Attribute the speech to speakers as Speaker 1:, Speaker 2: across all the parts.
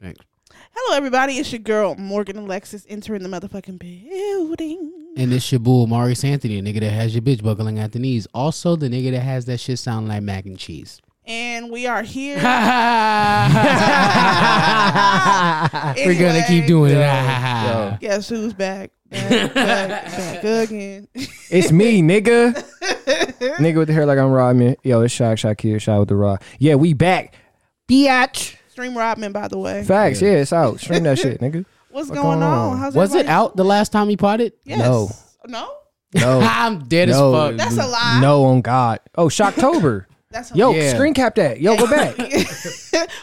Speaker 1: Thanks.
Speaker 2: Hello, everybody. It's your girl Morgan Alexis entering the motherfucking building.
Speaker 1: And it's your bull, Maurice Anthony, the nigga that has your bitch buckling at the knees. Also, the nigga that has that shit sound like mac and cheese.
Speaker 2: And we are here.
Speaker 1: We're gonna keep
Speaker 2: Anyway.
Speaker 1: doing
Speaker 3: Yo.
Speaker 1: it.
Speaker 2: Guess who's back? Back, back, back again.
Speaker 3: It's me, nigga. nigga with the hair like I'm Rodman. Yo, it's Shaq, Shaq here, Shaq with the rod. Yeah, we back. Biatch.
Speaker 2: Stream Rodman, by the way.
Speaker 3: Facts, yeah, it's out. Stream that shit, nigga.
Speaker 2: What's
Speaker 3: What's
Speaker 2: going
Speaker 3: going
Speaker 2: on?
Speaker 3: on?
Speaker 2: How's
Speaker 1: Was it
Speaker 2: everybody-
Speaker 1: out the last time he potted?
Speaker 2: Yes.
Speaker 3: No.
Speaker 2: No?
Speaker 3: No.
Speaker 1: I'm dead
Speaker 3: No.
Speaker 1: as fuck.
Speaker 2: That's a lie.
Speaker 3: no on God. Oh, Shocktober.
Speaker 2: That's a
Speaker 3: Yo,
Speaker 2: lie.
Speaker 1: Yeah.
Speaker 3: screen cap that. Yo, go back.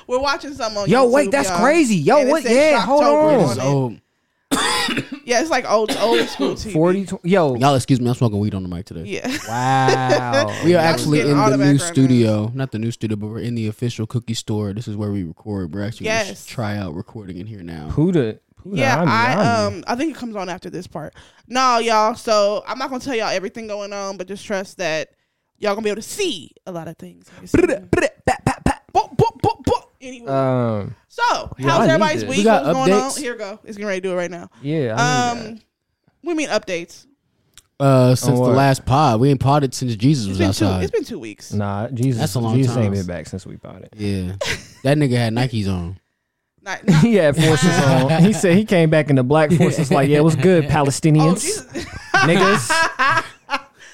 Speaker 2: We're watching some on
Speaker 3: Yo,
Speaker 2: YouTube,
Speaker 3: wait, that's
Speaker 2: y'all.
Speaker 3: crazy. Yo,
Speaker 2: And it
Speaker 3: what-
Speaker 2: says
Speaker 3: yeah, hold
Speaker 2: Shocktober
Speaker 3: on.
Speaker 1: It's
Speaker 2: it.
Speaker 1: old.
Speaker 2: Yeah, it's like old old school TV.
Speaker 3: 40. tw- Yo.
Speaker 1: Y'all excuse me, I'm smoking weed on the mic today.
Speaker 2: Yeah.
Speaker 3: Wow.
Speaker 1: We are
Speaker 2: Y'all just
Speaker 1: actually
Speaker 2: getting
Speaker 1: in
Speaker 2: all
Speaker 1: the
Speaker 2: the
Speaker 1: new
Speaker 2: background
Speaker 1: studio. Not the new studio, but we're in the official cookie store. This is where we record. We're actually gonna
Speaker 2: Yes.
Speaker 1: try out recording in here now.
Speaker 3: Who the. who the-
Speaker 2: Yeah,
Speaker 3: I'm-
Speaker 2: I
Speaker 3: I'm-
Speaker 2: um I think it comes on after this part. No, y'all. So I'm not gonna tell y'all everything going on, but just trust that y'all gonna be able to see a lot of things. Boop, boop, boop, boop. Anyway,
Speaker 3: Um,
Speaker 2: so
Speaker 3: yeah, I
Speaker 2: how's
Speaker 3: need
Speaker 2: everybody's
Speaker 3: this.
Speaker 2: week?
Speaker 1: We got
Speaker 2: What's going on?
Speaker 1: updates?
Speaker 2: Here we go. It's getting ready to do it right now.
Speaker 3: yeah. I need
Speaker 2: Um, we mean updates.
Speaker 1: Uh, since the
Speaker 3: Oh, what?
Speaker 1: last pod, we ain't potted since Jesus
Speaker 2: It's
Speaker 1: was
Speaker 2: been two. It's
Speaker 1: outside.
Speaker 2: been two weeks.
Speaker 3: that. Nah, Jesus.
Speaker 1: That's a long
Speaker 3: Jesus
Speaker 1: time.
Speaker 3: ain't been back since we bought it.
Speaker 1: Yeah, that nigga had Nikes on.
Speaker 2: Not, not,
Speaker 3: he had forces on. He said he came back in the black forces. Like, yeah, what's good,
Speaker 2: oh
Speaker 3: Palestinians,
Speaker 2: Jesus!
Speaker 3: niggas?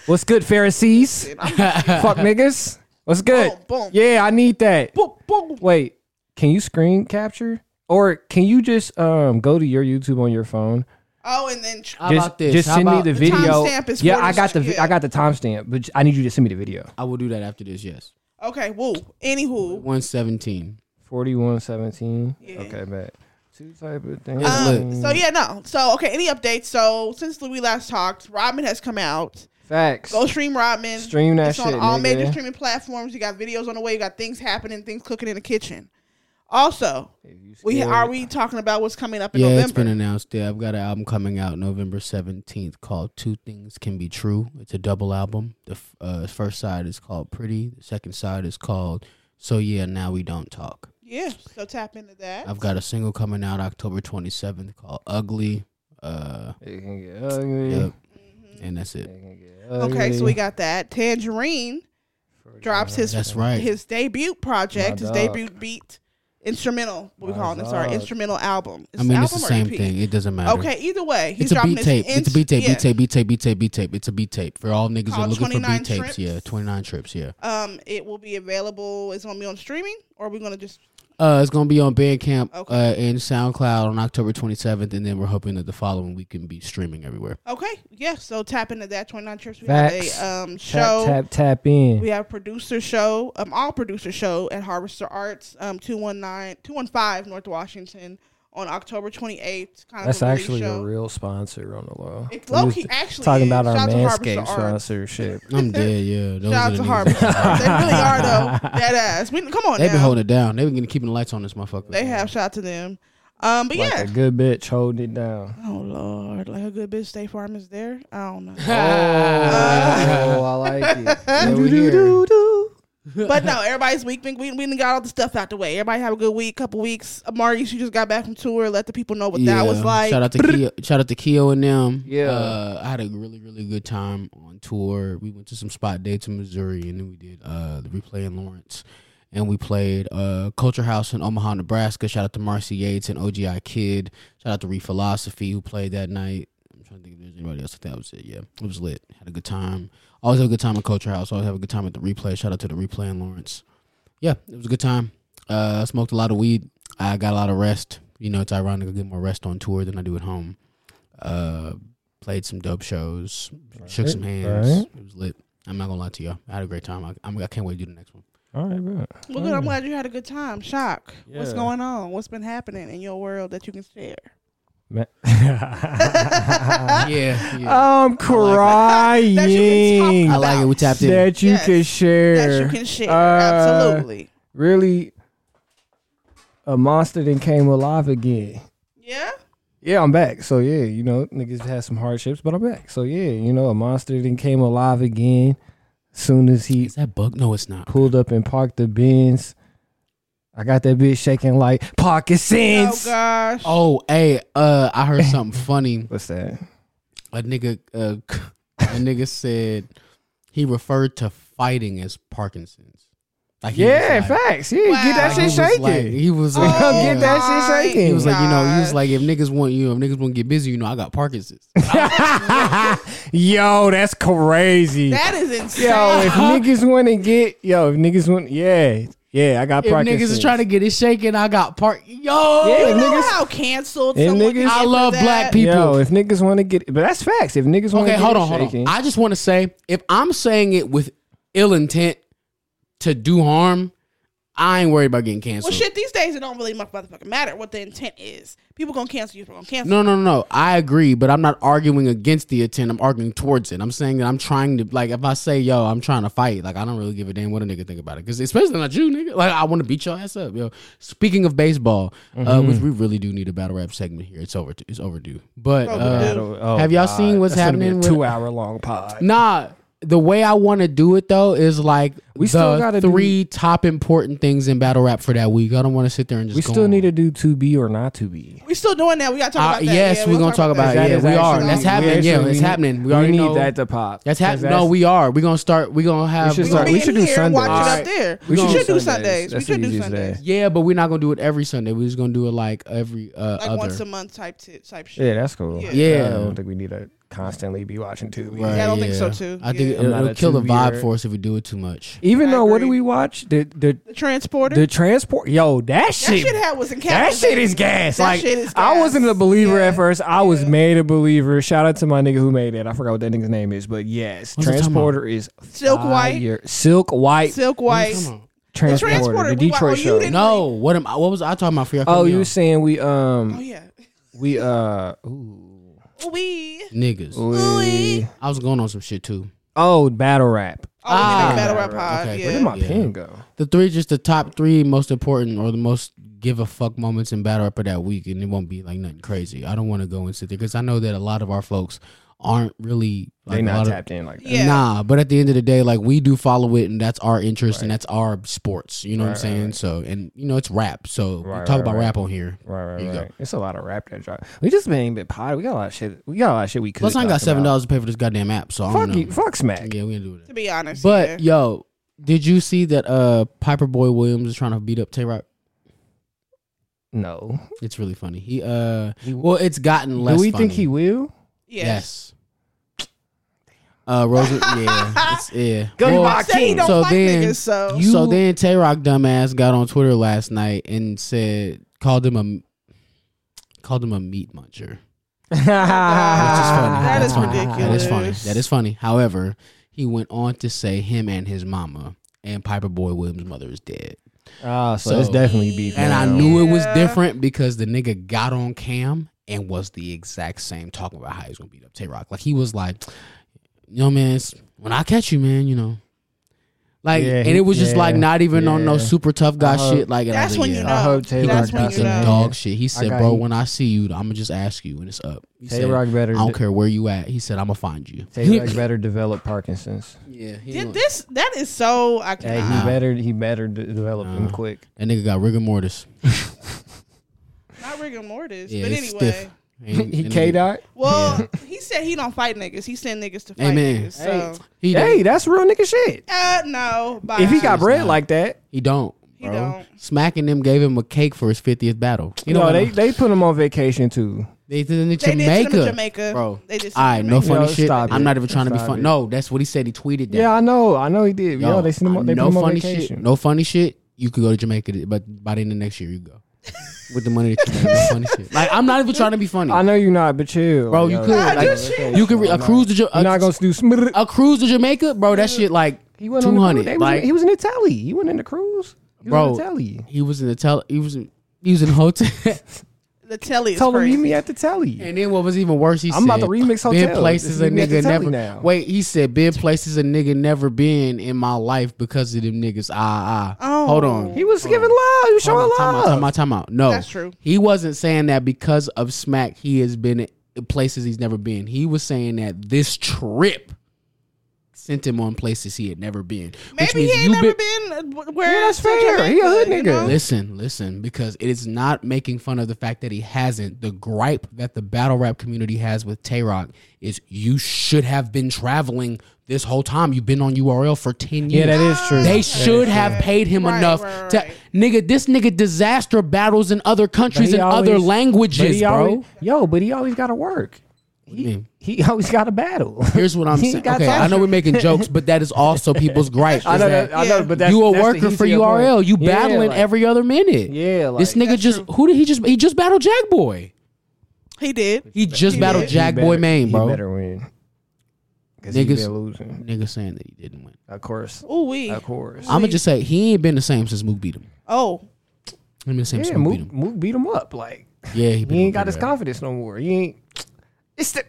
Speaker 3: What's good, Pharisees? Fuck niggas. What's good?
Speaker 2: Boom, boom.
Speaker 3: Yeah, I need that.
Speaker 2: boop, boop.
Speaker 3: Wait, can you screen capture, or can you just um go to your YouTube on your phone?
Speaker 2: Oh, and then tr-
Speaker 1: How
Speaker 3: Just,
Speaker 1: about this?
Speaker 3: just
Speaker 1: How
Speaker 3: send
Speaker 1: about-
Speaker 3: me the video.
Speaker 2: timestamp is
Speaker 3: yeah,
Speaker 2: 40
Speaker 3: I got the vi-
Speaker 2: yeah.
Speaker 3: I got the timestamp, but I need you to send me the video.
Speaker 1: I will do that after this. Yes,
Speaker 2: okay. Woo. Anywho,
Speaker 1: one seventeen.
Speaker 3: Forty-one seventeen.
Speaker 2: Yeah.
Speaker 3: Okay, bet. Two type of things.
Speaker 1: Um,
Speaker 2: so yeah, no. So okay, any updates? So since we last talked, Rodman has come out.
Speaker 3: Facts.
Speaker 2: Go stream Rodman.
Speaker 3: Stream that
Speaker 2: it's
Speaker 3: shit.
Speaker 2: on all
Speaker 3: nigga.
Speaker 2: major streaming platforms. You got videos on the way. You got things happening, things cooking in the kitchen. Also, we are we talking about what's coming up in
Speaker 1: Yeah, it's
Speaker 2: November?
Speaker 1: been announced. Yeah, I've got an album coming out November seventeenth called Two Things Can Be True. It's a double album. The f- uh, first side is called Pretty. The second side is called So Yeah. Now we don't talk.
Speaker 2: yeah, so tap into that.
Speaker 1: I've got a single coming out October twenty seventh called Ugly. Uh,
Speaker 3: It can get
Speaker 2: Mm.
Speaker 3: ugly.
Speaker 1: yep.
Speaker 2: Mm-hmm.
Speaker 1: and that's it.
Speaker 3: It can get
Speaker 2: okay,
Speaker 3: ugly.
Speaker 2: so we got that. Tangerine drops his
Speaker 1: That's right.
Speaker 2: his debut project, his
Speaker 3: My dog.
Speaker 2: debut beat instrumental. What we
Speaker 3: My
Speaker 2: call it? I'm Sorry,
Speaker 3: dog.
Speaker 2: instrumental album.
Speaker 1: I mean, it's
Speaker 2: album
Speaker 1: the
Speaker 2: or
Speaker 1: same
Speaker 2: EP?
Speaker 1: thing. It doesn't matter.
Speaker 2: Okay, either way, he's
Speaker 1: It's a
Speaker 2: dropping
Speaker 1: beat
Speaker 2: his
Speaker 1: tape.
Speaker 2: ins-
Speaker 1: It's a beat tape.
Speaker 2: yeah.
Speaker 1: Beat tape. Beat tape. Beat tape. Beat tape. It's a beat tape for all niggas that are
Speaker 2: Called
Speaker 1: looking for
Speaker 2: 29
Speaker 1: beat tapes.
Speaker 2: trips.
Speaker 1: Yeah, twenty nine trips. Yeah.
Speaker 2: Um, it will be available. It's gonna be on streaming, or are we gonna just
Speaker 1: Uh, it's gonna be on Bandcamp
Speaker 2: Okay.
Speaker 1: uh, and SoundCloud on October 27th, and then we're hoping that the following week can be streaming everywhere.
Speaker 2: okay? Yeah, so tap into that. Twenty nine trips. We
Speaker 3: Facts.
Speaker 2: have a um show.
Speaker 3: tap tap tap in.
Speaker 2: We have producer show, um, all producer show at Harvester Arts, um, 219, 215 North Washington on October 28th. Kind
Speaker 3: That's
Speaker 2: of a relief
Speaker 3: actually
Speaker 2: show.
Speaker 3: a real sponsor on the low.
Speaker 2: It's
Speaker 3: We
Speaker 2: low
Speaker 3: was
Speaker 2: key, actually.
Speaker 3: talking
Speaker 2: is.
Speaker 3: about our
Speaker 2: Shout out to Harvester
Speaker 3: Manscaped
Speaker 2: Arts.
Speaker 3: sponsorship.
Speaker 1: I'm dead. Yeah. Those
Speaker 2: Shout
Speaker 1: are
Speaker 2: out to
Speaker 1: the
Speaker 2: Harvester
Speaker 1: niggas.
Speaker 2: Arts. They really are, though. Dead ass. We, come on
Speaker 1: They've been
Speaker 2: now.
Speaker 1: holding it down. They've been keeping the lights on this motherfucker.
Speaker 2: They have. Shout out to them. Um, but
Speaker 3: Like
Speaker 2: yeah.
Speaker 3: a good bitch holding it down.
Speaker 2: Oh, Lord. Like a good bitch, State Farm is there. I don't know.
Speaker 3: Oh, I like it. Yeah, we here.
Speaker 2: but no, everybody's week been we we done got all the stuff out the way. Everybody have a good week, couple weeks. Marius, you just got back from tour. Let the people know what
Speaker 1: yeah.
Speaker 2: that was like.
Speaker 1: Shout out to Keo, shout out to Keo and them.
Speaker 3: Yeah.
Speaker 1: uh, I had a really really good time on tour. We went to some spot dates in Missouri, and then we did uh, the replay in Lawrence, and we played uh, Culture House in Omaha, Nebraska. Shout out to Marcy Yates and OGI Kid. Shout out to Re Philosophy who played that night. I'm trying to think if there's anybody else. I think that was it. Yeah, it was lit. Had a good time. Always have a good time at Culture House. Always have a good time at the replay. Shout out to the replay in Lawrence. Yeah, it was a good time. Uh, I smoked a lot of weed. I got a lot of rest. You know, it's ironic I get more rest on tour than I do at home. Uh, played some dope shows, shook some hands.
Speaker 3: right.
Speaker 1: It was lit. I'm not gonna lie to y'all. I had a great time. I, I'm, I can't wait to do the next one.
Speaker 3: All right, bro.
Speaker 2: Well, good. I'm glad you had a good time. Shock. What's
Speaker 3: Yeah.
Speaker 2: going on? What's been happening in your world that you can share?
Speaker 1: yeah, yeah.
Speaker 3: I'm crying.
Speaker 2: That you can
Speaker 1: I
Speaker 2: talk
Speaker 1: like it. We tapped in.
Speaker 3: That you
Speaker 2: Yes.
Speaker 3: can share.
Speaker 2: That you can share.
Speaker 3: Uh,
Speaker 2: Absolutely.
Speaker 3: Really, a monster then came alive again.
Speaker 2: Yeah. Oh,
Speaker 3: Yeah, I'm back. So yeah, you know, niggas had some hardships, but I'm back. So yeah, you know, a monster then came alive again. Soon as he
Speaker 1: Is that bug? No, it's not.
Speaker 3: pulled up and parked the bins, I got that bitch shaking like
Speaker 2: Oh
Speaker 3: Parkinson's.
Speaker 2: gosh.
Speaker 1: Oh, hey, uh, I heard something funny.
Speaker 3: What's that?
Speaker 1: A nigga, uh, a nigga said he referred to fighting as Parkinson's. Like he was
Speaker 3: Yeah,
Speaker 1: like-
Speaker 3: facts. Yeah,
Speaker 2: Wow.
Speaker 3: get that
Speaker 2: Like,
Speaker 1: he
Speaker 3: shit
Speaker 1: was
Speaker 3: shaking.
Speaker 1: Like, he was like,
Speaker 3: Come
Speaker 1: yeah.
Speaker 3: get that
Speaker 2: Oh, my
Speaker 3: shit shaking.
Speaker 1: He was like, you know, he was
Speaker 2: gosh.
Speaker 1: like, if niggas want you, know, if niggas want to get busy, you know, I got Parkinson's.
Speaker 3: yo, that's crazy.
Speaker 2: That is insane.
Speaker 3: yo, if niggas want to get, yo, if niggas want, yeah, yeah, I got
Speaker 1: if
Speaker 3: Parkinson's.
Speaker 1: niggas is trying to get it shaken, I got park. Yo,
Speaker 3: Yeah,
Speaker 2: you know
Speaker 3: niggas-
Speaker 2: how canceled
Speaker 3: And
Speaker 2: someone
Speaker 3: niggas-
Speaker 2: can get
Speaker 1: I
Speaker 2: for
Speaker 1: love
Speaker 2: that?
Speaker 1: black people.
Speaker 3: Yo, if niggas want to get, but that's facts. If niggas want to
Speaker 1: okay,
Speaker 3: get
Speaker 1: hold
Speaker 3: it
Speaker 1: on, hold
Speaker 3: shaking,
Speaker 1: on. I just want to say, if I'm saying it with ill intent to do harm, I ain't worried about getting
Speaker 2: Well,
Speaker 1: canceled.
Speaker 2: shit, these days it don't really much motherfucking matter what the intent is. People gonna cancel you. People gonna cancel.
Speaker 1: No, no, no, no. I agree, but I'm not arguing against the intent. I'm arguing towards it. I'm saying that I'm trying to like. If I say, "Yo, I'm trying to fight," like I don't really give a damn what a nigga think about it, because especially not you, nigga. Like I want to beat your ass up, yo. Speaking of baseball, uh,
Speaker 3: Mm-hmm.
Speaker 1: which we really do need a battle rap segment here. It's over. It's overdue. But
Speaker 2: Overdue.
Speaker 1: uh,
Speaker 3: Battle- oh,
Speaker 1: have y'all
Speaker 3: God.
Speaker 1: seen what's
Speaker 3: That's gonna be a
Speaker 1: happening? With,
Speaker 3: two-hour long pod.
Speaker 1: Nah, the way I want to do it though is like
Speaker 3: We
Speaker 1: the
Speaker 3: still gotta do-
Speaker 1: three top important things in battle rap for that week. I don't want to sit there and just
Speaker 3: We
Speaker 1: go
Speaker 3: still
Speaker 1: on.
Speaker 3: need to do to be or not to be.
Speaker 2: We still doing that. We gotta
Speaker 1: Uh,
Speaker 2: talk about that.
Speaker 1: yes,
Speaker 2: Yeah,
Speaker 1: we're
Speaker 2: we'll
Speaker 1: gonna talk about it.
Speaker 3: That
Speaker 1: Yeah,
Speaker 3: is
Speaker 1: we are.
Speaker 3: actually-
Speaker 1: That's
Speaker 3: we
Speaker 1: happening.
Speaker 3: actually
Speaker 1: Yeah, it's
Speaker 3: need-
Speaker 1: happening. We
Speaker 3: we
Speaker 1: already
Speaker 3: need
Speaker 1: know.
Speaker 3: that to pop.
Speaker 1: That's happening.
Speaker 3: That's-
Speaker 1: No, we are. We're gonna start. We're gonna have.
Speaker 3: should
Speaker 1: we
Speaker 2: We're
Speaker 3: start-
Speaker 2: gonna
Speaker 1: gonna-
Speaker 2: be
Speaker 3: we
Speaker 2: in
Speaker 3: should do
Speaker 2: here and Watch
Speaker 3: Sundays.
Speaker 2: it up there.
Speaker 3: We
Speaker 2: We,
Speaker 3: should
Speaker 2: should
Speaker 3: do
Speaker 2: do
Speaker 3: Sundays.
Speaker 2: Sundays. We
Speaker 3: That's
Speaker 2: should
Speaker 3: the
Speaker 2: do
Speaker 3: easiest day.
Speaker 2: Sundays.
Speaker 1: yeah, but we're not gonna do it every Sunday. We're just gonna do it like every uh,
Speaker 2: Like
Speaker 1: other.
Speaker 2: once a month type t- type shit.
Speaker 3: Yeah, that's cool.
Speaker 2: Yeah.
Speaker 1: Yeah.
Speaker 3: I don't think we need to constantly be watching two.
Speaker 1: Right,
Speaker 2: Yeah, I don't think so, too.
Speaker 1: I think
Speaker 2: Yeah.
Speaker 1: it'll,
Speaker 3: I'm not
Speaker 1: it'll
Speaker 3: a
Speaker 1: kill the vibe
Speaker 3: two-year-
Speaker 1: for us if we do it too much.
Speaker 3: Even
Speaker 2: I
Speaker 3: though, what do we
Speaker 2: agree.
Speaker 3: watch? The the
Speaker 2: The transporter.
Speaker 3: the transport. Yo, that
Speaker 2: that
Speaker 3: shit.
Speaker 2: shit had was in
Speaker 3: that shit is gas.
Speaker 2: That
Speaker 3: like
Speaker 2: shit is
Speaker 3: I
Speaker 2: gas.
Speaker 3: wasn't a believer
Speaker 2: Yeah.
Speaker 3: at first. I was made a believer. Shout out to my nigga who made it. I forgot what that nigga's name is, but yes,
Speaker 1: What's it talking
Speaker 3: transporter is
Speaker 2: Silk White.
Speaker 3: fire. Silk white.
Speaker 2: Silk White.
Speaker 1: Come on.
Speaker 3: transporter. The,
Speaker 2: Transporter, we wa-
Speaker 3: Detroit
Speaker 2: oh, you
Speaker 3: show.
Speaker 2: didn't-
Speaker 1: No, what am I? What was I talking about for y'all?
Speaker 3: Oh,
Speaker 1: coming
Speaker 3: you
Speaker 1: on?
Speaker 3: were saying we
Speaker 2: Oh
Speaker 3: um
Speaker 2: yeah.
Speaker 3: we uh ooh,
Speaker 2: We. Oh,
Speaker 1: niggas.
Speaker 3: we,
Speaker 1: I was going on some shit too.
Speaker 3: oh battle rap.
Speaker 2: ah,
Speaker 1: Ah.
Speaker 2: battle rap pod.
Speaker 1: Okay.
Speaker 2: Yeah.
Speaker 3: Where did my
Speaker 1: Yeah.
Speaker 3: pen go?
Speaker 1: The three, just the top three most important or the most give a fuck moments in battle rap for that week, and it won't be like nothing crazy. I don't want to go and sit there because I know that a lot of our folks aren't really like
Speaker 3: They
Speaker 1: a
Speaker 3: not
Speaker 1: lot of-
Speaker 3: tapped in like that.
Speaker 2: Yeah.
Speaker 1: Nah, but at the end of the day, like we do follow it, and that's our interest, and that's our sports. You know what I'm
Speaker 3: Right,
Speaker 1: saying?
Speaker 3: right, right.
Speaker 1: So, and you know it's rap. So we
Speaker 3: Right,
Speaker 1: talk
Speaker 3: right,
Speaker 1: about
Speaker 3: right.
Speaker 1: rap on here.
Speaker 3: Right, right,
Speaker 1: There you go.
Speaker 3: right. It's a lot of rap that drop. We just been a bit potted. We got a lot of shit. We got a lot of shit we could.
Speaker 1: Plus, I ain't got
Speaker 3: talk
Speaker 1: seven
Speaker 3: about.
Speaker 1: dollars to pay for this goddamn app. So I don't
Speaker 3: Fuck
Speaker 1: know.
Speaker 3: you, fuck smack.
Speaker 1: Yeah, we ain't do that.
Speaker 2: To be honest.
Speaker 1: But
Speaker 2: yeah.
Speaker 1: yo, did you see that uh Piper Boy Williams is trying to beat up Tay Rock?
Speaker 3: No,
Speaker 1: It's really funny. He uh well it's gotten less.
Speaker 3: do we
Speaker 1: funny.
Speaker 3: think he will?
Speaker 2: yes.
Speaker 1: Yes. Uh Rosa yeah. It's, yeah.
Speaker 3: Gunny
Speaker 1: Well,
Speaker 3: box.
Speaker 2: Said he don't
Speaker 1: So
Speaker 2: like
Speaker 1: then-
Speaker 2: niggas. So
Speaker 3: You-
Speaker 1: so then Tay Rock dumbass got on Twitter last night and said called him a called him a meat muncher. Which is funny.
Speaker 3: Ah,
Speaker 2: That
Speaker 1: That's
Speaker 2: is
Speaker 1: funny. That is funny.
Speaker 2: ridiculous.
Speaker 1: That is funny. However, he went on to say him and his mama and Piper Boy Williams' mother is dead.
Speaker 3: Oh, so,
Speaker 1: So-
Speaker 3: it's definitely beef.
Speaker 1: And I
Speaker 3: now.
Speaker 1: knew it was
Speaker 2: Yeah.
Speaker 1: different because the nigga got on cam and was the exact same talking about how he's gonna beat up Tay Rock. Like he was like, "Yo, man, it's- when I catch you, man, you know." Like
Speaker 3: Yeah,
Speaker 1: and
Speaker 3: he-
Speaker 1: it was just like
Speaker 3: yeah,
Speaker 1: not even on no
Speaker 3: yeah. Uh-huh.
Speaker 1: super tough guy
Speaker 3: I hope-
Speaker 1: shit. Like and I
Speaker 2: That's
Speaker 1: was like,
Speaker 2: when you
Speaker 1: yeah.
Speaker 2: know.
Speaker 3: I hope Tay
Speaker 2: That's
Speaker 1: That's
Speaker 3: Rock
Speaker 2: when
Speaker 1: like
Speaker 3: beats
Speaker 2: you
Speaker 1: some
Speaker 2: know.
Speaker 1: dog shit. He said,
Speaker 3: got
Speaker 1: "Bro,
Speaker 3: you.
Speaker 1: when I see you, I'm gonna just ask you, and it's up." He
Speaker 3: Tay
Speaker 1: said,
Speaker 3: Rock
Speaker 1: "I
Speaker 3: better.
Speaker 1: don't
Speaker 3: de-
Speaker 1: care where you at." He said, "I'm gonna find you."
Speaker 3: Tay Rock better develop Parkinson's.
Speaker 1: yeah, he
Speaker 2: Did
Speaker 1: ain't-
Speaker 2: this? That is so. I
Speaker 3: Hey,
Speaker 2: can't.
Speaker 3: he
Speaker 1: uh-huh.
Speaker 3: better he better de- develop them
Speaker 1: Nah.
Speaker 3: quick.
Speaker 1: that nigga got rigor mortis.
Speaker 2: Not rigor mortis.
Speaker 1: Yeah,
Speaker 2: but
Speaker 1: it's
Speaker 2: anyway.
Speaker 1: stiff. And-
Speaker 3: he
Speaker 1: and
Speaker 3: K dot.
Speaker 2: Well, he said he don't fight niggas. He send niggas to fight
Speaker 1: Amen.
Speaker 2: niggas. So,
Speaker 1: He
Speaker 3: Hey, that's real nigga shit.
Speaker 2: uh, no. Bye.
Speaker 3: If he got
Speaker 1: Nah.
Speaker 3: bread like that,
Speaker 1: He don't.
Speaker 2: He
Speaker 1: bro.
Speaker 2: don't.
Speaker 1: Smacking them gave him a cake for his fiftieth battle. You know
Speaker 3: no,
Speaker 1: what
Speaker 3: they
Speaker 1: I'm-
Speaker 3: they put him on vacation too.
Speaker 1: they did it in
Speaker 2: they
Speaker 1: Jamaica.
Speaker 2: did to him in Jamaica,
Speaker 1: bro.
Speaker 2: They did. to
Speaker 1: All
Speaker 2: him
Speaker 1: right,
Speaker 2: in
Speaker 1: no
Speaker 2: Jamaica.
Speaker 1: funny
Speaker 3: Yo,
Speaker 1: shit.
Speaker 3: stop
Speaker 1: I'm
Speaker 3: it.
Speaker 1: not even trying to be
Speaker 3: Stop
Speaker 1: fun.
Speaker 3: it.
Speaker 1: No, that's what he said. He tweeted that.
Speaker 3: Yeah, I know, I know he did. Yo, they sent him. on- They
Speaker 1: no
Speaker 3: put him on
Speaker 1: funny
Speaker 3: vacation.
Speaker 1: shit. No funny shit. You could go to Jamaica, but by the end of next year, you go with the money that you made. No funny shit. Like I'm not even trying to be funny,
Speaker 3: I know you're not, but chill,
Speaker 1: bro. You
Speaker 3: Yo,
Speaker 1: could.
Speaker 3: like,
Speaker 1: Like, you could re- a cruise to Ja-
Speaker 3: You're not
Speaker 1: a,
Speaker 3: gonna do. Sm-
Speaker 1: a cruise to Jamaica, bro. That shit like
Speaker 3: he wasn't
Speaker 1: two
Speaker 3: on the cruise.
Speaker 1: hundred.
Speaker 3: They was
Speaker 1: Like
Speaker 3: in, he was in Italy. He wasn't in the cruise. He
Speaker 1: Bro.
Speaker 3: was in Italy.
Speaker 1: he was in the tele. He was in, he was in the hotel.
Speaker 2: The telly is
Speaker 3: Told him
Speaker 2: crazy.
Speaker 3: meet me at the telly.
Speaker 1: And then what was even worse, he
Speaker 3: I'm
Speaker 1: said,
Speaker 3: about to remix
Speaker 1: Been
Speaker 3: Hotel.
Speaker 1: places
Speaker 3: This is
Speaker 1: a nigga
Speaker 3: remix Hotel
Speaker 1: never
Speaker 3: now."
Speaker 1: wait." He said, "Been places a nigga never been in my life because of them niggas." Ah, ah.
Speaker 2: Oh.
Speaker 1: Hold on.
Speaker 3: he was giving love. He was showing
Speaker 1: Hold on, time
Speaker 3: love.
Speaker 1: out, time out, time out. No,
Speaker 2: That's true.
Speaker 1: He wasn't saying that because of Smack. He has been in places he's never been. He was saying that this trip sent him on places he had never been. which
Speaker 2: Maybe
Speaker 1: means
Speaker 2: he ain't
Speaker 1: you
Speaker 2: never
Speaker 1: been-
Speaker 2: been, uh, w- where
Speaker 3: Yeah, that's
Speaker 2: to
Speaker 3: fair.
Speaker 2: Jamaica,
Speaker 3: He a hood
Speaker 2: you
Speaker 3: nigga.
Speaker 2: know?
Speaker 1: Listen, listen, because it is not making fun of the fact that he hasn't. The gripe that the battle rap community has with Tay Rock is you should have been traveling this whole time. You've been on URL for 10 years.
Speaker 3: Yeah, that is true.
Speaker 1: They
Speaker 3: That
Speaker 1: should
Speaker 3: is
Speaker 1: have paid him
Speaker 2: Right,
Speaker 1: enough
Speaker 2: right,
Speaker 1: to
Speaker 2: right.
Speaker 1: nigga. This nigga disaster battles in other countries
Speaker 3: he
Speaker 1: and other
Speaker 3: always- But
Speaker 1: languages,
Speaker 3: he
Speaker 1: bro.
Speaker 3: always- yo, but he always got to work. He,
Speaker 1: mean?
Speaker 3: he always got to battle.
Speaker 1: Here's what I'm
Speaker 3: He
Speaker 1: saying.
Speaker 3: got
Speaker 1: Okay, I know we're making jokes, but that is also people's gripe.
Speaker 3: I
Speaker 1: is
Speaker 3: know,
Speaker 1: that
Speaker 3: that, I know,
Speaker 2: Yeah.
Speaker 3: but that's,
Speaker 1: you a
Speaker 3: that's the
Speaker 1: worker for
Speaker 3: easier point.
Speaker 1: URL. You
Speaker 3: Yeah,
Speaker 1: battling
Speaker 3: like-
Speaker 1: every other minute.
Speaker 3: Yeah, like
Speaker 1: this nigga just who did he just he just battled Jack Boy.
Speaker 2: He did.
Speaker 1: He just
Speaker 2: He
Speaker 1: battled
Speaker 2: did.
Speaker 3: he
Speaker 1: Jack
Speaker 3: better-
Speaker 1: Boy Maine,
Speaker 3: He
Speaker 1: bro.
Speaker 3: better win. Cause he
Speaker 1: Niggas-
Speaker 3: been losing,
Speaker 1: Nigga saying that he didn't win.
Speaker 3: of course,
Speaker 2: Ooh wee.
Speaker 3: of course.
Speaker 1: I'ma just say he ain't been the same since Mook beat him.
Speaker 2: Oh,
Speaker 1: He been the same
Speaker 3: Yeah,
Speaker 1: since Mook beat
Speaker 3: move,
Speaker 1: him.
Speaker 3: move, beat him up. Like
Speaker 1: Yeah, he, beat
Speaker 3: he ain't
Speaker 1: him
Speaker 3: got
Speaker 1: pretty
Speaker 3: his
Speaker 1: bad.
Speaker 3: confidence no more. He ain't. It's the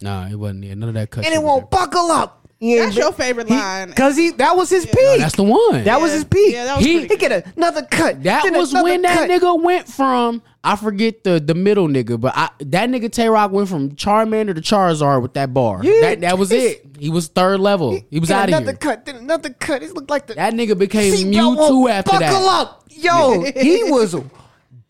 Speaker 1: Nah, it wasn't. Yeah, none of that cut.
Speaker 3: and
Speaker 1: shit
Speaker 3: it
Speaker 1: was
Speaker 3: won't
Speaker 1: there.
Speaker 3: buckle up. He ain't
Speaker 2: that's
Speaker 3: been-
Speaker 2: your favorite
Speaker 3: he-
Speaker 2: line.
Speaker 3: Cause he that was his peak.
Speaker 1: That's the one.
Speaker 3: that was
Speaker 2: Yeah.
Speaker 3: his peak.
Speaker 2: Yeah, that was
Speaker 3: he
Speaker 2: pretty
Speaker 3: he get another cut.
Speaker 1: That
Speaker 3: then
Speaker 1: was
Speaker 3: another
Speaker 1: when that
Speaker 3: cut.
Speaker 1: nigga went from I forget the the middle nigga, but I that nigga Tay Rock went from Charmander to Charizard with that bar.
Speaker 3: Yeah.
Speaker 1: that that was
Speaker 3: It's-
Speaker 1: it. He was third level. He was
Speaker 3: Then
Speaker 1: out of
Speaker 3: another
Speaker 1: here.
Speaker 3: cut. Then another cut. It looked like the
Speaker 1: That nigga became
Speaker 3: Seatbelt
Speaker 1: Mewtwo
Speaker 3: won't
Speaker 1: after
Speaker 3: buckle
Speaker 1: that.
Speaker 3: up, yo. he was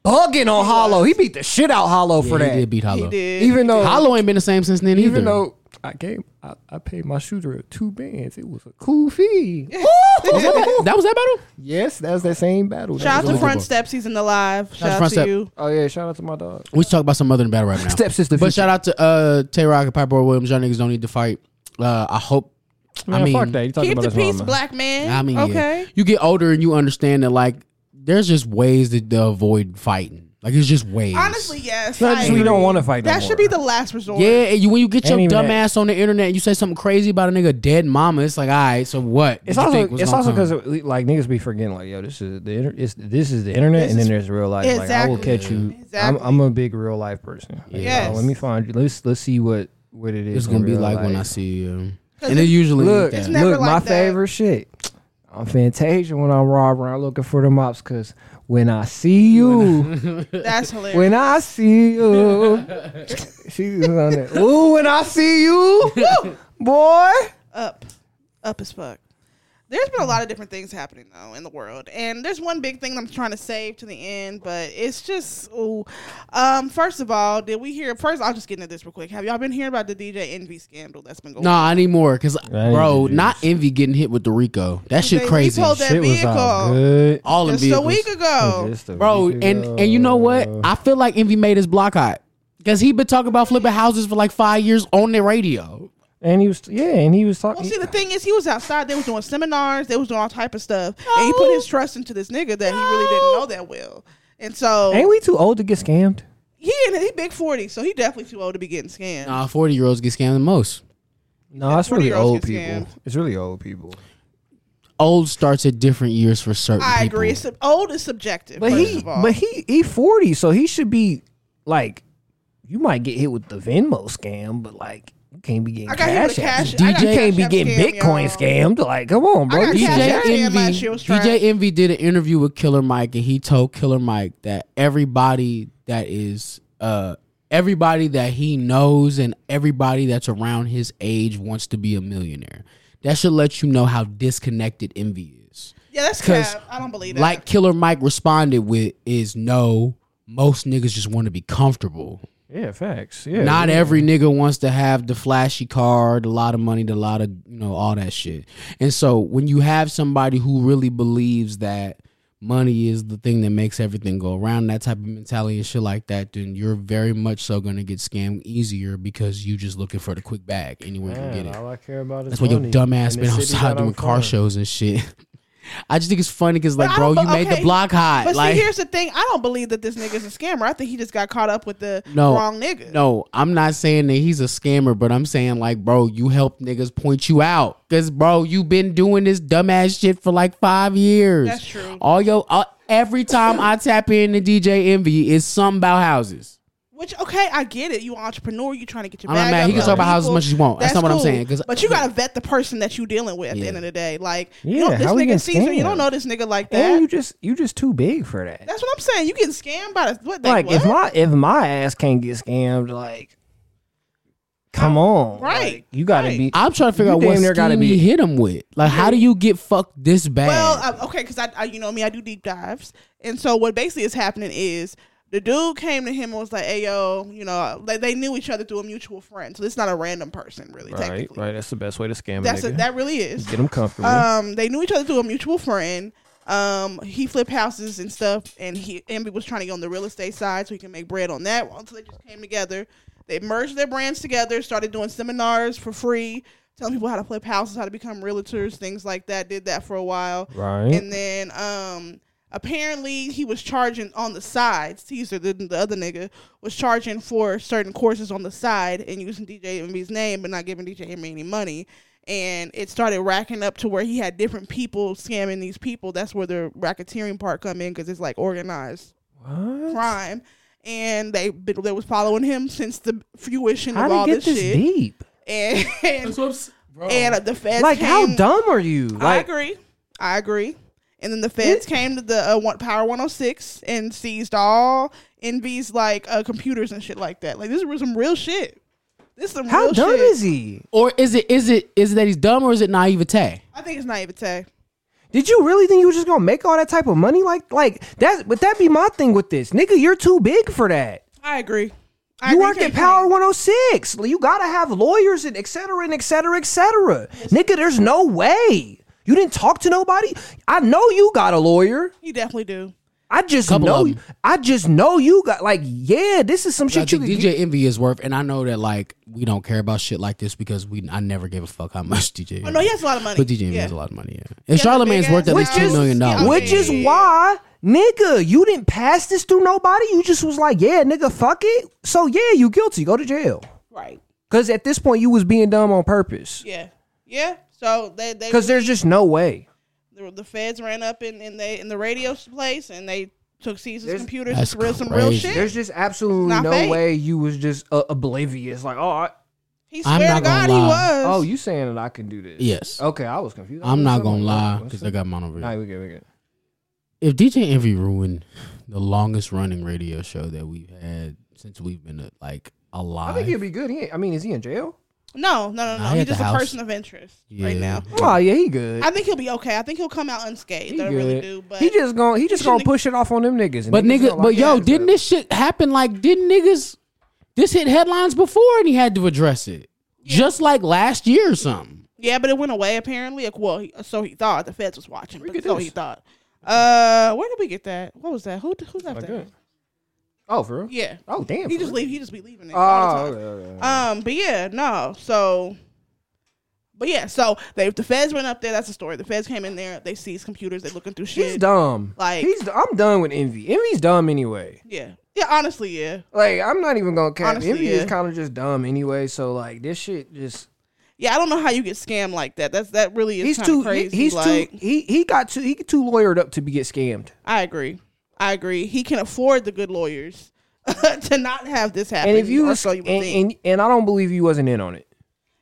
Speaker 3: bugging on Hollow. He beat the shit out Hollow for
Speaker 1: Yeah,
Speaker 3: that.
Speaker 1: he did beat Hollow.
Speaker 2: he did.
Speaker 3: Even though
Speaker 1: Hollow ain't been the same since then either.
Speaker 3: even though I gave I, I paid my shooter two bands. It was a cool fee. Ooh!
Speaker 1: that was that battle.
Speaker 3: yes, that was that same battle. That
Speaker 2: Shout out
Speaker 3: was
Speaker 2: to
Speaker 3: really
Speaker 2: Front
Speaker 1: good.
Speaker 2: Steps. He's in the live.
Speaker 1: out to
Speaker 2: Shout out
Speaker 1: Front
Speaker 2: to
Speaker 1: Step.
Speaker 2: you.
Speaker 3: good. Oh yeah, shout out to my dog.
Speaker 1: We should talk about some other than battle right now.
Speaker 3: Steps is the
Speaker 1: But
Speaker 3: future.
Speaker 1: shout out to uh, Tay Rock and Piper Williams. Y'all niggas don't need to fight. Uh, I hope. I mean,
Speaker 3: fuck that. You talking
Speaker 2: Keep
Speaker 3: about
Speaker 2: the
Speaker 3: his
Speaker 2: peace,
Speaker 3: mama.
Speaker 2: black man.
Speaker 1: I mean, yeah.
Speaker 2: okay.
Speaker 1: You get older and you understand that like there's just ways to, to avoid fighting. Like it's just ways.
Speaker 2: Honestly, yes.
Speaker 3: Not
Speaker 2: I
Speaker 3: just we
Speaker 2: agree.
Speaker 3: don't want to fight. no
Speaker 2: That
Speaker 3: more.
Speaker 2: should be the last resort.
Speaker 1: Yeah, and you, when you get your
Speaker 3: Ain't even
Speaker 1: dumb
Speaker 3: that.
Speaker 1: ass on the internet and you say something crazy about a nigga dead mama, it's like, all right, so what?
Speaker 3: It's
Speaker 1: What you
Speaker 3: also
Speaker 1: think was
Speaker 3: it's
Speaker 1: gonna
Speaker 3: also
Speaker 1: come?
Speaker 3: because like niggas be forgetting like yo this is the inter- it's, this is the internet and then there's real life like I will
Speaker 2: Exactly.
Speaker 3: catch you
Speaker 2: Exactly.
Speaker 3: I'm, I'm a big real life person Like,
Speaker 2: Yes.
Speaker 3: oh, let me find you let's let's see what what it is
Speaker 1: it's
Speaker 3: in
Speaker 1: gonna be
Speaker 3: real
Speaker 1: like when
Speaker 3: life.
Speaker 1: I see you. And it usually
Speaker 3: look
Speaker 1: ain't that.
Speaker 2: never
Speaker 3: look my
Speaker 2: like that.
Speaker 3: favorite shit I'm Fantasia when I'm robbing around looking for the mops because when I see you
Speaker 2: That's hilarious.
Speaker 3: when I see you she was on it ooh when I see you boy
Speaker 2: up, up as fuck. There's been a lot of different things happening though in the world, and there's one big thing I'm trying to save to the end, but it's just ooh. Um, first of all, did we hear? First, I'll just get into this real quick. Have y'all been hearing about the DJ Envy scandal that's been going?
Speaker 1: No, I need more because
Speaker 3: need
Speaker 1: bro,
Speaker 3: to do
Speaker 1: not envy getting hit with the Rico. That shit
Speaker 2: They
Speaker 1: crazy.
Speaker 2: repoed that
Speaker 3: shit was all
Speaker 2: vehicle
Speaker 3: good
Speaker 1: All of
Speaker 2: just
Speaker 1: vehicles.
Speaker 2: a week ago.
Speaker 3: Just a
Speaker 1: bro.
Speaker 3: week
Speaker 1: And
Speaker 3: ago.
Speaker 1: and you know what? I feel like envy made his block hot because he been talking about flipping houses for like five years on the radio.
Speaker 3: And he was yeah, and he was talking.
Speaker 2: Well, see, the thing is, he was outside. They was doing seminars. They was doing all type of stuff, and he put his trust into this nigga that he really didn't know that well. And so
Speaker 3: Ain't we too old to get scammed?
Speaker 2: he in he big forty, so he definitely too old to be getting scammed.
Speaker 1: Nah, forty year olds get scammed the most.
Speaker 3: No, it's
Speaker 2: 40
Speaker 3: really
Speaker 2: year olds
Speaker 3: old
Speaker 2: get
Speaker 3: people.
Speaker 2: scammed.
Speaker 3: It's really old people.
Speaker 1: Old starts at different years for certain.
Speaker 2: I
Speaker 1: people.
Speaker 2: agree. It's sub- old is subjective.
Speaker 3: But
Speaker 2: first
Speaker 3: he,
Speaker 2: of all.
Speaker 3: but he, he forty, so he should be like, you might get hit with the Venmo scam, but like you can't be getting
Speaker 2: I got hit
Speaker 3: cash.
Speaker 2: with a cash-
Speaker 3: apps.
Speaker 2: I
Speaker 3: you
Speaker 2: got
Speaker 3: can't be
Speaker 2: Cash App
Speaker 3: getting Bitcoin
Speaker 2: scam, y'all.
Speaker 3: scammed. Like, come on, bro.
Speaker 2: I got
Speaker 3: You
Speaker 2: Cash
Speaker 3: should-
Speaker 2: App.
Speaker 1: DJ
Speaker 2: Shazam
Speaker 1: Envy,
Speaker 2: last year was trash.
Speaker 1: DJ Envy did an interview with Killer Mike, and he told Killer Mike that everybody that is, uh, everybody that he knows and everybody that's around his age wants to be a millionaire. That should let you know how disconnected Envy is.
Speaker 2: yeah, that's
Speaker 1: 'cause,
Speaker 2: cap. I don't believe that.
Speaker 1: Like Killer Mike responded with, "Is no, most niggas just want to be comfortable."
Speaker 3: Yeah, facts. Yeah,
Speaker 1: Not every nigga wants to have the flashy car, the lot of money, the lot of you know all that shit. And so when you have somebody who really believes that money is the thing that makes everything go around, that type of mentality and shit like that, then you're very much so gonna get scammed easier because you just looking for the quick bag anywhere you can get it.
Speaker 3: all I care about is
Speaker 1: That's why your dumb ass been outside doing car shows and shit. I just think it's funny because like,
Speaker 2: But I
Speaker 1: bro,
Speaker 2: don't
Speaker 1: you
Speaker 2: bu-
Speaker 1: made the
Speaker 2: okay,
Speaker 1: block hot.
Speaker 2: but
Speaker 1: like,
Speaker 2: see, here's the thing. I don't believe that this nigga's a scammer. I think he just got caught up with the
Speaker 1: No,
Speaker 2: wrong nigga.
Speaker 1: No, I'm not saying that he's a scammer, but I'm saying like, bro, you help niggas point you out, cause bro, you been doing this dumbass shit for like five years.
Speaker 2: That's true.
Speaker 1: All yo, all, every time I tap into DJ Envy, it's something about houses.
Speaker 2: Which okay, I get it. You an entrepreneur. You trying to get your.
Speaker 1: I'm not
Speaker 2: bag
Speaker 1: mad.
Speaker 2: up
Speaker 1: He can
Speaker 2: with
Speaker 1: talk
Speaker 2: other
Speaker 1: about houses as
Speaker 2: people.
Speaker 1: much as you want. That's not what I'm saying, 'cause-
Speaker 2: but you gotta vet the person that you dealing with. At the
Speaker 1: Yeah.
Speaker 2: end of the day, like you
Speaker 3: Yeah,
Speaker 2: know, this
Speaker 3: how we
Speaker 2: nigga
Speaker 3: getting
Speaker 2: Caesar. You
Speaker 3: scammed?
Speaker 2: don't know this nigga like
Speaker 3: And
Speaker 2: that.
Speaker 3: you just you just too big for that.
Speaker 2: That's what I'm saying. You getting scammed by the what?
Speaker 3: like
Speaker 2: what?
Speaker 3: if my if my ass can't get scammed, like Come on.
Speaker 2: Right,
Speaker 3: Like, you gotta
Speaker 2: right.
Speaker 3: be
Speaker 1: I'm trying to figure
Speaker 3: You
Speaker 1: out what
Speaker 3: damn near
Speaker 1: scheme
Speaker 3: gotta
Speaker 1: gotta
Speaker 3: be-
Speaker 1: he hit him with. Like, how do you get fucked this bad?
Speaker 2: Well, uh, okay, because I, I, you know me, I do deep dives, and so what basically is happening is the dude came to him and was like, "Hey, yo, you know, like they knew each other through a mutual friend, so it's not a random person, really.
Speaker 3: Right,
Speaker 2: technically,
Speaker 3: right. That's the best way to scam
Speaker 2: that's
Speaker 3: a
Speaker 2: a,
Speaker 3: nigga.
Speaker 2: that really is.
Speaker 3: Get them comfortable.
Speaker 2: Um, they knew each other through a mutual friend. Um, he flipped houses and stuff, and he Ambi was trying to get on the real estate side so he can make bread on that. So they just came together. They merged their brands together, started doing seminars for free, telling people how to flip houses, how to become realtors, things like that. Did that for a while,
Speaker 3: Right.
Speaker 2: And then, um, apparently he was charging on the side. Caesar, the, the other nigga, was charging for certain courses on the side and using DJ Ambi's name, but not giving DJ Ambi any money and it started racking up to where he had different people scamming these people. That's where the racketeering part come in because it's like organized
Speaker 3: what?
Speaker 2: crime. And they they was following him since the fruition
Speaker 3: How
Speaker 2: of all
Speaker 3: did
Speaker 2: this
Speaker 3: it get this
Speaker 2: shit.
Speaker 3: deep?
Speaker 2: And and, uh, the feds
Speaker 3: Like,
Speaker 2: came.
Speaker 3: how dumb are you?
Speaker 2: I
Speaker 3: Like,
Speaker 2: agree. I agree. And then the feds came to the uh, one, Power 106 and seized all Envy's like uh, computers and shit like that. Like this was some real shit. This is some
Speaker 3: how
Speaker 2: real
Speaker 3: dumb
Speaker 2: shit.
Speaker 3: is he?
Speaker 1: or is it is it is it that he's dumb or is it naivete?
Speaker 2: I think it's naivete.
Speaker 3: Did you really think you were just gonna make all that type of money? Like, like that? But that be my thing with this, nigga. You're too big for that.
Speaker 2: I agree. I
Speaker 3: You
Speaker 2: agree,
Speaker 3: work at
Speaker 2: can't
Speaker 3: Power
Speaker 2: claim.
Speaker 3: 106. You gotta have lawyers and et cetera and et cetera, et cetera. Nigga, there's no way. You didn't talk to nobody. I know you got a lawyer.
Speaker 2: You definitely do.
Speaker 3: I just
Speaker 1: Couple
Speaker 3: know.
Speaker 1: of
Speaker 3: You,
Speaker 1: 'em.
Speaker 3: I just know you got like yeah. This is some shit
Speaker 1: I
Speaker 3: you
Speaker 1: think
Speaker 3: could
Speaker 1: DJ Envy is worth, and I know that like we don't care about shit like this because we I never gave a fuck how much DJ.
Speaker 2: Oh no, he has a lot of money.
Speaker 1: But DJ Envy
Speaker 2: yeah.
Speaker 1: has a lot of money. Yeah, and
Speaker 2: a
Speaker 1: Charlemagne's
Speaker 2: big
Speaker 1: worth
Speaker 2: ass
Speaker 1: at least
Speaker 2: house.
Speaker 1: two million
Speaker 2: Yeah,
Speaker 1: dollars.
Speaker 2: okay.
Speaker 3: Which is
Speaker 2: Yeah.
Speaker 3: why, nigga, you didn't pass this through nobody. You just was like, yeah, nigga, fuck it. So yeah, you guilty. Go to jail.
Speaker 2: Right.
Speaker 3: Cause at this point you was being dumb on purpose.
Speaker 2: Yeah. Yeah. So they they
Speaker 3: Cause there's just no way.
Speaker 2: the, the feds ran up in, in they in the radio place and they took Caesar's
Speaker 3: There's-
Speaker 2: computers
Speaker 1: That's
Speaker 2: and real some real
Speaker 1: crazy.
Speaker 2: shit.
Speaker 3: There's just absolutely
Speaker 2: Not
Speaker 3: no
Speaker 2: fake.
Speaker 3: way you was just uh, oblivious. Like, oh, I,
Speaker 2: He
Speaker 1: I'm
Speaker 2: swear
Speaker 1: not
Speaker 2: to God he
Speaker 1: gonna
Speaker 2: was.
Speaker 1: lie.
Speaker 3: oh, you saying that I can do this?
Speaker 1: Yes,
Speaker 3: Okay, I was confused.
Speaker 1: I'm not gonna lie
Speaker 3: What's
Speaker 1: because
Speaker 3: up?
Speaker 1: I got mine over here.
Speaker 3: Nah, we good, we good.
Speaker 1: if DJ Envy ruined the longest running radio show that we've had since we've been uh, like
Speaker 3: I
Speaker 1: alive,
Speaker 3: think he'll be good. He ain't, I mean, is he in jail?
Speaker 2: no, no, no,
Speaker 1: Nah,
Speaker 2: no. He's
Speaker 1: he at the
Speaker 2: just a
Speaker 1: house.
Speaker 2: person of interest right
Speaker 1: Yeah.
Speaker 2: now.
Speaker 3: Oh yeah, he good.
Speaker 2: I think he'll be okay. I think he'll come out unscathed.
Speaker 3: he
Speaker 2: I
Speaker 3: good.
Speaker 2: really do. But
Speaker 3: he just gonna he just gonna
Speaker 2: shouldn't-
Speaker 3: push it off on them niggas. and
Speaker 1: but
Speaker 3: niggas
Speaker 1: nigga,
Speaker 3: gonna
Speaker 1: but
Speaker 3: like,
Speaker 1: yo,
Speaker 3: yeah,
Speaker 1: didn't this shit happen? Like, didn't niggas this hit headlines before and he had to address it, just like last year or something.
Speaker 2: yeah, but it went away apparently. Like, well, he, so he thought the feds was watching.
Speaker 3: get
Speaker 2: But so
Speaker 3: this?
Speaker 2: he thought. Uh, where did we get that? What was that? Who who's that?
Speaker 3: Like
Speaker 2: there?
Speaker 3: that. Oh, for real?
Speaker 2: Yeah,
Speaker 3: Oh, damn.
Speaker 2: he
Speaker 3: for
Speaker 2: just
Speaker 3: real?
Speaker 2: leave. He just be leaving it
Speaker 3: Oh,
Speaker 2: all the time.
Speaker 3: okay, okay, okay.
Speaker 2: Um, but yeah, no. So, but yeah, so they the feds went up there. That's the story. The feds came in there. They seized computers. They looking through shit.
Speaker 3: He's dumb.
Speaker 2: Like-
Speaker 3: he's, I'm done with envy. Envy's dumb anyway.
Speaker 2: Yeah, yeah. Honestly, yeah,
Speaker 3: Like, I'm not even gonna cap.
Speaker 2: Honestly,
Speaker 3: envy is
Speaker 2: yeah.
Speaker 3: kind of just dumb anyway. So like, this shit just
Speaker 2: yeah. I don't know how you get scammed like that. That's that really is
Speaker 3: he's
Speaker 2: kind
Speaker 3: too
Speaker 2: of
Speaker 3: he-
Speaker 2: crazy.
Speaker 3: he's
Speaker 2: like,
Speaker 3: too he he got too he too lawyered up to be get scammed.
Speaker 2: I agree. I agree. He can afford the good lawyers to not have this happen.
Speaker 3: And if you
Speaker 2: or
Speaker 3: was,
Speaker 2: so you
Speaker 3: and,
Speaker 2: would think.
Speaker 3: and and I don't believe you wasn't in on it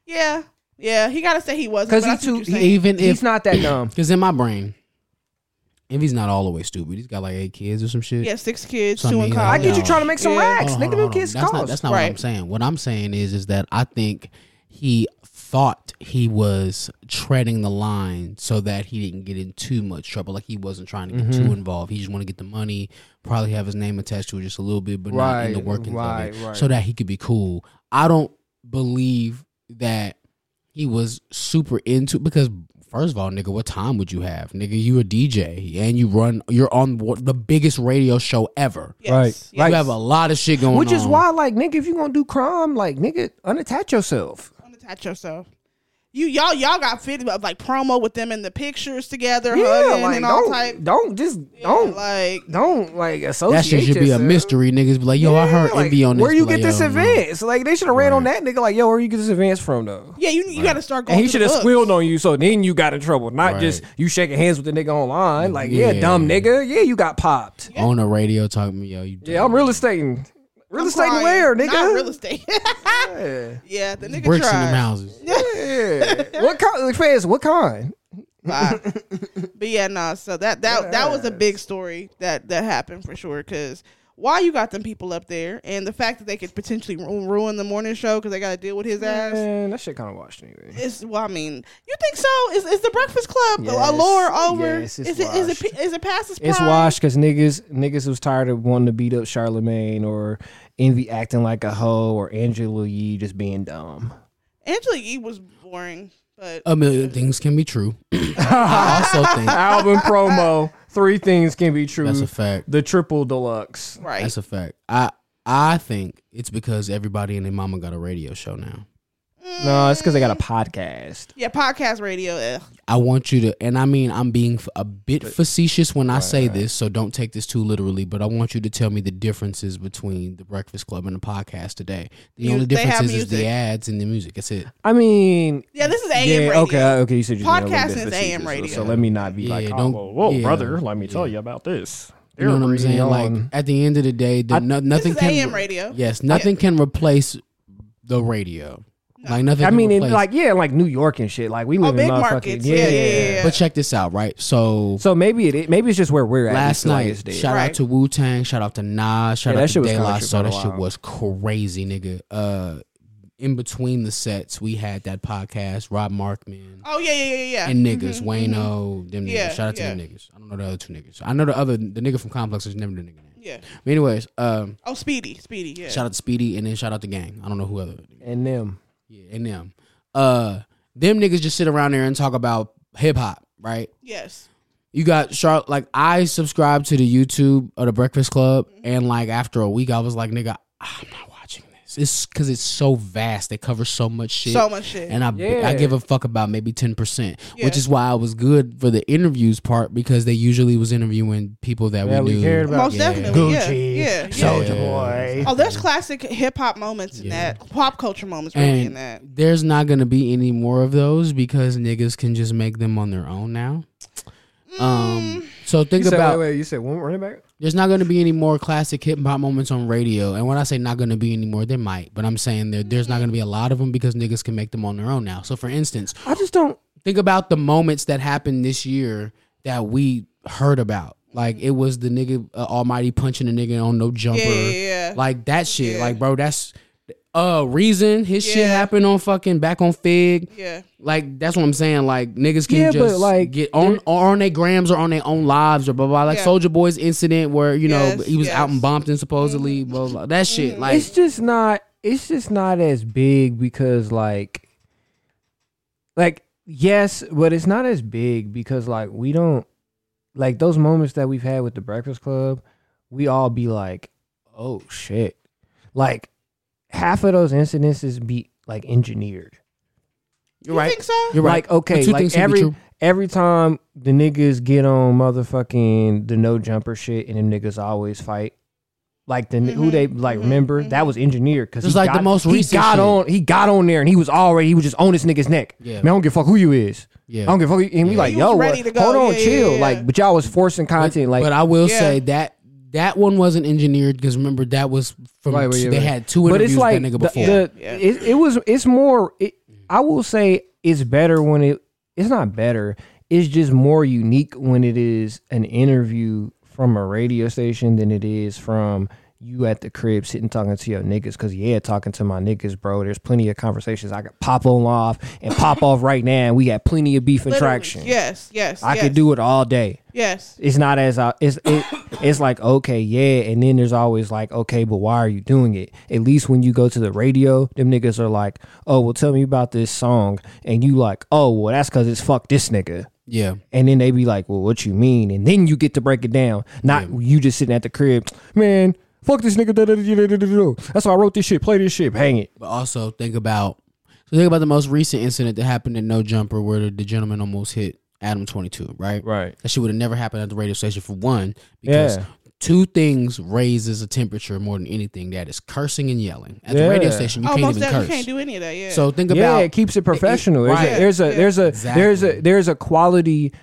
Speaker 2: yeah, yeah. He gotta say he wasn't
Speaker 3: because
Speaker 2: but
Speaker 3: he
Speaker 2: I see what
Speaker 3: too
Speaker 2: you're saying.
Speaker 3: he,
Speaker 1: Even if
Speaker 3: he's not that dumb.
Speaker 1: Because in my brain, Envy's not all the way stupid. He's got like eight kids or some shit.
Speaker 2: He has six kids,
Speaker 1: So, I
Speaker 2: two in
Speaker 1: mean,
Speaker 2: college.
Speaker 1: like,
Speaker 3: I get you
Speaker 1: No.
Speaker 3: trying to make some
Speaker 2: Yeah.
Speaker 3: racks,
Speaker 1: Hold on,
Speaker 3: nigga.
Speaker 1: hold
Speaker 3: Them
Speaker 1: on,
Speaker 3: kids
Speaker 1: hold on. Uh-huh. That's not,
Speaker 3: cost.
Speaker 1: that's not what I'm
Speaker 2: Right.
Speaker 1: saying. What I'm saying is, is that I think he thought he was treading the line so that he didn't get in too much trouble. Like he wasn't trying to get
Speaker 3: Mm-hmm.
Speaker 1: too involved. He just want to get the money, probably have his name attached to it just a little bit, but not in the
Speaker 3: Right,
Speaker 1: workings
Speaker 3: right,
Speaker 1: of it,
Speaker 3: right.
Speaker 1: so that he could be cool. I don't believe that he was super into because first of all, nigga, what time would you have, nigga? You a DJ and you run, you're on wa- the biggest radio show ever.
Speaker 2: Yes,
Speaker 3: Right.
Speaker 2: yes.
Speaker 1: You have a lot of shit going on.
Speaker 3: Which is why, like, nigga, if you gonna do crime, like, nigga, unattach yourself.
Speaker 2: unattach yourself. You y'all y'all got fit of like promo with them in the pictures together,
Speaker 3: Yeah,
Speaker 2: hugging
Speaker 3: like,
Speaker 2: and all
Speaker 3: don't,
Speaker 2: type.
Speaker 3: don't just don't
Speaker 2: Like
Speaker 3: don't like associate.
Speaker 1: That shit should be a
Speaker 3: yourself.
Speaker 1: mystery. Niggas be like, yo, I
Speaker 3: Yeah,
Speaker 1: heard
Speaker 3: like,
Speaker 1: envy on this. um,
Speaker 3: Where you
Speaker 1: Be like,
Speaker 3: get this
Speaker 1: yo, no.
Speaker 3: advance? Like they should have ran on that nigga. Like yo, where you get this advance from though?
Speaker 2: yeah, you you got to start going.
Speaker 3: And he should
Speaker 2: should
Speaker 3: have squealed on you, so then you got in trouble. Not
Speaker 1: Right.
Speaker 3: just you shaking hands with the nigga online. Like yeah,
Speaker 1: Yeah.
Speaker 3: dumb nigga. Yeah, you got popped.
Speaker 1: On the radio talking to me, yo, you
Speaker 3: Yeah, I'm real estating. Real estate where, nigga?
Speaker 2: Not real estate.
Speaker 3: Yeah.
Speaker 2: yeah, the nigga
Speaker 1: bricks in
Speaker 2: tried.
Speaker 1: them houses.
Speaker 3: Yeah. what kind? Like, Fez, what kind?
Speaker 2: Bye. but yeah, no. so that that that was a big story that that happened for sure. Because why you got them people up there, and the fact that they could potentially ru- ruin the morning show because they got to deal with his ass.
Speaker 3: Man, that shit kind of washed anyway.
Speaker 2: Is well, I mean, you think so? Is is the Breakfast Club
Speaker 3: Yes.
Speaker 2: a lure over?
Speaker 3: Yes,
Speaker 2: is
Speaker 3: it's
Speaker 2: it is it
Speaker 3: washed.
Speaker 2: pe- is it past its prime?
Speaker 3: It's washed because niggas niggas was tired of wanting to beat up Charlemagne or Envy acting like a hoe or Angela Yee just being dumb.
Speaker 2: Angela Yee was boring, but
Speaker 3: Uh,
Speaker 1: A million things can be true. I also think
Speaker 3: Album promo. Three things can be true.
Speaker 1: that's a fact.
Speaker 3: the triple deluxe.
Speaker 2: right.
Speaker 1: That's a fact. I I think it's because everybody and their mama got a radio show now.
Speaker 3: No, it's because they got a podcast.
Speaker 2: yeah, podcast radio. Ugh.
Speaker 1: I want you to, and I mean, I'm being f- a bit facetious when I say this, so don't take this too literally. But I want you to tell me the differences between the Breakfast Club and the podcast today. The
Speaker 2: You-
Speaker 1: only
Speaker 2: they have
Speaker 1: difference is, is the
Speaker 2: music.
Speaker 1: ads and the music. That's it.
Speaker 3: I mean,
Speaker 2: Yeah, this is AM
Speaker 3: yeah,
Speaker 2: radio.
Speaker 3: okay, uh, okay. You said you
Speaker 2: Podcasting
Speaker 3: know,
Speaker 2: is AM radio.
Speaker 3: So let me not be
Speaker 1: Yeah,
Speaker 3: like, oh,
Speaker 1: don't-
Speaker 3: well, whoa,
Speaker 1: yeah,
Speaker 3: brother, let me tell you about this.
Speaker 1: You know what I'm
Speaker 3: They're
Speaker 1: saying? Like
Speaker 3: on-
Speaker 1: at the end of the day, the, no, nothing
Speaker 2: is
Speaker 1: can.
Speaker 2: AM radio.
Speaker 1: Yes, nothing can replace the radio. Like nothing.
Speaker 3: I
Speaker 1: can
Speaker 3: mean, in,
Speaker 1: replace-
Speaker 3: like yeah, like New York and shit. Like we live
Speaker 2: Oh, big
Speaker 3: in motherfucking
Speaker 2: markets. Yeah, yeah, yeah.
Speaker 1: But check this out, right? So
Speaker 3: So maybe it maybe it's just where we're at. We
Speaker 1: last
Speaker 3: feel like
Speaker 1: night,
Speaker 3: it's dead.
Speaker 1: shout out
Speaker 2: Right.
Speaker 1: to Wu Tang, shout out to Nas,
Speaker 3: Yeah,
Speaker 1: shout
Speaker 3: that
Speaker 1: out to
Speaker 3: shit was
Speaker 1: De La
Speaker 3: country
Speaker 1: Soul.
Speaker 3: for a
Speaker 1: That shit
Speaker 3: while.
Speaker 1: was crazy, nigga. Uh, in between the sets, we had that podcast, Rob Markman.
Speaker 2: Oh yeah, yeah, yeah, yeah.
Speaker 1: And niggas, Wayno, them
Speaker 2: mm-hmm,
Speaker 1: niggas.
Speaker 2: Yeah,
Speaker 1: Shout out to them
Speaker 2: yeah.
Speaker 1: niggas. I don't know the other two niggas. I know the other, the nigga from Complex is never the nigga name.
Speaker 2: yeah.
Speaker 1: But anyways, um,
Speaker 2: Oh, Speedy, Speedy. Yeah.
Speaker 1: shout out to Speedy and then shout out to Gang. I don't know who other.
Speaker 3: and them.
Speaker 1: Yeah, and them. Uh, them niggas just sit around there and talk about hip hop, right?
Speaker 2: yes.
Speaker 1: you got Charlotte. Like I subscribed to the YouTube of the Breakfast Club, and like after a week, I was like, nigga, I'm not watching this. It's because it's so vast. They cover so much shit.
Speaker 2: So much shit.
Speaker 1: And I,
Speaker 3: Yeah.
Speaker 1: I give a fuck about maybe 10%,
Speaker 2: Yeah.
Speaker 1: which is why I was good for the interviews part because they usually was interviewing people that
Speaker 3: Yeah,
Speaker 1: we
Speaker 3: we
Speaker 1: knew.
Speaker 3: cared about.
Speaker 2: Most
Speaker 1: yeah.
Speaker 2: definitely. Yeah. Yeah. yeah.
Speaker 1: Soulja
Speaker 3: Boy.
Speaker 2: Oh, there's classic hip hop moments in
Speaker 1: Yeah.
Speaker 2: that. Pop culture moments really in
Speaker 1: And
Speaker 2: that.
Speaker 1: there's not going to be any more of those because niggas can just make them on their own now.
Speaker 2: Mm.
Speaker 1: Um, so think about
Speaker 3: you said one running back.
Speaker 1: There's not going to be any more classic hip hop moments on radio. And when I say not going to be any more, there might. But I'm saying there, there's not going to be a lot of them because niggas can make them on their own now. So, for instance,
Speaker 3: I just don't.
Speaker 1: think about the moments that happened this year that we heard about. Like, it was the nigga uh, Almighty punching a nigga on no jumper.
Speaker 2: Yeah, yeah, yeah.
Speaker 1: Like, that shit.
Speaker 2: Yeah.
Speaker 1: Like, bro, that's uh reason his
Speaker 2: Yeah.
Speaker 1: shit happened on fucking back on Fig.
Speaker 2: yeah.
Speaker 1: Like that's what I'm saying. Like niggas can
Speaker 3: Yeah, but,
Speaker 1: just
Speaker 3: like,
Speaker 1: like get on or on their grams or on their own lives or blah blah. Like
Speaker 2: Yeah.
Speaker 1: Soldier Boy's incident where you know
Speaker 2: Yes,
Speaker 1: he was
Speaker 2: yes. Mm-hmm.
Speaker 1: out in Bompton supposedly. Blah blah. That shit. Like
Speaker 3: it's just not. It's just not as big because like, like yes, but it's not as big because like we don't like those moments that we've had with the Breakfast Club. We all be like, oh shit, like half of those incidences be like engineered.
Speaker 1: you're
Speaker 2: you
Speaker 1: right.
Speaker 2: think so?
Speaker 1: You're right.
Speaker 3: Like okay,
Speaker 1: But you
Speaker 3: like
Speaker 1: think so be
Speaker 3: every
Speaker 1: true?
Speaker 3: every time the niggas get on motherfucking the no jumper shit, and them niggas always fight. Like the who
Speaker 2: Mm-hmm.
Speaker 3: they like remember that was engineered because
Speaker 1: Just like the most
Speaker 3: he
Speaker 1: recent
Speaker 3: got
Speaker 1: shit.
Speaker 3: on he got on there and he was already he was just on this nigga's neck.
Speaker 1: Yeah.
Speaker 3: man, I don't give a fuck who you is.
Speaker 1: Yeah.
Speaker 3: I don't give a fuck. who- And we like
Speaker 2: He was
Speaker 3: yo,
Speaker 2: ready
Speaker 3: what-
Speaker 2: to go.
Speaker 3: hold on,
Speaker 2: Yeah, yeah,
Speaker 3: chill.
Speaker 2: yeah.
Speaker 3: Like, but y'all was forcing content. like,
Speaker 1: but I will
Speaker 2: Yeah.
Speaker 1: say that that one wasn't engineered because remember that was from
Speaker 3: Right, right, yeah,
Speaker 1: they
Speaker 3: right.
Speaker 1: had two interviews with that nigga
Speaker 3: the-
Speaker 1: before.
Speaker 3: the-
Speaker 2: Yeah.
Speaker 3: It, it was. It's more. It, I will say it's better when it. It's not better. It's just more unique when it is an interview from a radio station than it is from you at the crib sitting talking to your niggas. Cause yeah, talking to my niggas, bro. There's plenty of conversations I could pop on off and pop off right now. And we got plenty of beef and
Speaker 2: Literally.
Speaker 3: traction.
Speaker 2: Yes. Yes.
Speaker 3: I
Speaker 2: yes,
Speaker 3: could do it all day
Speaker 2: Yes.
Speaker 3: it's not as uh, it's it, it's like okay yeah and then there's always like okay but why are you doing it at least when you go to the radio them niggas are like oh well tell me about this song and you like oh well that's because it's fuck this nigga
Speaker 1: yeah.
Speaker 3: and then they be like well what you mean and then you get to break it down not you just sitting at the crib man fuck this nigga da, da, da, da, da, da, da. that's why i wrote this shit play this shit hang it
Speaker 1: But also think about so think about the most recent incident that happened in No Jumper where the, the gentleman almost hit Adam 22. Right.
Speaker 3: right
Speaker 1: That shit would have never happened at the radio station for one, because
Speaker 3: Yeah.
Speaker 1: two things raises a temperature more than anything. That is cursing and yelling at the radio
Speaker 3: Yeah.
Speaker 1: station. You
Speaker 2: Oh,
Speaker 1: can't
Speaker 2: most
Speaker 1: even
Speaker 2: definitely you
Speaker 1: curse.
Speaker 2: can't do any of that. Yeah.
Speaker 1: so think
Speaker 3: yeah
Speaker 1: about
Speaker 3: it keeps it professional
Speaker 1: right.
Speaker 3: there's a
Speaker 2: Yeah,
Speaker 3: there's a there's a
Speaker 1: exactly.
Speaker 3: there's a quality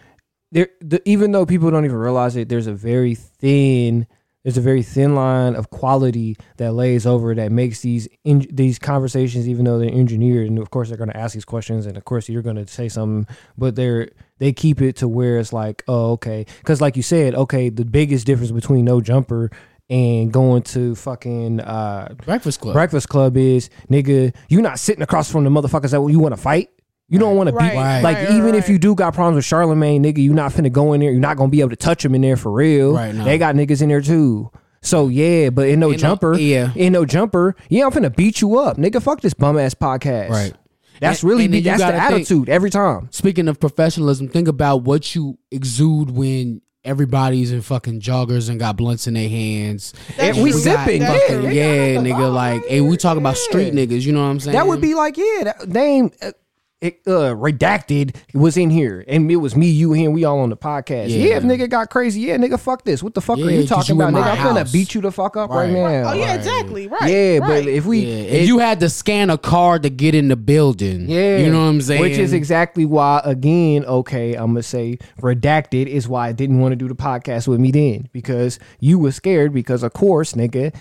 Speaker 3: there the, even though people don't even realize it there's a very thin there's a very thin line of quality that lays over that makes these in, these conversations even though they're engineered and of course they're going to ask these questions and of course you're going to say something but they're they keep it to where it's like oh okay because like you said okay the biggest difference between no jumper and going to fucking uh,
Speaker 1: Breakfast Club.
Speaker 3: Breakfast Club is, nigga, you not sitting across from the motherfuckers that you want to fight. You don't want to
Speaker 2: Right,
Speaker 3: be
Speaker 1: Right.
Speaker 3: like
Speaker 2: right,
Speaker 3: even
Speaker 2: right,
Speaker 3: if you do got problems with Charlemagne, nigga, you not finna go in there. You're not gonna be able to touch him in there for real.
Speaker 1: Right, no.
Speaker 3: They got niggas in there too. So yeah, but in no
Speaker 1: Ain't no-
Speaker 3: jumper,
Speaker 1: yeah.
Speaker 3: in no jumper, yeah, I'm finna beat you up, nigga. Fuck this bum ass podcast.
Speaker 1: Right.
Speaker 3: That's
Speaker 1: And-
Speaker 3: really
Speaker 1: and
Speaker 3: be-
Speaker 1: then you
Speaker 3: that's the
Speaker 1: gotta think-
Speaker 3: attitude every time.
Speaker 1: Speaking of professionalism, think about what you exude when everybody's in fucking joggers and got blunts in their hands.
Speaker 2: That's
Speaker 1: And
Speaker 2: true.
Speaker 1: we sipping,
Speaker 2: That's
Speaker 1: fucking,
Speaker 2: true.
Speaker 1: yeah, nigga. Like,
Speaker 3: right
Speaker 1: and we talking about street niggas. You know what I'm saying?
Speaker 3: That would be like, yeah, that, they ain't, uh, it, uh, redacted was in here, and it was me, you, him. We all on the podcast.
Speaker 1: Yeah.
Speaker 3: Yeah, if nigga got crazy, yeah, nigga, fuck this. What the fuck are
Speaker 1: Yeah,
Speaker 3: you
Speaker 1: 'cause
Speaker 3: talking
Speaker 1: you
Speaker 3: about,
Speaker 1: in my
Speaker 3: nigga? I'm
Speaker 1: house.
Speaker 3: gonna beat you the fuck up right,
Speaker 1: Right.
Speaker 3: now.
Speaker 2: Oh yeah,
Speaker 1: Right.
Speaker 2: exactly. Right.
Speaker 3: yeah,
Speaker 2: right.
Speaker 3: but if we,
Speaker 1: Yeah,
Speaker 3: it-
Speaker 1: if you had to scan a card to get in the building.
Speaker 3: yeah,
Speaker 1: you know what I'm saying.
Speaker 3: Which is exactly why, again, okay, I'm gonna say redacted is why I didn't want to do the podcast with me then because you were scared because of course, nigga,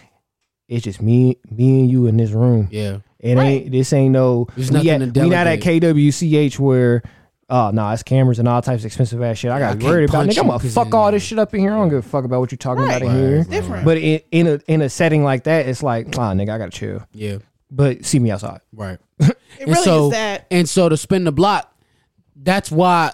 Speaker 3: it's just me, me and you in this room.
Speaker 1: yeah.
Speaker 3: It ain't. This ain't no.
Speaker 1: There's
Speaker 3: we,
Speaker 1: nothing
Speaker 3: at,
Speaker 1: to
Speaker 3: we not at KWCH where. Oh no, it's cameras and all types of expensive ass shit. I
Speaker 1: I
Speaker 3: got
Speaker 1: can't
Speaker 3: to worried about.
Speaker 1: punch
Speaker 3: Nigga, I'm
Speaker 1: you
Speaker 3: gonna
Speaker 1: 'cause
Speaker 3: fuck
Speaker 1: then-
Speaker 3: all this shit up in here. I don't give a fuck about what you talking
Speaker 2: Right.
Speaker 3: about in here.
Speaker 2: It's different.
Speaker 3: But in, in a in a setting like that, it's like, ah, nigga, I gotta chill.
Speaker 1: Yeah.
Speaker 3: But see me outside.
Speaker 1: Right.
Speaker 2: it really
Speaker 1: so,
Speaker 2: is that.
Speaker 1: And so to spin the block, that's why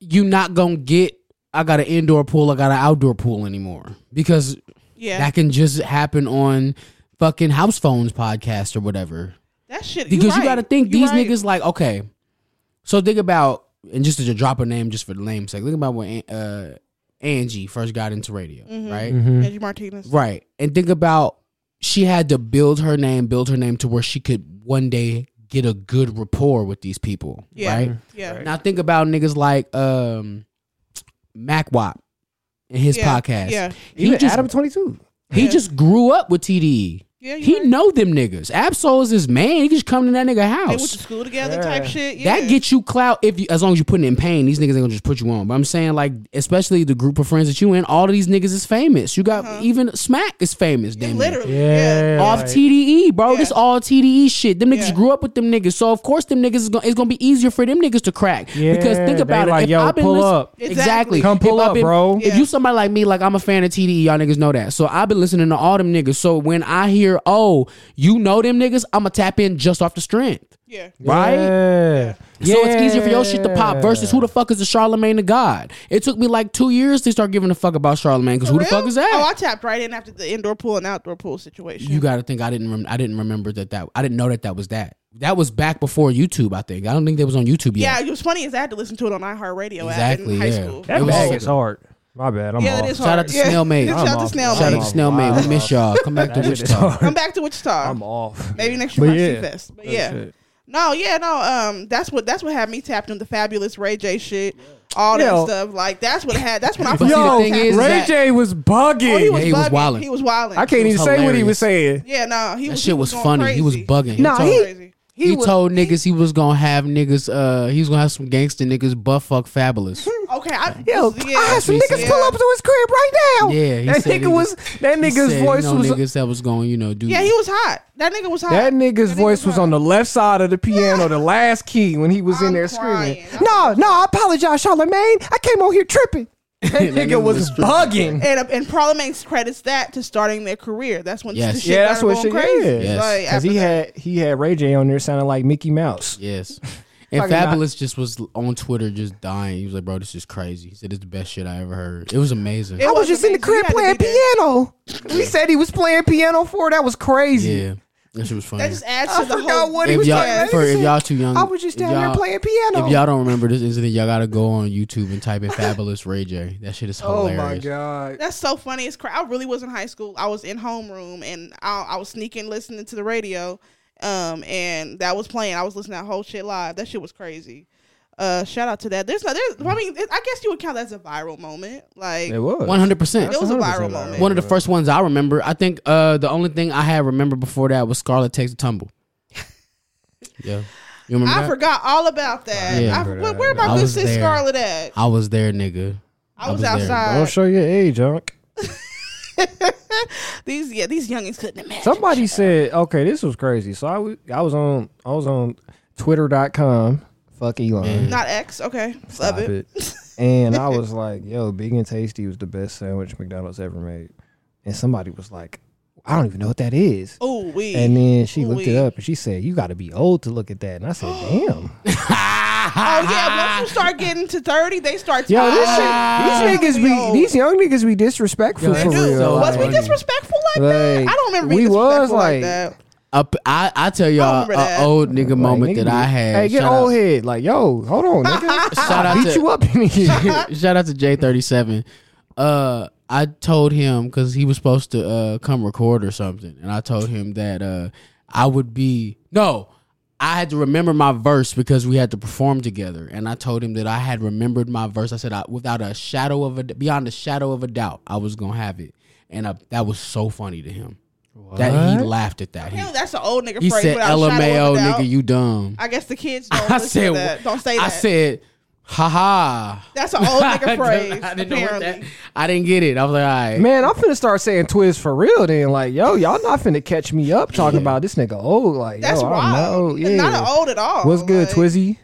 Speaker 1: you not gonna get. I got an indoor pool. I got an outdoor pool anymore because
Speaker 2: Yeah.
Speaker 1: that can just happen on fucking house phones podcast or whatever.
Speaker 2: that shit.
Speaker 1: Because you,
Speaker 2: right.
Speaker 1: got to think
Speaker 2: You
Speaker 1: these
Speaker 2: right.
Speaker 1: niggas like okay. So think about and just to just drop a name just for the name's sake. Think about when uh, Angie first got into radio,
Speaker 2: Mm-hmm.
Speaker 1: right?
Speaker 2: Angie Martinez.
Speaker 1: Mm. Right. And think about she had to build her name, build her name to where she could one day get a good rapport with these people.
Speaker 2: Yeah.
Speaker 1: Right.
Speaker 3: Mm-hmm.
Speaker 2: Yeah.
Speaker 1: Now think about niggas like um Mac Wop and his
Speaker 2: Yeah,
Speaker 1: podcast.
Speaker 2: yeah.
Speaker 1: He
Speaker 3: Even
Speaker 1: just
Speaker 3: Adam twenty two.
Speaker 1: he just grew up with TDE.
Speaker 2: Yeah. you
Speaker 1: He
Speaker 2: right.
Speaker 1: know them niggas. Absol is his man. He just come to that nigga
Speaker 2: They went to
Speaker 1: house.
Speaker 2: school together,
Speaker 3: Yeah.
Speaker 2: type shit. Yeah.
Speaker 1: That gets you clout if you, as long as you putting in pain. These niggas ain't gonna just put you on. But I'm saying like, especially the group of friends that you in. All of these niggas is famous. You got even Smack is famous.
Speaker 2: Uh-huh. Yeah,
Speaker 1: damn near.
Speaker 2: literally. Yeah.
Speaker 1: off TDE, bro.
Speaker 2: Yeah.
Speaker 1: This all TDE shit. Them niggas
Speaker 2: Yeah.
Speaker 1: grew up with them niggas, so of course them niggas is gonna, it's gonna be easier for them niggas to crack.
Speaker 3: Yeah,
Speaker 1: because think
Speaker 3: they
Speaker 1: about it.
Speaker 3: like, yo, pull
Speaker 1: lis-
Speaker 3: up.
Speaker 1: exactly,
Speaker 2: Exactly.
Speaker 3: Come pull
Speaker 1: If I've
Speaker 3: up,
Speaker 1: been-
Speaker 3: bro.
Speaker 1: If you somebody like me, like I'm a fan of TDE, y'all niggas know that. So I've been listening to all them niggas. So when I hear, oh, you know them niggas, I'm gonna tap in just off the strength,
Speaker 2: Yeah.
Speaker 1: right?
Speaker 3: Yeah.
Speaker 1: So it's easier for your shit to pop
Speaker 3: Yeah.
Speaker 1: versus who the fuck is the Charlemagne the God? It took me like two years to start giving a fuck about Charlemagne because who the
Speaker 2: Real?
Speaker 1: fuck is that?
Speaker 2: Oh, I tapped right in after the indoor pool and outdoor pool situation.
Speaker 1: You got to think I didn't. Rem- I didn't remember that. That I didn't know that that was that. That was back before YouTube. I think. I don't think that was on YouTube
Speaker 2: yeah,
Speaker 1: yet.
Speaker 2: it was funny is I had to listen to it on iHeartRadio exactly,
Speaker 1: Exactly,
Speaker 2: in high
Speaker 1: yeah.
Speaker 2: school.
Speaker 1: It
Speaker 3: That
Speaker 1: was
Speaker 3: bag
Speaker 1: old.
Speaker 3: is hard. My bad. I'm
Speaker 2: yeah,
Speaker 3: off.
Speaker 2: that is
Speaker 1: Shout
Speaker 2: hard.
Speaker 1: out to
Speaker 2: yeah.
Speaker 1: Snail Maid.
Speaker 2: Shout
Speaker 1: I'm
Speaker 2: out to
Speaker 3: off.
Speaker 2: Snail
Speaker 1: Shout out
Speaker 2: Maid.
Speaker 1: to Snail Man. We
Speaker 3: Wow.
Speaker 1: miss y'all. Come back to
Speaker 3: That shit is
Speaker 1: Wichita.
Speaker 3: hard.
Speaker 2: Come back to Wichita.
Speaker 3: I'm off.
Speaker 2: Maybe next
Speaker 3: But
Speaker 2: year
Speaker 3: yeah.
Speaker 2: yeah. Fest. But yeah. No, yeah, no. Um, that's what that's what had me tapped on the fabulous Ray J shit, all
Speaker 3: Yo.
Speaker 2: that stuff. Like that's what had. That's when I
Speaker 1: But
Speaker 2: first
Speaker 1: see, the
Speaker 2: got
Speaker 1: thing
Speaker 2: tapped.
Speaker 1: is-
Speaker 2: Oh,
Speaker 1: that-
Speaker 3: J was bugging.
Speaker 2: he was,
Speaker 1: Yeah, he was wildin'.
Speaker 2: wilding. He was wilding.
Speaker 3: I can't
Speaker 1: was
Speaker 3: even say what he was saying.
Speaker 1: hilarious.
Speaker 2: Yeah, no. He
Speaker 1: That
Speaker 2: was, he
Speaker 1: shit was
Speaker 2: going
Speaker 1: funny. He
Speaker 2: crazy. Oh,
Speaker 1: was bugging. He
Speaker 3: Nah,
Speaker 1: told,
Speaker 3: he-
Speaker 2: Crazy.
Speaker 1: he told niggas he was gonna have niggas. Uh, he was gonna have some gangster niggas. Buff fuck fabulous.
Speaker 2: Okay, I,
Speaker 3: Yo,
Speaker 2: yeah,
Speaker 3: I had some
Speaker 1: what he
Speaker 3: niggas
Speaker 1: said.
Speaker 3: pull up to his crib right now.
Speaker 1: Yeah, he
Speaker 3: that
Speaker 1: said he
Speaker 3: nigga was that
Speaker 1: He
Speaker 3: nigga's
Speaker 1: said, you
Speaker 3: voice
Speaker 1: know,
Speaker 3: was
Speaker 1: niggas that was going. You know, do
Speaker 2: Yeah, he was hot. That nigga was hot.
Speaker 3: that nigga's
Speaker 2: That nigga
Speaker 3: voice was
Speaker 2: hot.
Speaker 3: on the left side of the piano, the last key when he was in
Speaker 2: I'm
Speaker 3: there
Speaker 2: crying.
Speaker 3: screaming. No, no, I apologize, Charlemagne. I came on here tripping. That nigga was bugging.
Speaker 2: And, uh, and Parliament's credits that to starting their career. That's when
Speaker 1: Yes.
Speaker 2: the shit
Speaker 3: Yeah, that's what shit.
Speaker 2: going crazy.
Speaker 3: Yeah,
Speaker 1: Yes.
Speaker 2: Like,
Speaker 3: because
Speaker 2: after
Speaker 3: he
Speaker 2: that.
Speaker 3: had he had Ray J on there sounding like Mickey Mouse.
Speaker 1: Yes. And
Speaker 3: Talking about-
Speaker 1: Fabulous just was on Twitter just dying. He was like, bro, this is crazy. He said, it's the best shit I ever heard. It was amazing.
Speaker 2: It
Speaker 3: I was
Speaker 2: was
Speaker 3: just in the
Speaker 2: amazing. He
Speaker 3: crib
Speaker 2: had to
Speaker 3: playing
Speaker 2: be there.
Speaker 3: piano. He said he was playing piano for. That was crazy.
Speaker 1: yeah. That shit was funny.
Speaker 2: that just adds
Speaker 3: I
Speaker 2: to the
Speaker 3: forgot
Speaker 2: whole.
Speaker 3: what he
Speaker 1: if
Speaker 3: was
Speaker 1: y'all,
Speaker 3: playing.
Speaker 1: for, if
Speaker 3: Listen,
Speaker 1: y'all too young,
Speaker 3: I was just
Speaker 1: if
Speaker 3: down there
Speaker 1: y'all-
Speaker 3: playing piano.
Speaker 1: If y'all don't remember this incident, y'all gotta go on YouTube and type in "Fabulous Ray J." That shit is
Speaker 3: oh
Speaker 1: hilarious.
Speaker 3: my god.
Speaker 2: That's so funny. It's cra- I really was in high school. I was in homeroom and I, I was sneaking listening to the radio, um, and that was playing. I was listening to that whole shit live. That shit was crazy. Uh, shout out to that. There's no, there's. I mean, it, I guess you would count that as a viral moment. Like,
Speaker 3: was
Speaker 1: One hundred percent.
Speaker 2: It was a
Speaker 3: 100%
Speaker 2: viral moment.
Speaker 1: One of the first ones I remember. I think uh, the only thing I had remember before that was Scarlet Takes a Tumble. yeah, you remember
Speaker 2: I
Speaker 1: that?
Speaker 2: forgot all about that.
Speaker 1: Yeah.
Speaker 2: I, where, where
Speaker 1: I
Speaker 2: my good
Speaker 1: was
Speaker 2: sis
Speaker 1: there.
Speaker 2: Scarlett at?
Speaker 1: I was there, nigga.
Speaker 2: I was,
Speaker 1: was there.
Speaker 2: outside.
Speaker 3: show your age, Unc.
Speaker 2: These yeah, these youngins couldn't imagine.
Speaker 3: Somebody said, okay, this was crazy. So I was, I was on I was on twitter.com. Fuck Elon.
Speaker 2: Not X. Okay,
Speaker 3: Stop
Speaker 2: love it.
Speaker 3: it. and I was like, yo, Big and Tasty was the best sandwich McDonald's ever made. and somebody was like, I don't even know what that is.
Speaker 2: Oh, we.
Speaker 3: And then she looked
Speaker 2: Ooh-wee.
Speaker 3: it up and she said, You got to be old to look at that. And I said, Damn.
Speaker 2: oh yeah, once you start getting to thirty, they start.
Speaker 3: Yo,
Speaker 2: talking.
Speaker 3: this
Speaker 2: Ah,
Speaker 3: shit, these niggas be, these young niggas be disrespectful
Speaker 1: Yo,
Speaker 3: for
Speaker 2: Dude,
Speaker 1: so
Speaker 3: real.
Speaker 2: was
Speaker 1: funny.
Speaker 2: we disrespectful like, that?
Speaker 3: Like,
Speaker 2: I don't remember being
Speaker 3: we was
Speaker 2: disrespectful like,
Speaker 3: like-
Speaker 2: that.
Speaker 1: Up, I I tell y'all
Speaker 2: remember that.
Speaker 1: an old nigga
Speaker 3: Like,
Speaker 1: moment
Speaker 3: nigga
Speaker 1: that I
Speaker 3: be-
Speaker 1: had.
Speaker 3: Hey, get
Speaker 1: Shout out-
Speaker 3: old head. Like, yo, hold on, nigga.
Speaker 1: Shout out
Speaker 3: I beat
Speaker 1: to-
Speaker 3: you up in here.
Speaker 1: Shout out to J37. Uh, I told him because he was supposed to uh, come record or something, and I told him that uh, I would be no. I had to remember my verse because we had to perform together, and I told him that I had remembered my verse. I said, I, without a shadow of a beyond a shadow of a doubt, I was gonna have it, and I, that was so funny to him that he
Speaker 3: What?
Speaker 1: laughed at that. He,
Speaker 2: Hell, that's an old nigga
Speaker 1: he
Speaker 2: phrase.
Speaker 1: said,
Speaker 2: without a shadow
Speaker 1: "LMAO,
Speaker 2: of a doubt.
Speaker 1: nigga, you dumb."
Speaker 2: I guess the kids don't.
Speaker 1: I
Speaker 2: listen to
Speaker 1: said,
Speaker 2: that. don't say that.
Speaker 1: I said, haha.
Speaker 2: that's an old nigga phrase.
Speaker 1: I didn't know what
Speaker 2: apparently.
Speaker 1: that. I didn't get it. I was like, all right.
Speaker 3: Man, I'm finna start saying Twiz for real then. Like, yo, y'all not finna catch me up talking about this nigga old. Like,
Speaker 2: That's
Speaker 3: yo, I
Speaker 2: wild.
Speaker 3: don't know. Yeah.
Speaker 2: Not old at all.
Speaker 3: What's good,
Speaker 2: Like,
Speaker 3: Twizzy?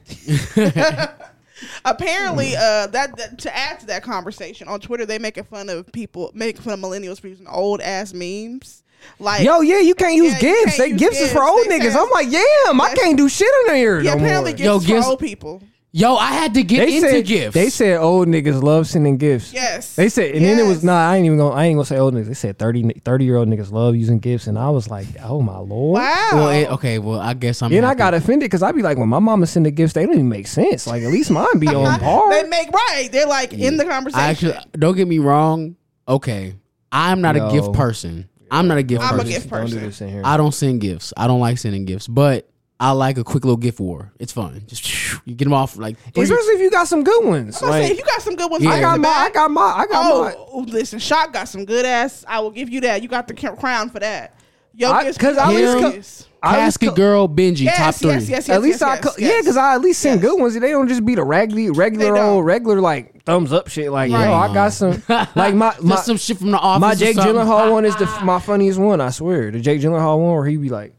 Speaker 2: Apparently, uh, that, that to add to that conversation on Twitter, they making fun of people, making fun of millennials for using old ass memes. Like,
Speaker 3: Yo, yeah, you can't use
Speaker 2: Yeah, you
Speaker 3: gifts.
Speaker 2: can't
Speaker 3: They
Speaker 2: use
Speaker 3: gifts is for
Speaker 2: gifts.
Speaker 3: old
Speaker 2: They
Speaker 3: niggas.
Speaker 2: said-
Speaker 3: I'm like, damn, I
Speaker 2: Yes.
Speaker 3: can't do shit on here
Speaker 2: yeah,
Speaker 3: no
Speaker 2: apparently
Speaker 3: more.
Speaker 2: gifts
Speaker 1: Yo,
Speaker 2: is
Speaker 1: gifts-
Speaker 2: for old people.
Speaker 1: Yo, I had to get
Speaker 3: They
Speaker 1: into
Speaker 3: said
Speaker 1: gifts.
Speaker 3: they said old niggas love sending gifts.
Speaker 2: Yes,
Speaker 3: They said, and then it was
Speaker 2: Yes.
Speaker 3: nah. I ain't even gonna. I ain't gonna say old niggas. They said 30, 30 year old niggas love using gifts, and I was like, oh my lord.
Speaker 2: Wow.
Speaker 1: Well, it- okay. Well, I guess I'm.
Speaker 3: Then I
Speaker 1: happy.
Speaker 3: got offended because I be like, when my mama send the gifts, they don't even make sense. Like at least mine be on
Speaker 2: they
Speaker 3: par.
Speaker 2: make right. They're like in the conversation.
Speaker 1: I actually don't get me wrong. Okay, I'm not
Speaker 3: No.
Speaker 1: a gift person. I'm not a gift
Speaker 2: I'm a
Speaker 1: person.
Speaker 2: gift
Speaker 3: Don't do
Speaker 2: person.
Speaker 3: this in here.
Speaker 1: I don't send gifts. I don't like sending gifts, but I like a quick little gift war. It's fun. Just you get them off like. three-
Speaker 3: Especially if you got some good ones.
Speaker 2: I'm gonna say,
Speaker 3: Like,
Speaker 2: if you got some good ones,
Speaker 1: Yeah.
Speaker 3: I got my, I got my, I got my.
Speaker 2: Oh, listen, Shock got some good ass. I will give you that. You got the ca- crown for that. Yo,
Speaker 3: I-
Speaker 2: gifts,
Speaker 3: 'cause I
Speaker 2: please,
Speaker 1: was co-
Speaker 2: please.
Speaker 3: I was
Speaker 1: Casket
Speaker 3: co-
Speaker 1: girl, Benji,
Speaker 2: yes,
Speaker 1: top three.
Speaker 2: yes, yes, yes.
Speaker 3: at least
Speaker 2: yes,
Speaker 3: I,
Speaker 2: yes,
Speaker 3: co-
Speaker 2: yes.
Speaker 3: yeah, because I at least send good ones. They don't just be the regular, regular
Speaker 2: They don't.
Speaker 3: old, regular like thumbs up shit. Like, yo, I got some. Like my,
Speaker 1: Just
Speaker 3: my
Speaker 1: some shit from the office.
Speaker 3: My
Speaker 1: or
Speaker 3: Jake
Speaker 1: something.
Speaker 3: Gyllenhaal one is the my funniest one. I swear, the Jake Gyllenhaal one where he be like,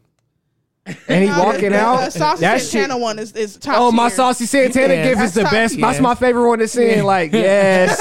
Speaker 3: and he
Speaker 2: No,
Speaker 3: walking
Speaker 2: the,
Speaker 3: out.
Speaker 2: The Uh, Saucy
Speaker 3: That shit.
Speaker 2: Santana one is, is top.
Speaker 3: Oh, my
Speaker 2: tier.
Speaker 3: saucy Santana
Speaker 1: Yeah.
Speaker 3: gift is
Speaker 2: That's
Speaker 3: the
Speaker 2: top
Speaker 3: best. That's
Speaker 1: tier.
Speaker 3: my favorite one to sing. Like, yes,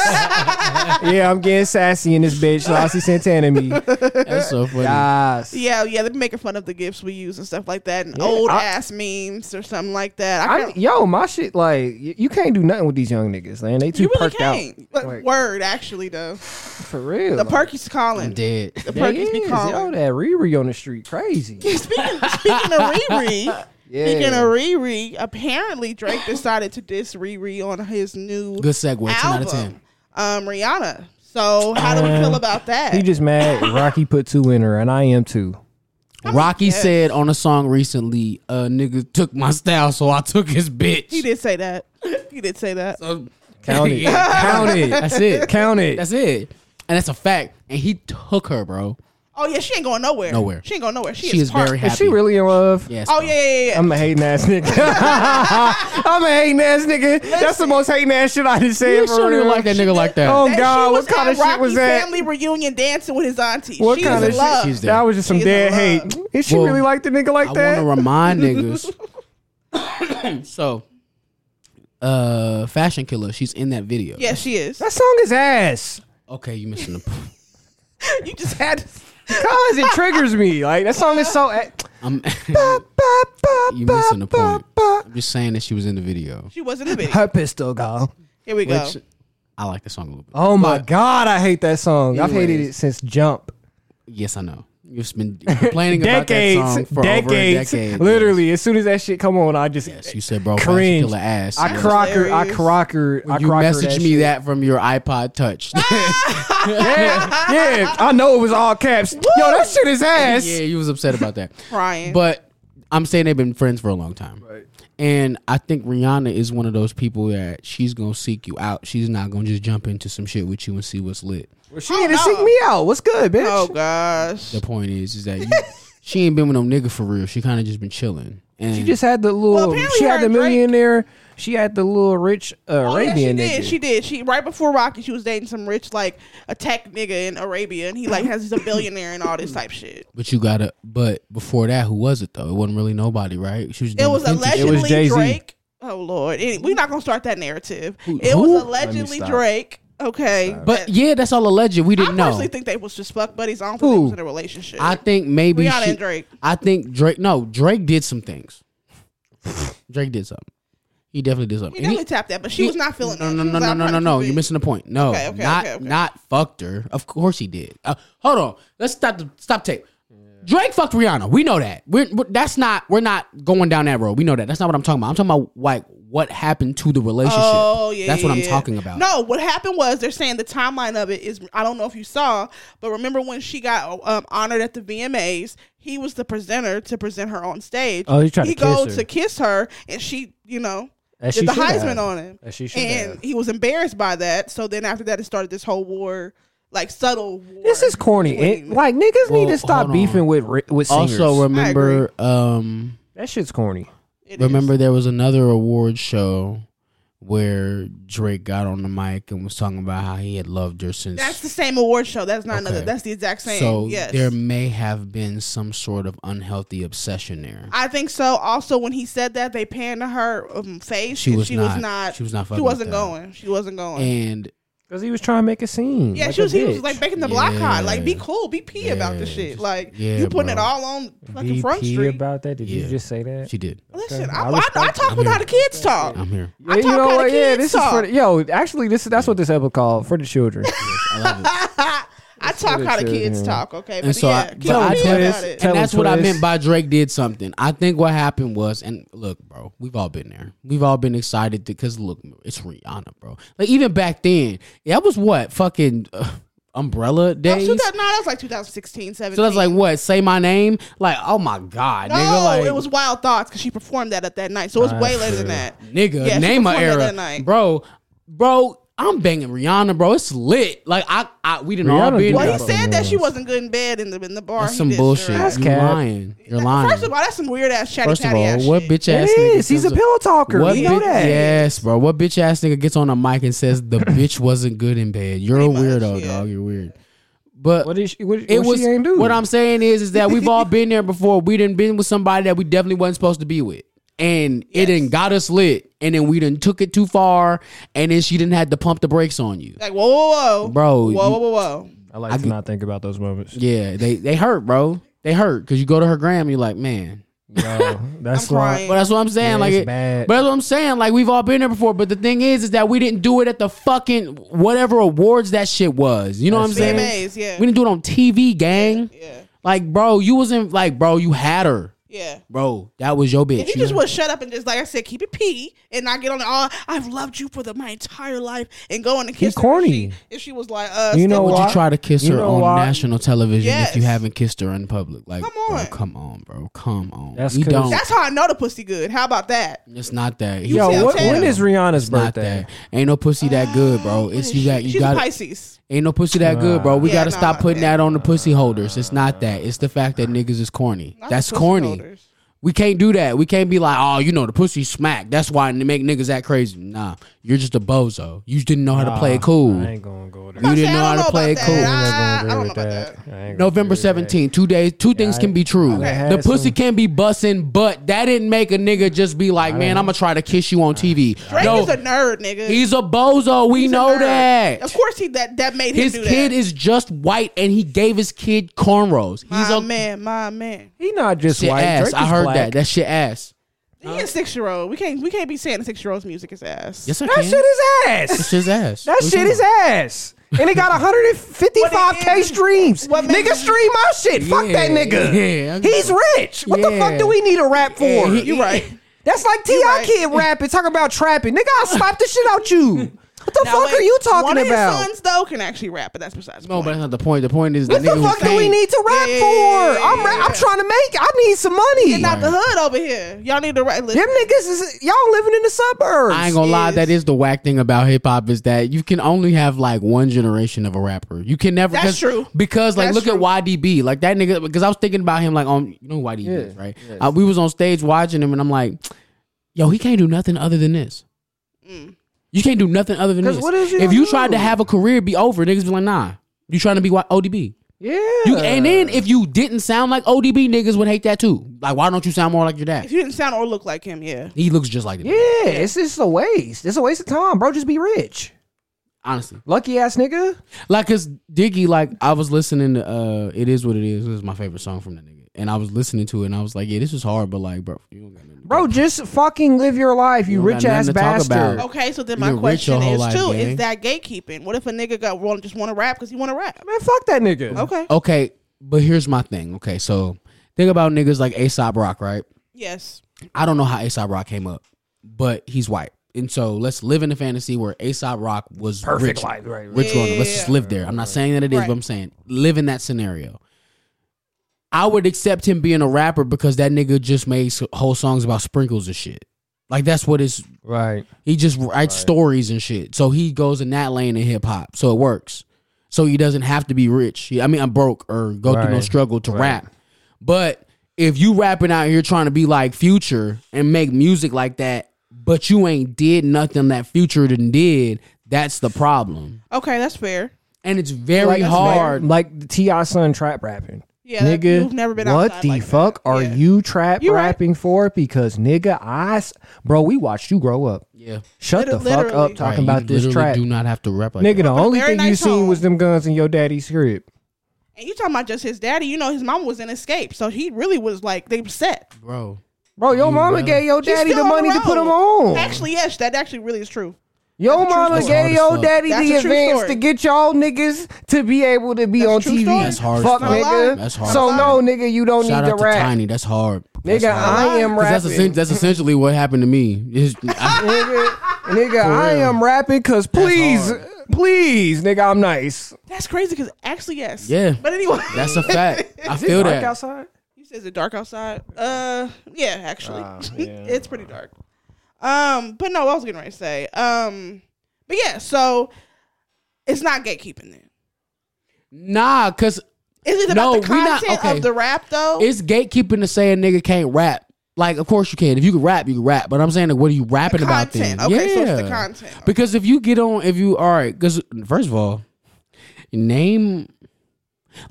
Speaker 3: yeah, I'm getting sassy in this bitch. Saucy Santana me.
Speaker 1: That's so funny.
Speaker 3: Yes.
Speaker 2: Yeah, yeah, they're making fun of the gifts we use and stuff like that, and
Speaker 3: Yeah,
Speaker 2: old
Speaker 3: I-
Speaker 2: ass memes or something like that. I
Speaker 3: I,
Speaker 2: can't,
Speaker 3: yo, my shit like y- you can't do nothing with these young niggas, man. They too
Speaker 2: you really
Speaker 3: perked
Speaker 2: can't.
Speaker 3: out
Speaker 2: But
Speaker 3: Like,
Speaker 2: word, actually, though,
Speaker 3: for real.
Speaker 2: the
Speaker 3: like,
Speaker 2: Perky's
Speaker 1: I'm
Speaker 2: calling.
Speaker 1: dead.
Speaker 2: The
Speaker 3: they
Speaker 2: Perky's be
Speaker 3: is. Yo,
Speaker 2: calling.
Speaker 3: that Riri on the street, crazy.
Speaker 2: speaking, speaking of Riri,
Speaker 3: Yeah.
Speaker 2: speaking of Riri, apparently Drake decided to diss Riri on his new
Speaker 1: Good segue. Ten out of ten.
Speaker 2: album, um, Rihanna. So how do we feel about that?
Speaker 3: Uh, He just mad. Rocky put two in her, and I am too.
Speaker 1: Rocky said on a song recently, "A nigga took my style, so I took his bitch."
Speaker 2: he did say that. He did say that.
Speaker 1: So-
Speaker 3: Count it.
Speaker 1: Yeah,
Speaker 3: Count it.
Speaker 1: that's it.
Speaker 3: Count it.
Speaker 1: That's it. And that's a fact. And he took her, bro.
Speaker 2: Oh yeah, she ain't going nowhere.
Speaker 1: Nowhere.
Speaker 2: She ain't going nowhere. She,
Speaker 1: She
Speaker 2: is,
Speaker 1: is
Speaker 2: parked.
Speaker 1: very happy.
Speaker 3: Is she really in love?
Speaker 1: Yes.
Speaker 2: Oh
Speaker 1: bro.
Speaker 2: yeah, yeah, yeah.
Speaker 3: I'm a hating ass nigga. I'm a hating ass nigga. That's the most hating ass shit I just
Speaker 1: Yeah,
Speaker 3: said
Speaker 1: she
Speaker 3: for
Speaker 1: don't
Speaker 3: real.
Speaker 1: even like that nigga like that.
Speaker 3: Oh,
Speaker 2: That
Speaker 3: God,
Speaker 2: she
Speaker 3: what
Speaker 2: was
Speaker 3: kind
Speaker 2: at
Speaker 3: of shit was
Speaker 2: Rocky
Speaker 3: that?
Speaker 2: Family reunion dancing with his auntie.
Speaker 3: What
Speaker 2: she
Speaker 3: kind
Speaker 2: is
Speaker 3: of
Speaker 2: in love.
Speaker 3: shit?
Speaker 1: She's
Speaker 3: That was just some
Speaker 2: She's in
Speaker 3: dead
Speaker 2: love.
Speaker 3: hate. Is she
Speaker 1: Well,
Speaker 3: really like the nigga like
Speaker 1: I
Speaker 3: that?
Speaker 1: want to remind niggas. so, uh, Fashion Killer, she's in that video.
Speaker 2: yeah, she is.
Speaker 3: that song is ass.
Speaker 1: Okay, you missing the. point.
Speaker 2: you just had. To,
Speaker 3: Cause it triggers me. Like that song is so. a-
Speaker 1: I'm.
Speaker 3: Ba, ba,
Speaker 1: you
Speaker 3: ba,
Speaker 1: missing the
Speaker 3: ba,
Speaker 1: point.
Speaker 3: ba.
Speaker 1: I'm just saying that she was in the video.
Speaker 2: she was in the video.
Speaker 3: Her pistol gone.
Speaker 2: Here we go.
Speaker 1: Which I like the song a little bit.
Speaker 3: Oh my god, I hate that song. I've hated
Speaker 1: Anyways.
Speaker 3: it since Jump.
Speaker 1: Yes, I know. You've been complaining
Speaker 3: Decades,
Speaker 1: about that song for over a
Speaker 3: decades,
Speaker 1: decade.
Speaker 3: literally. As soon as that shit come on, I just
Speaker 1: Yes, you said, bro, Fashion
Speaker 3: Cringe.
Speaker 1: Killer ass.
Speaker 3: I
Speaker 1: Yes.
Speaker 3: crocker, I
Speaker 2: hilarious.
Speaker 3: crocker, I
Speaker 1: You
Speaker 3: crocker
Speaker 1: messaged me that from your iPod Touch.
Speaker 3: yeah, yeah, I know it was all caps. Yo, that shit is ass.
Speaker 1: yeah, you was upset about that.
Speaker 2: Crying.
Speaker 1: But I'm saying they've been friends for a long time. Right. And I think Rihanna is one of those people that she's gonna seek you out. She's not gonna just jump into some shit with you and see what's lit.
Speaker 3: She need to
Speaker 2: Oh, no.
Speaker 3: seek me out. What's good, bitch?
Speaker 2: oh gosh.
Speaker 1: The point is, is that you, she ain't been with no nigga for real. She kind of just been chilling. And
Speaker 3: She just had the little.
Speaker 2: apparently
Speaker 3: she
Speaker 2: her
Speaker 3: had the
Speaker 2: and Drake- Oh,
Speaker 3: millionaire. She had the little rich uh, Arabian nigga.
Speaker 2: yeah, she did. She did. She right before Rocky, she was dating some rich like a tech nigga in Arabia, and he like has he's a billionaire and all this type shit.
Speaker 1: but you gotta. But before that, who was it though? It wasn't really nobody, right? She Mm. was.
Speaker 2: It was
Speaker 1: doing plenty shit.
Speaker 2: allegedly
Speaker 3: Jay-Z.
Speaker 2: Drake. Oh lord, Any- we're not gonna start that narrative. It
Speaker 1: who?
Speaker 2: was
Speaker 1: Let me
Speaker 2: allegedly
Speaker 3: stop.
Speaker 2: Drake. Okay,
Speaker 1: But yeah, that's all alleged.
Speaker 2: I
Speaker 1: We didn't know.
Speaker 2: personally think they was just fuck buddies. I don't think they
Speaker 1: Who?
Speaker 2: was in a relationship.
Speaker 1: I think maybe
Speaker 2: Rihanna
Speaker 1: she-
Speaker 2: and Drake.
Speaker 1: I think Drake. No, Drake did some things. Drake did something. He definitely did
Speaker 2: he
Speaker 1: something. And
Speaker 2: definitely tapped that, but she
Speaker 1: he-
Speaker 2: was not feeling.
Speaker 1: No,
Speaker 2: it.
Speaker 1: no,
Speaker 2: She
Speaker 1: no,
Speaker 2: was
Speaker 1: no,
Speaker 2: like,
Speaker 1: no,
Speaker 2: I'm trying
Speaker 1: no, no.
Speaker 2: to
Speaker 1: You're missing the point. No,
Speaker 2: Okay, okay,
Speaker 1: not
Speaker 2: okay, okay.
Speaker 1: not fucked her. Of course he did. Uh, hold on. Let's stop the stop tape. Drake fucked Rihanna. We know that. We're, we're- that's not. We're not going down that road. We know that. That's not what I'm talking about. I'm talking about like what happened to the relationship.
Speaker 2: Oh yeah,
Speaker 1: that's what I'm
Speaker 2: yeah.
Speaker 1: talking about.
Speaker 2: No, what happened was they're saying the timeline of it is I don't know if you saw, but remember when she got um, honored at the VMAs, he was the presenter to present her on stage.
Speaker 3: Oh, he tried to
Speaker 2: he
Speaker 3: kiss
Speaker 2: goes
Speaker 3: her.
Speaker 2: to kiss her, and she, you know,
Speaker 3: As
Speaker 2: did
Speaker 3: she
Speaker 2: the
Speaker 3: should
Speaker 2: Heisman
Speaker 3: have.
Speaker 2: on him,
Speaker 3: As she should
Speaker 2: and
Speaker 3: have.
Speaker 2: he was embarrassed by that. So then after that, it started this whole war, like subtle. War
Speaker 3: This is corny. It,
Speaker 2: between-
Speaker 3: like niggas
Speaker 1: Well,
Speaker 3: need to
Speaker 1: hold
Speaker 3: stop
Speaker 1: on.
Speaker 3: beefing with ri- with singers.
Speaker 1: Also remember, um,
Speaker 3: that shit's corny.
Speaker 2: It is.
Speaker 1: Remember, there was another award show where Drake got on the mic and was talking about how he had loved her since.
Speaker 2: That's the same award show. That's not another.
Speaker 1: Okay.
Speaker 2: That's the exact same.
Speaker 1: so
Speaker 2: yes.
Speaker 1: there may have been some sort of unhealthy obsession there.
Speaker 2: I think so. Also, when he said that, they panned to her um, face.
Speaker 1: She
Speaker 2: and
Speaker 1: was
Speaker 2: she
Speaker 1: not-
Speaker 2: was not.
Speaker 1: she was not
Speaker 2: She
Speaker 1: fucking with
Speaker 2: wasn't
Speaker 1: that.
Speaker 2: going. She wasn't going.
Speaker 1: and
Speaker 3: Because he was trying to make a scene.
Speaker 2: yeah,
Speaker 3: like
Speaker 2: she
Speaker 3: a
Speaker 2: was. He was
Speaker 3: bitch.
Speaker 2: like making the block
Speaker 1: Yeah.
Speaker 2: hot. Like, be cool, be pee about this
Speaker 1: Yeah,
Speaker 2: shit.
Speaker 1: just-
Speaker 2: like,
Speaker 1: yeah,
Speaker 2: you putting it
Speaker 1: bro.
Speaker 2: all on fucking
Speaker 3: BP
Speaker 2: front street.
Speaker 3: about that. Did
Speaker 1: Yeah.
Speaker 3: you just say that?
Speaker 1: she did.
Speaker 2: Listen,
Speaker 3: Okay.
Speaker 2: I, I,
Speaker 3: I
Speaker 2: I,
Speaker 3: respect
Speaker 2: talk
Speaker 1: it.
Speaker 2: with how the kids talk.
Speaker 1: I'm here.
Speaker 2: I talk how the kids
Speaker 3: this
Speaker 2: talk.
Speaker 3: is for the, yo. Actually, this that's what this episode called for the children.
Speaker 1: I love it.
Speaker 2: I talk how the
Speaker 3: true,
Speaker 2: kids
Speaker 3: yeah.
Speaker 2: talk. Okay,
Speaker 1: And
Speaker 2: but
Speaker 1: so,
Speaker 2: yeah,
Speaker 1: I,
Speaker 2: keep
Speaker 1: but I
Speaker 2: me
Speaker 1: tell-
Speaker 2: about
Speaker 3: this-
Speaker 2: it.
Speaker 1: and that's what I
Speaker 3: Tell us.
Speaker 1: meant by Drake did something. I think what happened was, and look, bro, we've all been there. We've all been excited because look, it's Rihanna, bro. Like even back then, that was what fucking uh, Umbrella
Speaker 2: That was
Speaker 1: days.
Speaker 2: 2000 no, that was like 2016, 17.
Speaker 1: So that's like what? Say my name? Like oh my god,
Speaker 2: no,
Speaker 1: nigga! Like
Speaker 2: it was Wild Thoughts because she performed that at that night. So it was way later than that.
Speaker 1: nigga,
Speaker 2: Yeah, she
Speaker 1: name a
Speaker 2: performed that that
Speaker 1: era,
Speaker 2: night.
Speaker 1: bro, bro. I'm banging Rihanna, bro. It's lit. Like I, I we didn't all
Speaker 3: Rihanna
Speaker 1: be in
Speaker 3: did
Speaker 2: Well,
Speaker 1: there.
Speaker 2: he
Speaker 3: Yeah.
Speaker 2: said that she wasn't good in bed in the in the bar.
Speaker 1: That's
Speaker 2: he
Speaker 1: some
Speaker 2: dissed her
Speaker 1: bullshit.
Speaker 2: out.
Speaker 3: That's
Speaker 1: You're
Speaker 3: cap.
Speaker 1: lying. You're lying.
Speaker 2: First of all, that's some weird ass chatty
Speaker 1: First of
Speaker 2: patty
Speaker 1: all,
Speaker 2: ass
Speaker 1: what
Speaker 2: shit.
Speaker 3: it
Speaker 1: bitch ass nigga?
Speaker 3: is. He's a
Speaker 1: comes up-
Speaker 3: pillow talker.
Speaker 1: What
Speaker 3: We know
Speaker 1: bit-
Speaker 3: that.
Speaker 1: Yes, bro. What bitch ass nigga gets on a mic and says the bitch wasn't good in bed? You're a
Speaker 2: Pretty much,
Speaker 1: weirdo,
Speaker 2: yeah.
Speaker 1: dog. You're weird. But
Speaker 3: What is she? What,
Speaker 1: it
Speaker 3: what
Speaker 1: was
Speaker 3: she ain't do?
Speaker 1: what I'm saying is is that we've all been there before. We done been with somebody that we definitely wasn't supposed to be with. And it done got us lit. And then we done took it too far. And then she didn't had to pump the brakes on you.
Speaker 2: Like whoa, whoa, whoa,
Speaker 1: Bro,
Speaker 2: whoa,
Speaker 1: you-
Speaker 2: whoa, whoa, whoa.
Speaker 3: I like to not think about those moments.
Speaker 1: Yeah, they they hurt, bro. They hurt. Cause you go to her gram and you're like, man.
Speaker 3: Yo, that's
Speaker 2: I'm
Speaker 3: why.
Speaker 2: crying.
Speaker 1: But that's what I'm saying.
Speaker 3: Yeah,
Speaker 1: like
Speaker 3: it's
Speaker 1: it-
Speaker 3: bad.
Speaker 1: But that's what I'm saying. Like we've all been there before. But the thing is, is that we didn't do it at the fucking whatever awards that shit was. You know
Speaker 3: That's
Speaker 1: what I'm
Speaker 3: it.
Speaker 1: saying?
Speaker 2: VMAs, yeah,
Speaker 1: We didn't do it on TV, gang.
Speaker 2: yeah,
Speaker 1: Like, bro, you was in like, bro, you had her.
Speaker 2: yeah.
Speaker 1: Bro, that was your bitch.
Speaker 2: If he
Speaker 1: You
Speaker 2: just
Speaker 1: know?
Speaker 2: would shut up and just like I said, keep it pee and not get on it. All I've loved you for the, my entire life and go on and kiss her.
Speaker 3: corny.
Speaker 2: If she, if she was like, uh,
Speaker 3: You know
Speaker 2: still-
Speaker 1: Would
Speaker 3: why?
Speaker 1: you try to kiss
Speaker 3: You
Speaker 1: her
Speaker 3: know
Speaker 1: on
Speaker 3: why?
Speaker 1: national television if you
Speaker 2: Yes.
Speaker 1: haven't kissed her in public? Like,
Speaker 2: Come
Speaker 1: bro,
Speaker 2: on.
Speaker 1: come on, bro, come on.
Speaker 3: That's
Speaker 1: we
Speaker 3: 'cause-
Speaker 1: don't.
Speaker 2: That's how I know the pussy good. How about that?
Speaker 1: it's not that. It's
Speaker 2: see
Speaker 3: Yo,
Speaker 2: I'm
Speaker 3: what,
Speaker 2: saying?
Speaker 3: when is Rihanna's
Speaker 1: not
Speaker 3: birthday?
Speaker 1: that. Ain't no pussy that good, bro. It's you got you
Speaker 2: Ah, She's a
Speaker 1: got
Speaker 2: Pisces.
Speaker 1: ain't no pussy that good, bro. We
Speaker 2: Yeah,
Speaker 1: gotta
Speaker 2: nah,
Speaker 1: stop putting
Speaker 2: yeah.
Speaker 1: that on the pussy holders. It's not that. It's the fact that niggas is corny.
Speaker 2: Not the
Speaker 1: That's
Speaker 2: pussy
Speaker 1: corny.
Speaker 2: holders.
Speaker 1: We can't do that. We can't be like, oh, you know, the pussy smack. That's why they make niggas act crazy. Nah, you're just a bozo. You didn't know how to play it cool.
Speaker 3: I ain't gonna go there.
Speaker 1: You
Speaker 2: I'm
Speaker 1: didn't
Speaker 2: saying,
Speaker 1: know
Speaker 2: I
Speaker 1: how
Speaker 2: don't
Speaker 1: to play it
Speaker 2: about
Speaker 1: cool.
Speaker 2: that.
Speaker 1: I
Speaker 2: Ah, I-
Speaker 3: ain't
Speaker 2: I
Speaker 3: gonna
Speaker 2: don't
Speaker 3: agree
Speaker 2: know
Speaker 3: with
Speaker 2: about that.
Speaker 3: I ain't gonna
Speaker 1: November
Speaker 3: agree with that.
Speaker 1: 17th, two days, two things
Speaker 3: I-
Speaker 1: can be
Speaker 3: I
Speaker 1: true.
Speaker 3: done
Speaker 1: The
Speaker 3: had
Speaker 1: pussy
Speaker 3: some-
Speaker 1: can be busting, but that didn't make a nigga just be like, man, I'm gonna try to kiss you on TV.
Speaker 2: Drake
Speaker 1: no,
Speaker 2: is a nerd, nigga.
Speaker 1: he's a bozo. We
Speaker 2: He's a
Speaker 1: know
Speaker 2: nerd.
Speaker 1: that.
Speaker 2: Of course, he that that made
Speaker 1: His
Speaker 2: him do
Speaker 1: kid
Speaker 2: that.
Speaker 1: is just white, and he gave his kid cornrows. He's
Speaker 2: my
Speaker 1: a
Speaker 2: man, my man.
Speaker 3: He not just
Speaker 1: shit
Speaker 3: white.
Speaker 1: ass.
Speaker 3: Drake
Speaker 1: I
Speaker 3: is
Speaker 1: heard
Speaker 3: black.
Speaker 1: that. That shit ass.
Speaker 2: He a six year old. We can't we can't be saying a six year old's music is ass.
Speaker 1: Yes, I
Speaker 3: That
Speaker 1: can.
Speaker 3: shit is ass.
Speaker 1: That's his ass.
Speaker 3: That
Speaker 1: What you
Speaker 3: shit
Speaker 1: talking
Speaker 3: is ass. And it got 155k
Speaker 2: is-
Speaker 3: streams.
Speaker 2: what makes
Speaker 3: Nigga,
Speaker 2: it-
Speaker 3: stream my shit. Fuck
Speaker 1: Yeah,
Speaker 3: that nigga.
Speaker 1: yeah, I-
Speaker 3: He's rich. What the
Speaker 1: Yeah.
Speaker 3: fuck do we need a rap for?
Speaker 1: Yeah, he-
Speaker 2: You right.
Speaker 3: That's like Ti
Speaker 2: right.
Speaker 3: Kid rapping, talking about trapping. Nigga, I'll slap the shit out you. What the
Speaker 2: Now,
Speaker 3: fuck
Speaker 2: wait,
Speaker 3: are you talking
Speaker 2: one
Speaker 3: about?
Speaker 2: Of his sons though can actually rap, but that's besides. the
Speaker 1: No, but
Speaker 2: point.
Speaker 1: that's not the point. The point is
Speaker 3: what
Speaker 1: the nigga
Speaker 3: the fuck
Speaker 1: who
Speaker 3: do we
Speaker 1: came-
Speaker 3: need to rap
Speaker 2: Yeah,
Speaker 3: for? I'm,
Speaker 2: yeah,
Speaker 3: ra-
Speaker 2: yeah.
Speaker 3: I'm trying to make. I need some money.
Speaker 2: Get out the hood over here. Y'all need to rap. Listen,
Speaker 3: Them niggas is y'all living in the suburbs.
Speaker 1: I ain't gonna lie,
Speaker 2: is-
Speaker 1: that is the whack thing about hip hop is that you can only have like one generation of a rapper. You can never.
Speaker 2: That's
Speaker 1: 'cause-
Speaker 2: true.
Speaker 1: Because like,
Speaker 2: That's
Speaker 1: look
Speaker 2: true.
Speaker 1: at YDB, like that nigga. Because I was thinking about him, like on you know who YDB, is,
Speaker 3: Yeah,
Speaker 1: right?
Speaker 3: yes.
Speaker 1: Uh, we was on stage watching him, and I'm like, yo, he can't do nothing other than this.
Speaker 2: Mm.
Speaker 1: You can't do nothing other than
Speaker 3: 'Cause
Speaker 1: this.
Speaker 3: what is you
Speaker 1: if
Speaker 3: gonna
Speaker 1: you
Speaker 3: do?
Speaker 1: tried to have a career be over, niggas be like, nah, you trying to be Y- ODB.
Speaker 3: yeah.
Speaker 1: You, and then if you didn't sound like ODB, niggas would hate that too. Like, why don't you sound more like your dad?
Speaker 2: if you didn't sound or look like him, yeah.
Speaker 1: He looks just like him.
Speaker 3: yeah, it's just a waste. It's a waste of time, bro. Just be rich.
Speaker 1: Honestly,
Speaker 3: Lucky ass nigga.
Speaker 1: like, cause Diggy, like, I was listening to uh, "It Is What It Is." This is my favorite song from that nigga, and I was listening to it, and I was like, "Yeah, this is hard," but like, bro, you don't got nothing to
Speaker 3: Bro, just fucking live your life, you
Speaker 1: don't got
Speaker 3: rich ass
Speaker 1: nothing to talk
Speaker 3: bastard.
Speaker 1: about.
Speaker 2: Okay, so then
Speaker 1: You
Speaker 2: my
Speaker 1: been rich your
Speaker 2: question
Speaker 1: whole
Speaker 2: is
Speaker 1: life,
Speaker 2: too:
Speaker 1: gang.
Speaker 2: Is that gatekeeping? What if a nigga got well, just want to rap because he want to rap?
Speaker 3: Man, fuck that nigga.
Speaker 2: Okay.
Speaker 1: Okay, but here's my thing. Okay, so think about niggas like Aesop Rock, right?
Speaker 2: Yes.
Speaker 1: I don't know how Aesop Rock came up, but he's white. And so let's live in the fantasy where Aesop Rock was
Speaker 3: Perfect
Speaker 1: rich,
Speaker 3: life, right? right.
Speaker 1: rich growing up. Let's just
Speaker 2: Yeah.
Speaker 1: live there. I'm not saying that it is,
Speaker 2: Right.
Speaker 1: but I'm saying live in that scenario. I would accept him being a rapper because that nigga just makes whole songs about sprinkles and shit. Like that's what his
Speaker 3: Right.
Speaker 1: he just writes stories and shit. So he goes in that lane in hip hop. So it works. So he doesn't have to be rich. He- I mean, I'm broke or go through no
Speaker 3: Right.
Speaker 1: struggle to
Speaker 3: Right.
Speaker 1: rap. But if you rapping out here trying to be like Future and make music like that, but you ain't did nothing that Future done did, that's the problem.
Speaker 2: Okay, that's fair.
Speaker 1: And it's very
Speaker 3: Like,
Speaker 1: hard.
Speaker 3: Like the Ti son trap rapping.
Speaker 2: Yeah, that-
Speaker 3: nigga,
Speaker 2: you've never been
Speaker 3: what
Speaker 2: outside
Speaker 3: the
Speaker 2: like that.
Speaker 3: fuck are
Speaker 2: Yeah.
Speaker 3: you trap
Speaker 2: You right.
Speaker 3: rapping for? Because nigga, I s- bro, we watched you grow up.
Speaker 1: Yeah,
Speaker 3: Shut
Speaker 2: Liter-
Speaker 3: the fuck
Speaker 2: literally.
Speaker 3: up
Speaker 2: Right,
Speaker 3: talking
Speaker 1: Right,
Speaker 3: about
Speaker 1: you
Speaker 3: this
Speaker 1: literally
Speaker 3: trap,
Speaker 1: Do not have to rap like
Speaker 3: nigga.
Speaker 1: that.
Speaker 3: The only
Speaker 2: very
Speaker 3: thing you
Speaker 2: nice
Speaker 3: seen
Speaker 2: home.
Speaker 3: was them guns in your daddy's crib.
Speaker 2: And you talking about just his daddy? You know, his mom was in escape, so he really was like they set.
Speaker 1: bro.
Speaker 3: Bro, your mama
Speaker 1: right.
Speaker 3: gave your
Speaker 2: She's
Speaker 3: daddy
Speaker 2: still
Speaker 3: the
Speaker 2: on
Speaker 3: money
Speaker 2: the
Speaker 3: to put
Speaker 2: road.
Speaker 3: him on.
Speaker 2: Actually, yes, that actually really is true.
Speaker 3: Your
Speaker 2: That's a true
Speaker 3: mama
Speaker 2: story.
Speaker 3: gave your
Speaker 1: That's
Speaker 3: daddy
Speaker 2: a
Speaker 3: the
Speaker 2: true
Speaker 3: advance
Speaker 2: story.
Speaker 3: to get y'all niggas to be able to be
Speaker 2: That's a
Speaker 3: on
Speaker 2: true
Speaker 3: TV.
Speaker 2: story. That's
Speaker 1: hard
Speaker 3: Fuck
Speaker 1: as fuck.
Speaker 3: nigga.
Speaker 1: That's hard
Speaker 3: So
Speaker 1: as
Speaker 3: no, nigga, you don't
Speaker 1: Shout
Speaker 3: need to
Speaker 1: out to
Speaker 3: rap.
Speaker 1: Tiny. That's hard. That's
Speaker 3: Nigga,
Speaker 1: hard.
Speaker 3: I am
Speaker 1: 'Cause that's, essen-
Speaker 3: rapping.
Speaker 1: that's essentially what happened to me. It's- I-
Speaker 3: nigga, nigga I
Speaker 1: real.
Speaker 3: am rapping because please,
Speaker 1: hard.
Speaker 3: please, nigga, I'm nice.
Speaker 2: That's crazy because actually, yes.
Speaker 1: Yeah.
Speaker 2: But anyway,
Speaker 1: That's a fact. I feel that.
Speaker 3: outside?
Speaker 2: you says it dark outside. Uh, yeah, actually,
Speaker 3: Ah, yeah.
Speaker 2: it's pretty dark. Um, but no, I was getting ready to say. Um, but yeah, so it's not gatekeeping then.
Speaker 1: Nah, cause
Speaker 2: Is it
Speaker 1: No,
Speaker 2: about the
Speaker 1: we not-
Speaker 2: content
Speaker 1: okay.
Speaker 2: of the rap though?
Speaker 1: it's gatekeeping to say a nigga can't rap. Like, of course you can. If you can rap, you can rap. But I'm saying, like, what are you rapping about then?
Speaker 2: content. Okay, so it's the
Speaker 1: Yeah.
Speaker 2: content.
Speaker 1: Because if you get on, if you all right, because first of all, name.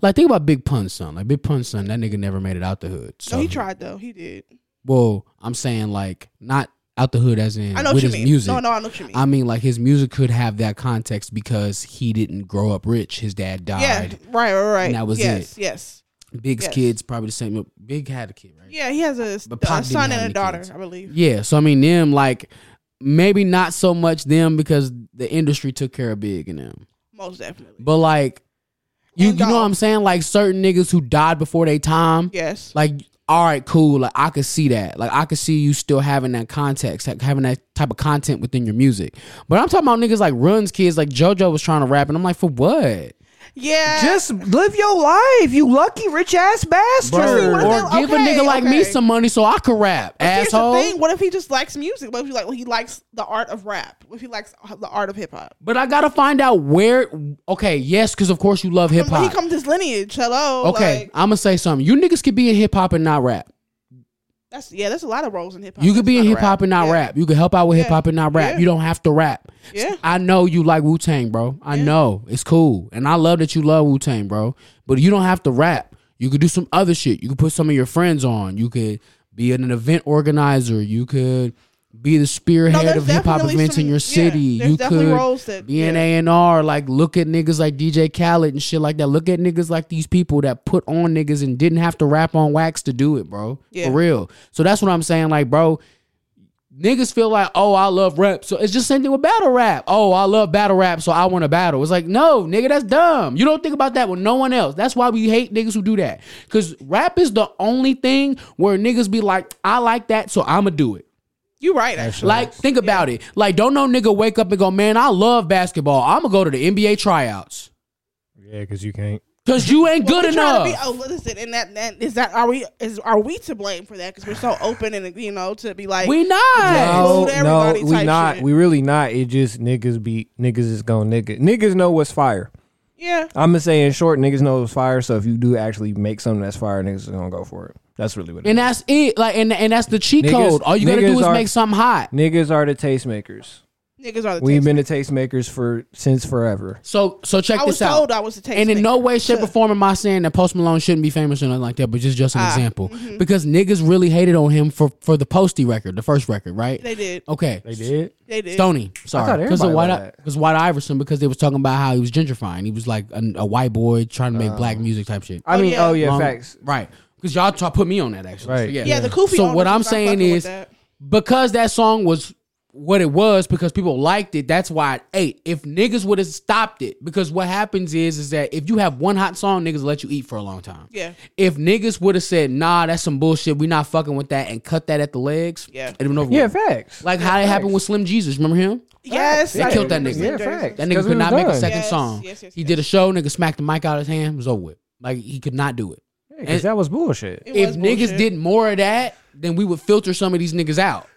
Speaker 1: Like think about Big Pun's son. Like Big Pun's son, that nigga never made it out the hood. So
Speaker 2: no, he tried though. He did.
Speaker 1: Well, I'm saying like not out the hood as in
Speaker 2: I know what
Speaker 1: with
Speaker 2: you
Speaker 1: his
Speaker 2: mean.
Speaker 1: music.
Speaker 2: No, no, I know what you mean.
Speaker 1: I mean, like his music could have that context because he didn't grow up rich. His dad
Speaker 2: yeah,
Speaker 1: died.
Speaker 2: right, right, right.
Speaker 1: And that was
Speaker 2: yes,
Speaker 1: it.
Speaker 2: Yes,
Speaker 1: Big's
Speaker 2: Yes.
Speaker 1: kids probably the same. Big had a kid, right?
Speaker 2: yeah. He has a,
Speaker 1: But
Speaker 2: a
Speaker 1: Pac didn't
Speaker 2: son
Speaker 1: have
Speaker 2: and
Speaker 1: any
Speaker 2: a daughter,
Speaker 1: kids.
Speaker 2: I believe.
Speaker 1: Yeah, so I mean them like maybe not so much them because the industry took care of Big and them.
Speaker 2: Most definitely.
Speaker 1: But like you
Speaker 2: And
Speaker 1: you know what
Speaker 2: Dolph.
Speaker 1: I'm saying? Like certain niggas who died before they time.
Speaker 2: Yes.
Speaker 1: Like all right, cool. Like I could see that. Like I could see you still having that context, like, having that type of content within your music. But I'm talking about niggas like Runs kids, like JoJo was trying to rap, and I'm like, for what?
Speaker 2: yeah.
Speaker 3: Just live your life, you lucky rich ass bastard.
Speaker 2: Bro, what if they-
Speaker 1: or give a
Speaker 2: okay,
Speaker 1: nigga like me
Speaker 2: okay.
Speaker 1: some money so I could rap,
Speaker 2: Here's the
Speaker 1: asshole.
Speaker 2: thing. What if he just likes music? What if he like? Well, he likes the art of rap. What if he likes the art of hip hop?
Speaker 1: But I gotta find out where. Okay, yes, because of course you love hip
Speaker 2: He
Speaker 1: hop.
Speaker 2: comes his lineage. Hello.
Speaker 1: Okay,
Speaker 2: like,
Speaker 1: I'm gonna say something. You niggas could be in hip hop and not rap.
Speaker 2: that's yeah. There's a lot of roles in hip hop.
Speaker 1: You could be in
Speaker 2: That's
Speaker 1: hip hop and not
Speaker 2: Yeah.
Speaker 1: rap. You could help out with hip hop and not rap.
Speaker 2: Yeah.
Speaker 1: You don't have to rap.
Speaker 2: Yeah.
Speaker 1: I know you like Wu Tang, bro. I know it's cool, and I love that you love Wu Tang, bro. But you don't have to rap. You could do some other shit. You could put some of your friends on. You could be an event organizer. You could be the
Speaker 2: No,
Speaker 1: spearhead
Speaker 2: there's
Speaker 1: of hip hop
Speaker 2: definitely
Speaker 1: events in
Speaker 2: some-
Speaker 1: your
Speaker 2: yeah,
Speaker 1: city.
Speaker 2: there's
Speaker 1: you
Speaker 2: definitely
Speaker 1: could
Speaker 2: roles that-
Speaker 1: be an
Speaker 2: yeah.
Speaker 1: A and R. Like look at niggas like DJ Khaled and shit like that. Look at niggas like these people that put on niggas and didn't have to rap on wax to do it, bro.
Speaker 2: Yeah.
Speaker 1: For real. So that's what I'm saying. Like, bro, niggas feel like, oh, I love rap. So it's just same thing with battle rap. Oh, I love battle rap, so I want to battle. It's like, no, nigga, that's dumb. You don't think about that with no one else. That's why we hate niggas who do that. Cause rap is the only thing where niggas be like, I like that, so I'ma do it.
Speaker 2: You right. Actually.
Speaker 1: Like, think about it. Like, don't no nigga wake up and go, man, I love basketball. I'ma go to the NBA tryouts.
Speaker 3: Yeah, because you can't.
Speaker 1: Cause you ain't
Speaker 2: Well,
Speaker 1: good
Speaker 2: we trying
Speaker 1: enough.
Speaker 2: To be, oh, listen, and that, that is that. Are we is are we to blame for that? Because we're so open and you know to be like
Speaker 1: we not.
Speaker 3: No,
Speaker 2: Include
Speaker 3: no,
Speaker 2: everybody
Speaker 3: we
Speaker 2: type
Speaker 3: not.
Speaker 2: shit.
Speaker 3: We really not. It just niggas be niggas is gonna nigga. Niggas know what's fire.
Speaker 2: yeah.
Speaker 3: I'm gonna say in short, niggas know what's fire. So if you do actually make something that's fire, niggas is gonna go for it. That's really what. it
Speaker 1: And
Speaker 3: is.
Speaker 1: that's it. Like, and, and that's the cheat
Speaker 3: Niggas-
Speaker 1: code. All you gotta
Speaker 3: niggas
Speaker 1: do is
Speaker 3: are-
Speaker 1: make something hot.
Speaker 3: niggas are the tastemakers.
Speaker 2: Niggas are the
Speaker 3: We've
Speaker 2: taste
Speaker 3: been the tastemakers for since forever.
Speaker 1: So so check
Speaker 2: I was
Speaker 1: this out.
Speaker 2: told I was the taste
Speaker 1: and in no way, shape, or form am I saying that Post Malone shouldn't be famous or nothing like that, but just just an
Speaker 2: Ah,
Speaker 1: example.
Speaker 2: mm-hmm.
Speaker 1: Because niggas really hated on him for for the Posty record, the first record, right?
Speaker 2: They did.
Speaker 1: okay.
Speaker 3: They did.
Speaker 2: They did.
Speaker 1: Stony, sorry, because of
Speaker 3: everybody
Speaker 1: White
Speaker 3: liked
Speaker 1: I-
Speaker 3: that.
Speaker 1: because White Iverson because they was talking about how he was gentrifying. He was like a, a white boy trying to make black music type shit.
Speaker 3: I
Speaker 2: Oh,
Speaker 3: mean,
Speaker 2: yeah.
Speaker 3: oh yeah,
Speaker 1: Long-
Speaker 3: facts.
Speaker 1: Right. Because y'all t- put me on that actually. So,
Speaker 3: Right.
Speaker 1: yeah.
Speaker 2: Yeah, the Koofy.
Speaker 1: So
Speaker 2: owners
Speaker 1: what I'm
Speaker 2: was not
Speaker 1: saying
Speaker 2: fucking with
Speaker 1: is
Speaker 2: that.
Speaker 1: because that song was what it was because people liked it that's why it ate if niggas would have stopped it because what happens is is that if you have one hot song niggas let you eat for a long time
Speaker 2: Yeah.
Speaker 1: if niggas would have said nah that's some bullshit we not fucking with that and cut that at the legs
Speaker 2: Yeah.
Speaker 1: it'd have been over
Speaker 3: Yeah,
Speaker 1: with.
Speaker 3: facts.
Speaker 1: like how it happened with slim jesus remember him
Speaker 2: yes,
Speaker 1: They
Speaker 2: I
Speaker 1: killed that
Speaker 2: remember
Speaker 1: nigga.
Speaker 2: Slim
Speaker 1: Yeah,
Speaker 2: Jersey.
Speaker 3: facts. Because
Speaker 1: that nigga
Speaker 3: it
Speaker 1: could
Speaker 3: was
Speaker 1: not make a
Speaker 3: done.
Speaker 1: second
Speaker 2: Yes,
Speaker 1: song
Speaker 2: yes, yes,
Speaker 1: he
Speaker 2: yes.
Speaker 1: did a show nigga smacked the mic out of his hand it was over with like he could not do it
Speaker 3: Yeah, 'cause that was bullshit.
Speaker 2: It
Speaker 1: if
Speaker 2: was
Speaker 1: niggas
Speaker 2: bullshit.
Speaker 1: did more of that then we would filter some of these niggas out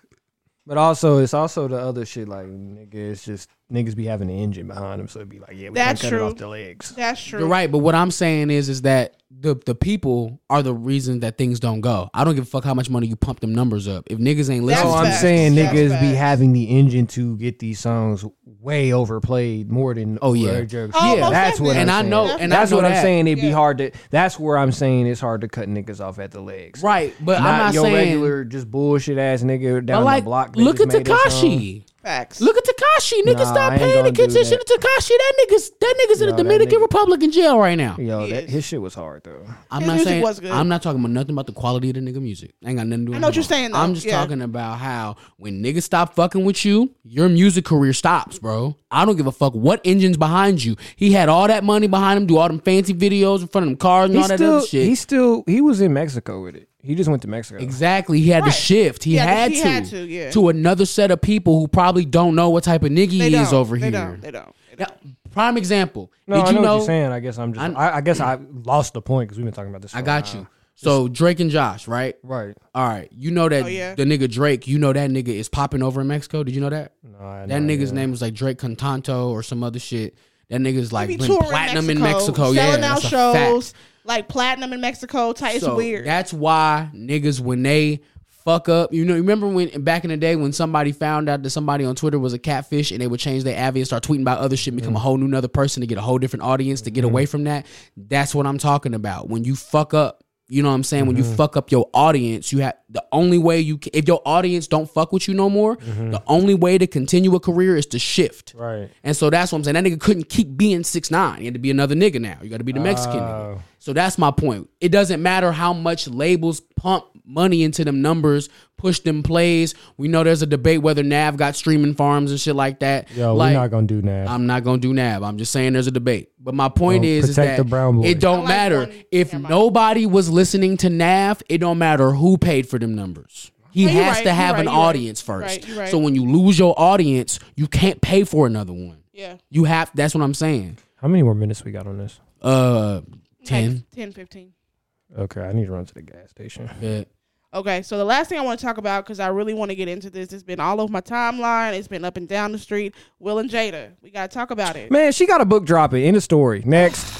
Speaker 3: But also, it's also the other shit. Like nigga, it's just niggas be having an engine behind them, so it'd be like, yeah, we That's
Speaker 2: That's
Speaker 3: cut it
Speaker 2: true.
Speaker 3: off the legs.
Speaker 2: that's true.
Speaker 1: You're right, but what I'm saying is, is that the the people are the reason that things don't go. I don't give a fuck how much money you pump them numbers up. If niggas ain't
Speaker 2: That's
Speaker 1: listening,
Speaker 3: So Oh, I'm
Speaker 2: facts.
Speaker 3: saying
Speaker 2: That's
Speaker 3: niggas be
Speaker 2: facts.
Speaker 3: having the engine to get these songs way overplayed more than
Speaker 1: Oh, yeah.
Speaker 3: regular jokes.
Speaker 2: Oh,
Speaker 1: Yeah,
Speaker 2: most
Speaker 3: that's what
Speaker 2: definitely.
Speaker 3: I'm
Speaker 1: and I
Speaker 3: saying.
Speaker 1: know,
Speaker 2: That's
Speaker 1: and
Speaker 3: that's
Speaker 1: I know
Speaker 3: what I'm
Speaker 1: that.
Speaker 3: saying. It'd be
Speaker 2: Yeah.
Speaker 3: hard to. That's where I'm saying it's hard to cut niggas off at the legs.
Speaker 1: Right, but
Speaker 3: not
Speaker 1: I'm not
Speaker 3: your
Speaker 1: saying.
Speaker 3: regular just bullshit ass nigga
Speaker 1: but
Speaker 3: down
Speaker 1: like,
Speaker 3: the block. that
Speaker 1: look at
Speaker 3: just made that song.
Speaker 1: Takashi.
Speaker 2: Facts.
Speaker 1: Look at Takashi. Niggas
Speaker 3: Nah, I
Speaker 1: stop
Speaker 3: ain't
Speaker 1: paying
Speaker 3: gonna do
Speaker 1: attention to Takashi. That niggas, that niggas in
Speaker 3: Nah,
Speaker 1: the
Speaker 3: that
Speaker 1: Dominican
Speaker 3: nigga-
Speaker 1: Republic in jail right now.
Speaker 3: Yo,
Speaker 2: He
Speaker 3: that,
Speaker 2: is.
Speaker 3: his shit was hard though.
Speaker 1: I'm
Speaker 2: His
Speaker 1: not
Speaker 2: music
Speaker 1: saying
Speaker 2: was good.
Speaker 1: I'm not talking about nothing about the quality of the nigga music. Ain't got nothing to do. With
Speaker 2: I know what
Speaker 1: it.
Speaker 2: you're saying, though.
Speaker 1: I'm just
Speaker 2: Yeah.
Speaker 1: talking about how when niggas stop fucking with you, your music career stops, bro. I don't give a fuck what engine's behind you. He had all that money behind him, do all them fancy videos in front of them cars and
Speaker 3: He
Speaker 1: all that
Speaker 3: still,
Speaker 1: other shit.
Speaker 3: he still, he was in Mexico with it. He just went to Mexico.
Speaker 1: Exactly. He had
Speaker 2: Right.
Speaker 1: to shift. He,
Speaker 2: Yeah,
Speaker 1: had,
Speaker 2: he
Speaker 1: to,
Speaker 2: had to, yeah.
Speaker 1: another set of people who probably don't know what type of nigga
Speaker 2: they
Speaker 1: he
Speaker 2: don't.
Speaker 1: is over
Speaker 2: they
Speaker 1: here.
Speaker 2: Don't. They don't. They don't.
Speaker 1: Now, prime example.
Speaker 3: No,
Speaker 1: Did
Speaker 3: I
Speaker 1: you
Speaker 3: know,
Speaker 1: know?
Speaker 3: what you're saying. I guess I'm just. I, I guess I lost the point because we've been talking about this. For
Speaker 1: I
Speaker 3: a
Speaker 1: got
Speaker 3: while.
Speaker 1: you. So Drake and Josh, right?
Speaker 3: Right.
Speaker 1: All right, you know that
Speaker 2: Oh, yeah.
Speaker 1: the nigga Drake, you know that nigga is popping over in Mexico. Did you know that?
Speaker 3: No, I had
Speaker 1: that
Speaker 3: no
Speaker 1: nigga's
Speaker 3: idea.
Speaker 1: name was like Drake Contanto or some other shit. That nigga's like
Speaker 2: Be
Speaker 1: went
Speaker 2: touring
Speaker 1: platinum in Mexico. Yeah,
Speaker 2: selling out
Speaker 1: that's a fact.
Speaker 2: shows like platinum in Mexico. Ty, it's
Speaker 1: So
Speaker 2: weird.
Speaker 1: That's why niggas when they fuck up, you know, remember when back in the day when somebody found out that somebody on Twitter was a catfish and they would change their avi and start tweeting about other shit, become a whole new another person to get a whole different audience to get away from that. That's what I'm talking about. When you fuck up, you know what I'm saying? When you fuck up your audience, you have the only way you can, if your audience don't fuck with you no more, the only way to continue a career is to shift.
Speaker 3: Right.
Speaker 1: And so that's what I'm saying. That nigga couldn't keep being six nine. He had to be another nigga now. You got to be the Mexican. nigga.
Speaker 3: Oh.
Speaker 1: So that's my point. It doesn't matter how much labels pump money into them numbers, push them plays. We know there's a debate whether Nav got streaming farms and shit like that.
Speaker 3: Yo,
Speaker 1: like,
Speaker 3: we're not gonna do that.
Speaker 1: I'm not gonna do Nav. I'm just saying there's a debate. But my point
Speaker 3: Well,
Speaker 1: is, is
Speaker 3: protect
Speaker 1: that
Speaker 3: the brown boy.
Speaker 1: it don't
Speaker 2: like
Speaker 1: matter
Speaker 2: one-
Speaker 1: if nobody was listening to Nav. It don't matter who paid for them numbers. He
Speaker 2: No, you're
Speaker 1: has
Speaker 2: right,
Speaker 1: to
Speaker 2: you're
Speaker 1: have
Speaker 2: right,
Speaker 1: an
Speaker 2: you're right.
Speaker 1: audience
Speaker 2: Right,
Speaker 1: first.
Speaker 2: you're right.
Speaker 1: So when you lose your audience, you can't pay for another one.
Speaker 2: yeah.
Speaker 1: You have. That's what I'm saying.
Speaker 3: How many more minutes we got on this?
Speaker 1: Uh, ten.
Speaker 2: Like 10, 15.
Speaker 3: Okay, I need to run to the gas station.
Speaker 1: Bet.
Speaker 2: Okay, so the last thing I want to talk about because I really want to get into this. It's been all over my timeline. It's been up and down the street. Will and Jada, we gotta talk about it.
Speaker 3: Man, she got a book dropping. End of story. Next.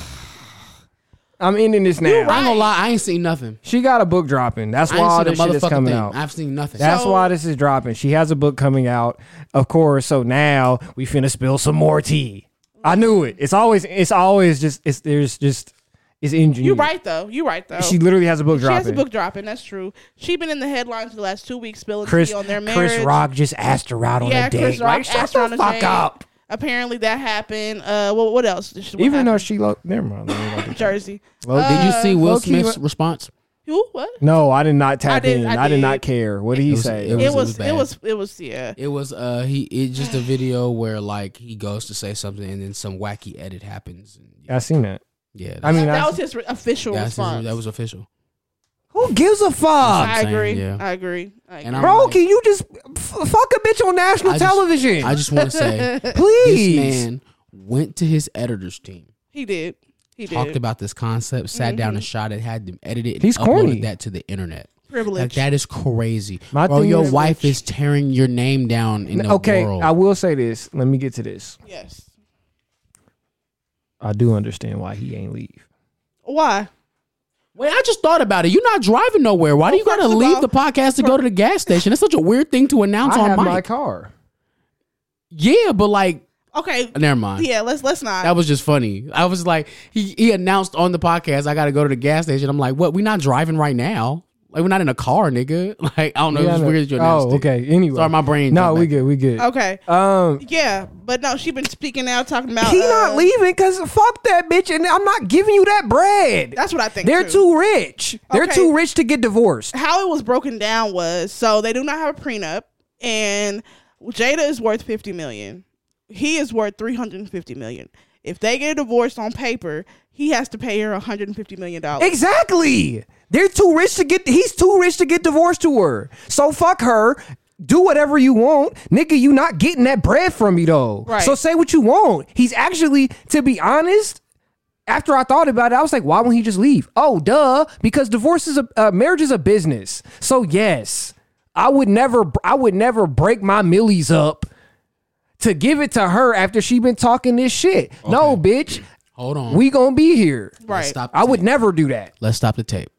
Speaker 3: I'm ending this now.
Speaker 1: I ain't gonna lie. I ain't seen nothing.
Speaker 3: She got a book dropping. That's
Speaker 1: I
Speaker 3: why all
Speaker 1: ain't
Speaker 3: this
Speaker 1: seen a
Speaker 3: shit is
Speaker 1: motherfucking
Speaker 3: coming
Speaker 1: thing.
Speaker 3: out.
Speaker 1: I've seen nothing.
Speaker 3: That's
Speaker 2: So-
Speaker 3: why this is dropping. She has a book coming out, of course. So now we finna spill some more tea. I knew it. It's always it's always just it's there's just it's ingenuity.
Speaker 2: You right though. You right though.
Speaker 3: She literally has a book
Speaker 2: She
Speaker 3: dropping.
Speaker 2: has a book dropping. That's true. She's been in the headlines for the last two weeks, spilling
Speaker 3: Chris
Speaker 2: tea on their marriage.
Speaker 3: Chris Rock just asked her out on
Speaker 2: yeah,
Speaker 3: a date.
Speaker 2: Chris Rock
Speaker 3: like, shut
Speaker 2: asked her on
Speaker 3: the
Speaker 2: a
Speaker 3: fuck
Speaker 2: date.
Speaker 3: up.
Speaker 2: Apparently that happened. Uh, well, what else? What
Speaker 3: Even though
Speaker 2: happened?
Speaker 3: she lo- never mind. let me not do that.
Speaker 2: Jersey.
Speaker 3: Well,
Speaker 1: Did you see Will
Speaker 3: low-key,
Speaker 1: Smith's
Speaker 3: but-
Speaker 1: response?
Speaker 2: Who? What?
Speaker 3: No, I did not tap
Speaker 2: I did-
Speaker 3: in.
Speaker 2: I
Speaker 3: I, did
Speaker 2: did.
Speaker 3: not care. What did he
Speaker 1: was-
Speaker 3: say?
Speaker 1: it
Speaker 2: It
Speaker 1: was
Speaker 2: was. It
Speaker 1: bad.
Speaker 2: was. It was. Yeah.
Speaker 1: It was uh he it's just a video where like he goes to say something and then some wacky edit happens. And, yeah,
Speaker 3: I seen that.
Speaker 1: yeah,
Speaker 3: I mean,
Speaker 2: that
Speaker 3: I-
Speaker 2: was his re- official
Speaker 1: that's-
Speaker 2: response.
Speaker 1: that was official.
Speaker 3: who gives a fuck,
Speaker 2: I
Speaker 1: I'm saying,
Speaker 2: agree.
Speaker 1: yeah.
Speaker 2: I agree. I agree.
Speaker 1: And I'm-
Speaker 3: bro? Can you just f- fuck a bitch on national
Speaker 1: I just-
Speaker 3: television,
Speaker 1: I just want to say this
Speaker 3: please?
Speaker 1: man went to his editors team,
Speaker 2: he did. He did.
Speaker 1: talked about this concept, sat down and shot it, had them edit it, and
Speaker 3: He's
Speaker 1: uploaded
Speaker 3: corny.
Speaker 1: that to the internet.
Speaker 2: privilege.
Speaker 1: Like that is crazy,
Speaker 3: My
Speaker 1: bro.
Speaker 3: thing
Speaker 1: Your
Speaker 3: is-
Speaker 1: wife is tearing your name down in the
Speaker 3: okay,
Speaker 1: world.
Speaker 3: I will say this. Let me get to this.
Speaker 2: Yes.
Speaker 3: I do understand why he ain't leave.
Speaker 2: Why?
Speaker 1: Wait, I just thought about it. You're not driving nowhere. Why do you
Speaker 2: Well,
Speaker 1: gotta
Speaker 2: first of
Speaker 1: leave
Speaker 2: all-
Speaker 1: the podcast to go to the gas station? That's such a weird thing to announce
Speaker 3: I
Speaker 1: on
Speaker 3: have
Speaker 1: mic.
Speaker 3: my car.
Speaker 1: Yeah, but like,
Speaker 2: Okay.
Speaker 1: never mind.
Speaker 2: Yeah, let's let's not.
Speaker 1: That was just funny. I was like, he, he announced on the podcast, I got to go to the gas station. I'm like, what? We're not driving right now. Like, we're not in a car, nigga. Like, I don't know.
Speaker 3: Yeah, I
Speaker 1: it was
Speaker 3: know.
Speaker 1: weird that you announced
Speaker 3: oh,
Speaker 1: it.
Speaker 3: okay. Anyway,
Speaker 1: Sorry, my brain.
Speaker 3: no,
Speaker 1: jumped
Speaker 3: we
Speaker 1: back.
Speaker 3: good. We good.
Speaker 2: okay.
Speaker 3: Um,
Speaker 2: Yeah, but no, she been speaking out talking about
Speaker 3: he
Speaker 2: uh,
Speaker 3: not leaving because fuck that bitch, and I'm not giving you that bread.
Speaker 2: That's what I think.
Speaker 3: They're too rich. They're
Speaker 2: Okay.
Speaker 3: too rich to get divorced.
Speaker 2: How it was broken down was so they do not have a prenup, and Jada is worth fifty million. He is worth three hundred and fifty million. If they get divorced on paper, he has to pay her one hundred and fifty million dollars.
Speaker 3: Exactly. They're too rich to get. He's too rich to get divorced to her. So fuck her. Do whatever you want, nigga. You not getting that bread from me though.
Speaker 2: Right.
Speaker 3: So say what you want. He's actually, to be honest. After I thought about it, I was like, why won't he just leave? Oh, duh, because divorce is a uh, marriage is a business. So yes, I would never, I would never break my millies up to give it to her after she been talking this shit. No, bitch,
Speaker 1: Hold on.
Speaker 3: we gonna be here.
Speaker 2: Right.
Speaker 1: Stop.
Speaker 3: I would never do that.
Speaker 1: Let's stop the tape.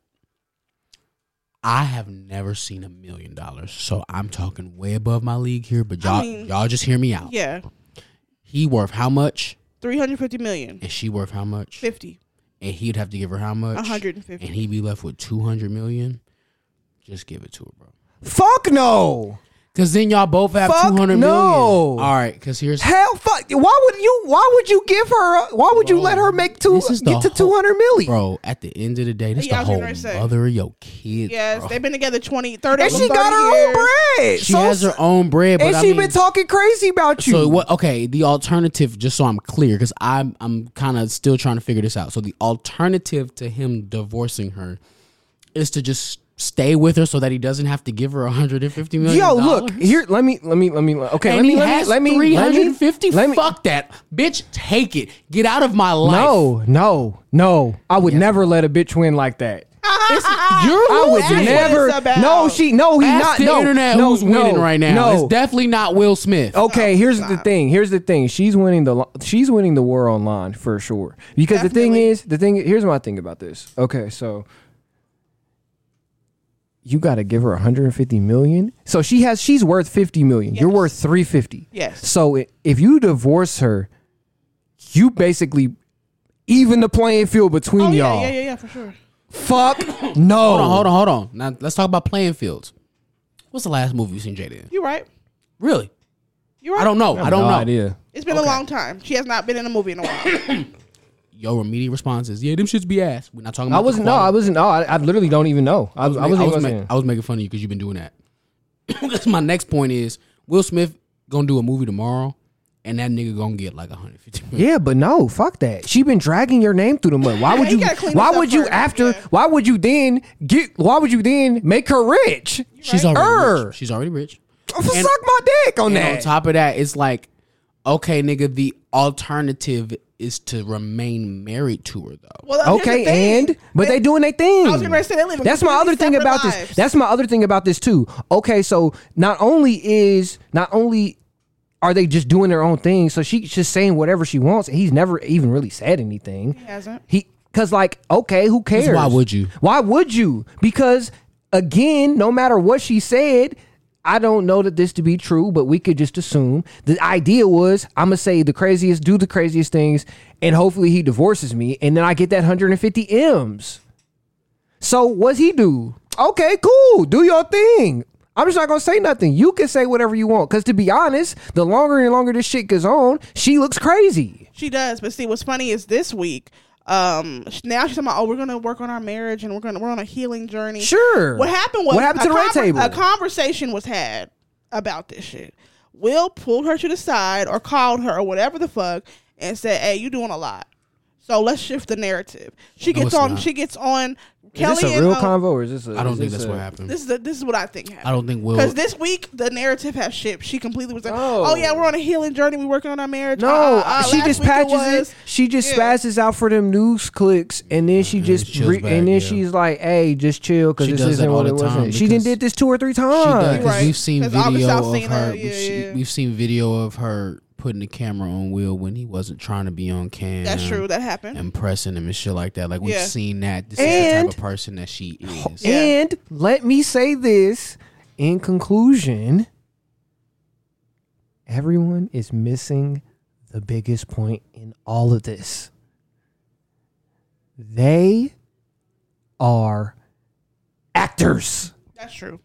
Speaker 1: I have never seen a million dollars, so I'm talking way above my league here. But y'all,
Speaker 2: mean-
Speaker 1: y'all just hear me out.
Speaker 2: Yeah,
Speaker 1: He worth how much,
Speaker 2: three hundred fifty million.
Speaker 1: and she worth how much,
Speaker 2: Fifty.
Speaker 1: and he'd have to give her how much,
Speaker 2: 150.
Speaker 1: and he'd be left with two hundred million. Just give it to her, bro.
Speaker 3: Fuck no.
Speaker 1: Cause then y'all both have
Speaker 3: Fuck
Speaker 1: two hundred million.
Speaker 3: no.
Speaker 1: All right, cause here's
Speaker 3: Hell, fuck. Why would you? Why would you give her? Why would you let her make two?
Speaker 1: this is the
Speaker 3: Get to
Speaker 1: whole-
Speaker 3: two hundred million.
Speaker 1: bro. At the end of the day, this
Speaker 2: Yeah, I
Speaker 1: the
Speaker 2: was
Speaker 1: whole
Speaker 2: gonna say.
Speaker 1: mother of your kids.
Speaker 2: Yes,
Speaker 1: bro.
Speaker 2: they've been together 20, 30
Speaker 3: and she
Speaker 2: 30
Speaker 3: got her
Speaker 2: years.
Speaker 3: own bread.
Speaker 1: she
Speaker 3: so,
Speaker 1: has her own bread, but
Speaker 3: and
Speaker 1: I
Speaker 3: she
Speaker 1: mean,
Speaker 3: been talking crazy about you.
Speaker 1: So what? Okay, the alternative. Just so I'm clear, because I'm I'm kind of still trying to figure this out. So the alternative to him divorcing her is to just stay with her, so that he doesn't have to give her 150 million.
Speaker 3: Yo, look here. Let me. Let me. Let me. Okay.
Speaker 1: And
Speaker 3: let me.
Speaker 1: he
Speaker 3: let me-
Speaker 1: has
Speaker 3: let me. let me-
Speaker 1: 350.
Speaker 3: Let me.
Speaker 1: Fuck that, bitch. Take it. Get out of my life.
Speaker 3: No. No. No. I would never let a bitch win like that.
Speaker 1: It's- you're
Speaker 3: I would
Speaker 1: losing.
Speaker 2: asked
Speaker 3: never.
Speaker 2: us about-
Speaker 3: No, she. No, he's
Speaker 1: Ask
Speaker 3: not.
Speaker 1: the
Speaker 3: no,
Speaker 1: internet
Speaker 3: no,
Speaker 1: who's
Speaker 3: no,
Speaker 1: winning right now.
Speaker 3: No, Oh.
Speaker 1: It's definitely not Will Smith.
Speaker 3: Okay, here's the thing. Here's the thing. She's winning the lo- she's winning the war online for sure. Because the
Speaker 2: Definitely.
Speaker 3: thing is, the thing here's my thing about this. Okay, so you got to give her 150 million. So she has she's worth 50 million. You're worth 350.
Speaker 2: Yes.
Speaker 3: So i- if you divorce her, you basically even the playing field between
Speaker 2: Oh, yeah,
Speaker 3: y'all.
Speaker 2: yeah, yeah, yeah, for sure.
Speaker 3: Fuck no.
Speaker 1: Hold on, hold on, hold on. Now let's talk about playing fields. What's the last movie you seen Jada in?
Speaker 2: You're right.
Speaker 1: Really?
Speaker 2: You're right.
Speaker 1: I don't know. I don't
Speaker 3: no
Speaker 1: know.
Speaker 3: idea.
Speaker 2: It's been a long time. She has not been in a movie in a while.
Speaker 1: Yo, immediate response is, yeah, them shits be ass. We're not talking about
Speaker 3: I
Speaker 1: the
Speaker 3: wasn't. No, I
Speaker 1: quality.
Speaker 3: wasn't. No, I, I literally don't even know. I, was. I
Speaker 1: I
Speaker 3: wasn't.
Speaker 1: was, ma-
Speaker 3: I
Speaker 1: I, was
Speaker 3: listening.
Speaker 1: making fun of you because you've been doing that. 'Cause my next point is Will Smith gonna do a movie tomorrow, and that nigga gonna get like 150 million.
Speaker 3: Yeah, but no, fuck that. She been dragging your name through the mud. Why would
Speaker 2: you
Speaker 3: you?
Speaker 2: gotta clean
Speaker 3: Why
Speaker 2: this up
Speaker 3: would you
Speaker 2: first,
Speaker 3: after?
Speaker 2: yeah.
Speaker 3: Why would you then get? Why would you then make her rich?
Speaker 1: She's
Speaker 3: Right.
Speaker 1: already
Speaker 3: Er.
Speaker 1: rich. she's already rich. And-
Speaker 3: Suck my dick on
Speaker 1: And on
Speaker 3: that.
Speaker 1: top of that, it's like, okay, nigga, the alternative is to remain married to her though.
Speaker 2: Well, here's the
Speaker 3: Okay,
Speaker 2: thing.
Speaker 3: and but they doing their thing.
Speaker 2: I was gonna say they live in
Speaker 3: That's my
Speaker 2: completely
Speaker 3: other thing
Speaker 2: separate
Speaker 3: about
Speaker 2: lives.
Speaker 3: this. That's my other thing about this too. Okay, so not only is not only are they just doing their own thing, so she's just saying whatever she wants, and he's never even really said anything. He
Speaker 2: hasn't.
Speaker 3: He because like okay, who cares?
Speaker 1: why would you?
Speaker 3: Why would you? Because again, no matter what she said. I don't know that this to be true, but we could just assume the idea was I'm gonna say the craziest, do the craziest things, and hopefully he divorces me, and then I get that 150 m's. So what's he do? Okay, cool. Do your thing. I'm just not gonna say nothing. You can say whatever you want. Cause to be honest, the longer and longer this shit goes on, she looks crazy.
Speaker 2: She does, but see, what's funny is this week. Um, sh- now she's talking about, oh, we're gonna work on our marriage and we're gonna we're on a healing journey.
Speaker 3: Sure.
Speaker 2: What happened was
Speaker 3: What happened to
Speaker 2: a
Speaker 3: the red table?
Speaker 2: A conversation was had about this shit. Will pulled her to the side or called her or whatever the fuck and said, "Hey, you doing a lot." So let's shift the narrative. She
Speaker 1: No,
Speaker 2: gets
Speaker 1: it's
Speaker 2: on.
Speaker 1: not.
Speaker 2: She gets on.
Speaker 3: Is
Speaker 2: Kelly
Speaker 3: this a
Speaker 2: and
Speaker 3: real
Speaker 2: uh,
Speaker 3: convo or is this a
Speaker 1: I don't
Speaker 3: is
Speaker 1: think
Speaker 3: this
Speaker 1: that's
Speaker 3: a-
Speaker 1: what happened.
Speaker 2: This is the, this is what I think happened.
Speaker 1: I don't think Will.
Speaker 2: Because this week the narrative has shipped. She completely was like,
Speaker 3: Oh.
Speaker 2: "Oh, yeah, we're on a healing journey. We're working on our marriage."
Speaker 3: No,
Speaker 2: Uh, uh, uh,
Speaker 3: she
Speaker 2: last
Speaker 3: just
Speaker 2: week
Speaker 3: patches it,
Speaker 2: was-
Speaker 3: She just
Speaker 2: Yeah.
Speaker 3: spazzes out for them news clicks, and then she just
Speaker 1: chills
Speaker 3: re-
Speaker 1: back,
Speaker 3: and then
Speaker 1: yeah.
Speaker 3: she's like, "Hey, just chill because
Speaker 1: She
Speaker 3: this
Speaker 1: does that
Speaker 3: isn't
Speaker 1: all
Speaker 3: what
Speaker 1: the
Speaker 3: it
Speaker 1: time
Speaker 3: was. She didn't
Speaker 1: because
Speaker 3: did this two or three
Speaker 1: She does
Speaker 3: times.
Speaker 1: because
Speaker 2: Right.
Speaker 1: we've seen
Speaker 2: 'Cause August
Speaker 1: video
Speaker 2: I've
Speaker 1: of
Speaker 2: seen
Speaker 1: her.
Speaker 2: her, yeah,
Speaker 1: we've, she-
Speaker 2: yeah.
Speaker 1: we've seen video of her putting the camera on Will when he wasn't trying to be on cam.
Speaker 2: That's true. That happened.
Speaker 1: And pressing him and shit like that. Like we've
Speaker 2: Yeah.
Speaker 1: seen that. This
Speaker 3: And-
Speaker 1: is the type of person that she is.
Speaker 2: Yeah.
Speaker 3: And let me say this in conclusion. everyone is missing the biggest point in all of this. They are actors.
Speaker 2: That's true.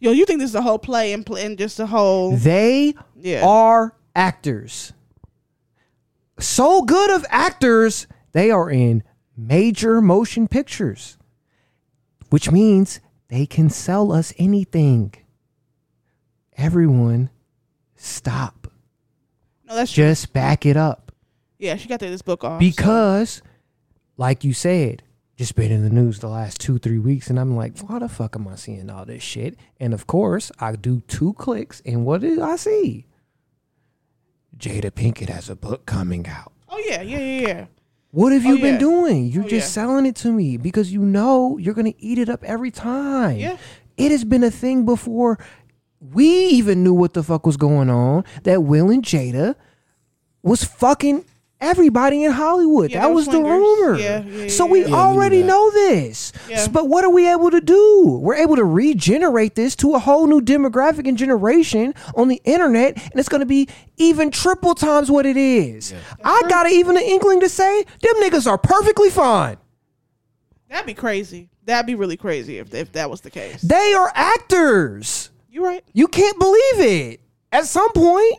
Speaker 2: Yo, you think this is a whole play and, pl- and just a whole
Speaker 3: They
Speaker 2: yeah.
Speaker 3: are actors. So good of actors, they are in major motion pictures, which means they can sell us anything. Everyone, stop.
Speaker 2: no, that's true.
Speaker 3: Just back it up.
Speaker 2: Yeah, she got to this book off.
Speaker 3: Because, like you said, just been in the news the last two, three weeks, and I'm like, why the fuck am I seeing all this shit? And of course, I do two clicks, and what did I see? Jada Pinkett has a book coming out.
Speaker 2: oh yeah, yeah, yeah, yeah.
Speaker 3: What have
Speaker 2: Oh,
Speaker 3: you been
Speaker 2: yeah.
Speaker 3: doing? You're
Speaker 2: Oh,
Speaker 3: just
Speaker 2: yeah.
Speaker 3: selling it to me because you know you're going to eat it up every time.
Speaker 2: Yeah.
Speaker 3: It has been a thing before we even knew what the fuck was going on that Will and Jada was fucking everybody in Hollywood.
Speaker 2: Yeah,
Speaker 3: that
Speaker 2: they were
Speaker 3: was the
Speaker 2: swingers.
Speaker 3: rumor.
Speaker 2: Yeah, yeah,
Speaker 3: so
Speaker 2: yeah,
Speaker 3: we
Speaker 2: yeah. Yeah, we
Speaker 1: knew
Speaker 3: already
Speaker 1: that.
Speaker 3: know this.
Speaker 2: Yeah.
Speaker 3: S- But what are we able to do? We're able to regenerate this to a whole new demographic and generation on the internet, and it's going to be even triple times what it is. I got to even an inkling to say them niggas are perfectly fine.
Speaker 2: That'd be crazy. That'd be really crazy if if that was the case.
Speaker 3: They are actors.
Speaker 2: you right.
Speaker 3: You can't believe it. At some point,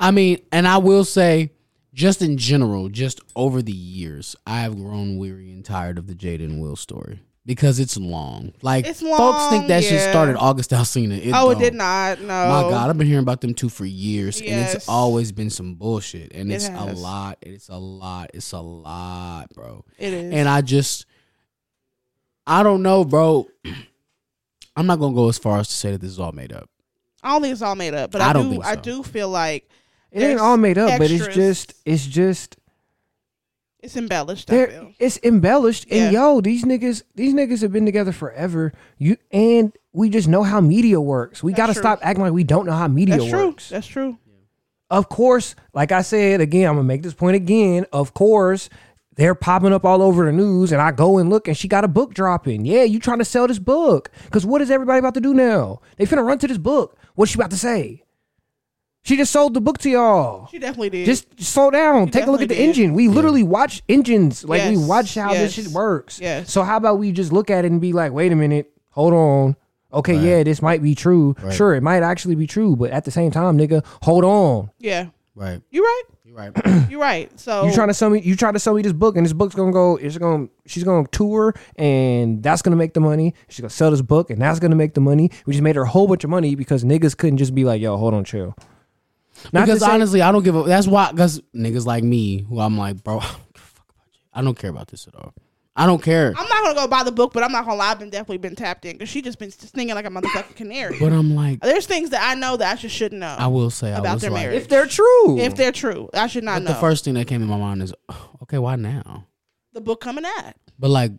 Speaker 1: I mean, and I will say, just in general, just over the years, I have grown weary and tired of the Jada and Will story because it's long. Like
Speaker 2: It's
Speaker 1: folks think
Speaker 2: long,
Speaker 1: that shit
Speaker 2: yeah.
Speaker 1: started August Alsina.
Speaker 2: Oh, it
Speaker 1: don't.
Speaker 2: did not. No.
Speaker 1: My God, I've been hearing about them two for years, and
Speaker 2: Yes.
Speaker 1: it's always been some bullshit. And
Speaker 2: It
Speaker 1: it's a
Speaker 2: has.
Speaker 1: lot. It's a lot. It's a lot, bro.
Speaker 2: It is.
Speaker 1: And I just, I don't know, bro. I'm not gonna go as far as to say that this is all made up.
Speaker 2: I don't think it's all made up, but I,
Speaker 1: I don't
Speaker 2: do.
Speaker 1: think
Speaker 2: I
Speaker 1: so.
Speaker 2: do feel like
Speaker 3: it ain't
Speaker 2: there's
Speaker 3: all made up, but it's
Speaker 2: extras.
Speaker 3: just, it's just,
Speaker 2: it's embellished. I
Speaker 3: They're,
Speaker 2: feel.
Speaker 3: it's embellished
Speaker 2: Yeah.
Speaker 3: and yo these niggas these niggas have been together forever you and we just know how media works we
Speaker 2: That's
Speaker 3: got to
Speaker 2: true.
Speaker 3: stop acting like we don't know how media
Speaker 2: That's true.
Speaker 3: works
Speaker 2: That's true.
Speaker 3: of course like i said again i'm gonna make this point again of course they're popping up all over the news and i go and look and she got a book dropping yeah you trying to sell this book because what is everybody about to do now they finna run to this book what's she about to say she just sold the book to y'all
Speaker 2: She definitely did.
Speaker 3: just just slow down. Take a look at the
Speaker 2: definitely did.
Speaker 3: engine. We literally watch engines. Like we
Speaker 2: Yes,
Speaker 3: watch how
Speaker 2: yes,
Speaker 3: this shit works.
Speaker 2: yes.
Speaker 3: So how about we just look at it and be like, wait a minute, hold on. Okay, yeah, this might be true. Sure, it might actually be true, but at the same time, nigga, hold on.
Speaker 2: yeah.
Speaker 1: Right.
Speaker 2: You right.
Speaker 1: You're right.
Speaker 2: You right. So
Speaker 3: You trying to sell me? You trying to sell me this book, and this book's gonna go. It's gonna. She's gonna tour, and that's gonna make the money. She's gonna sell this book, and that's gonna make the money. We just made her a whole bunch of money because niggas couldn't just be like, yo, hold on, chill. Not to
Speaker 1: because
Speaker 3: say-
Speaker 1: honestly, I don't give a. That's why, because niggas like me, who I'm like, bro, I don't, give a fuck about you. I don't care about this at all. I don't care.
Speaker 2: I'm not gonna go buy the book, but I'm not gonna lie. I've been definitely been tapped in because she just been singing like a motherfucking canary.
Speaker 1: but I'm like,
Speaker 2: There's things that I know that I just shouldn't know
Speaker 1: I will say, I
Speaker 2: About
Speaker 1: was
Speaker 2: their
Speaker 1: like,
Speaker 2: marriage.
Speaker 3: if they're true,
Speaker 2: if they're true. I should not
Speaker 1: but
Speaker 2: know
Speaker 1: the first thing that came in my mind is, okay, why now?
Speaker 2: the book coming out.
Speaker 1: But like,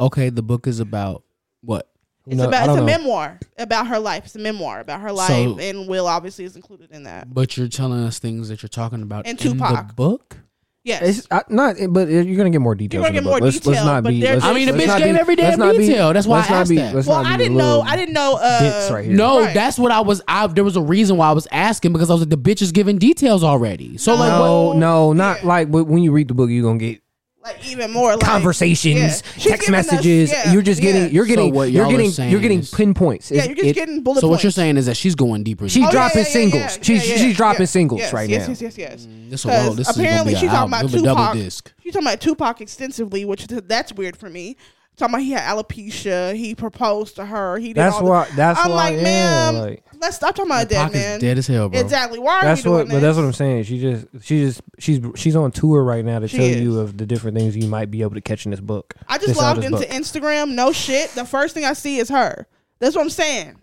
Speaker 1: okay, the book is about what?
Speaker 2: It's
Speaker 3: No, I
Speaker 2: about
Speaker 3: don't
Speaker 2: it's a
Speaker 3: know.
Speaker 2: memoir about her life. It's a memoir about her life,
Speaker 1: So-
Speaker 2: and Will obviously is included in that.
Speaker 1: But you're telling us things that you're talking about
Speaker 2: And
Speaker 1: in the
Speaker 2: Tupac.
Speaker 1: book.
Speaker 2: Yes,
Speaker 3: It's I, not, but uh, you're gonna get more details. in
Speaker 2: gonna
Speaker 3: the
Speaker 2: get
Speaker 3: book.
Speaker 2: more
Speaker 3: let's, let's
Speaker 2: detail,
Speaker 3: not
Speaker 2: but
Speaker 3: be.
Speaker 2: they're
Speaker 3: Let's,
Speaker 2: just- I mean, the
Speaker 3: let's
Speaker 2: bitch
Speaker 3: not
Speaker 1: gave
Speaker 3: be,
Speaker 1: every damn
Speaker 3: let's not be-
Speaker 1: detail. That's why
Speaker 3: let's
Speaker 1: I
Speaker 3: not
Speaker 1: asked
Speaker 3: be,
Speaker 1: that.
Speaker 3: Let's
Speaker 2: well,
Speaker 3: not be
Speaker 2: I didn't
Speaker 3: little
Speaker 2: know. I didn't know. Uh,
Speaker 3: dicks right here.
Speaker 1: No,
Speaker 2: Right.
Speaker 1: that's what I was. I there was a reason why I was asking because I was like, the bitch is giving details already. So like, what?
Speaker 3: no, no, not
Speaker 2: Yeah.
Speaker 3: like but when you read the book, you're gonna get
Speaker 2: like even more like,
Speaker 3: conversations,
Speaker 2: yeah. She's
Speaker 3: text
Speaker 2: giving us-
Speaker 3: messages.
Speaker 2: yeah,
Speaker 3: you're just
Speaker 2: yeah.
Speaker 3: getting, you're
Speaker 1: So
Speaker 3: getting,
Speaker 1: what
Speaker 3: you're
Speaker 1: y'all are
Speaker 3: getting,
Speaker 1: saying
Speaker 3: you're getting
Speaker 1: is-
Speaker 3: pinpoints.
Speaker 2: Yeah,
Speaker 3: It-
Speaker 2: you're just
Speaker 3: it-
Speaker 2: getting bullet
Speaker 1: So what
Speaker 2: points.
Speaker 1: you're saying is that she's going deeper.
Speaker 3: She's
Speaker 2: Oh, yeah,
Speaker 3: dropping
Speaker 2: yeah, yeah,
Speaker 3: singles.
Speaker 2: yeah,
Speaker 3: she's
Speaker 2: yeah,
Speaker 3: she's
Speaker 2: yeah,
Speaker 3: dropping
Speaker 2: yeah.
Speaker 3: singles
Speaker 2: Yes,
Speaker 3: right
Speaker 2: yes,
Speaker 3: now.
Speaker 2: Yes, yes, yes,
Speaker 1: Mm, this a whole. This
Speaker 2: 'Cause
Speaker 1: is gonna
Speaker 2: apparently
Speaker 1: be a
Speaker 2: she's talking
Speaker 1: album.
Speaker 2: about
Speaker 1: It'll be double
Speaker 2: Tupac.
Speaker 1: disc.
Speaker 2: She's talking about Tupac extensively, which th- that's weird for me. Talking about he had alopecia, he proposed to her. He did
Speaker 3: That's
Speaker 2: all the-
Speaker 3: why- that's
Speaker 2: I'm
Speaker 3: why,
Speaker 2: like,
Speaker 3: yeah,
Speaker 2: ma'am,
Speaker 3: like-
Speaker 2: let's stop talking about a dead
Speaker 1: Pac is
Speaker 2: man.
Speaker 1: dead as hell, bro.
Speaker 2: Exactly. Why are
Speaker 3: That's
Speaker 2: you doing
Speaker 3: what, but that's what I'm saying. She just, she just, she's, she's on tour right now to
Speaker 2: She
Speaker 3: tell
Speaker 2: is.
Speaker 3: you of the different things you might be able to catch in this book.
Speaker 2: I
Speaker 3: This
Speaker 2: just
Speaker 3: out
Speaker 2: logged
Speaker 3: this
Speaker 2: into
Speaker 3: book.
Speaker 2: Instagram. No shit. The first thing I see is her. That's what I'm saying.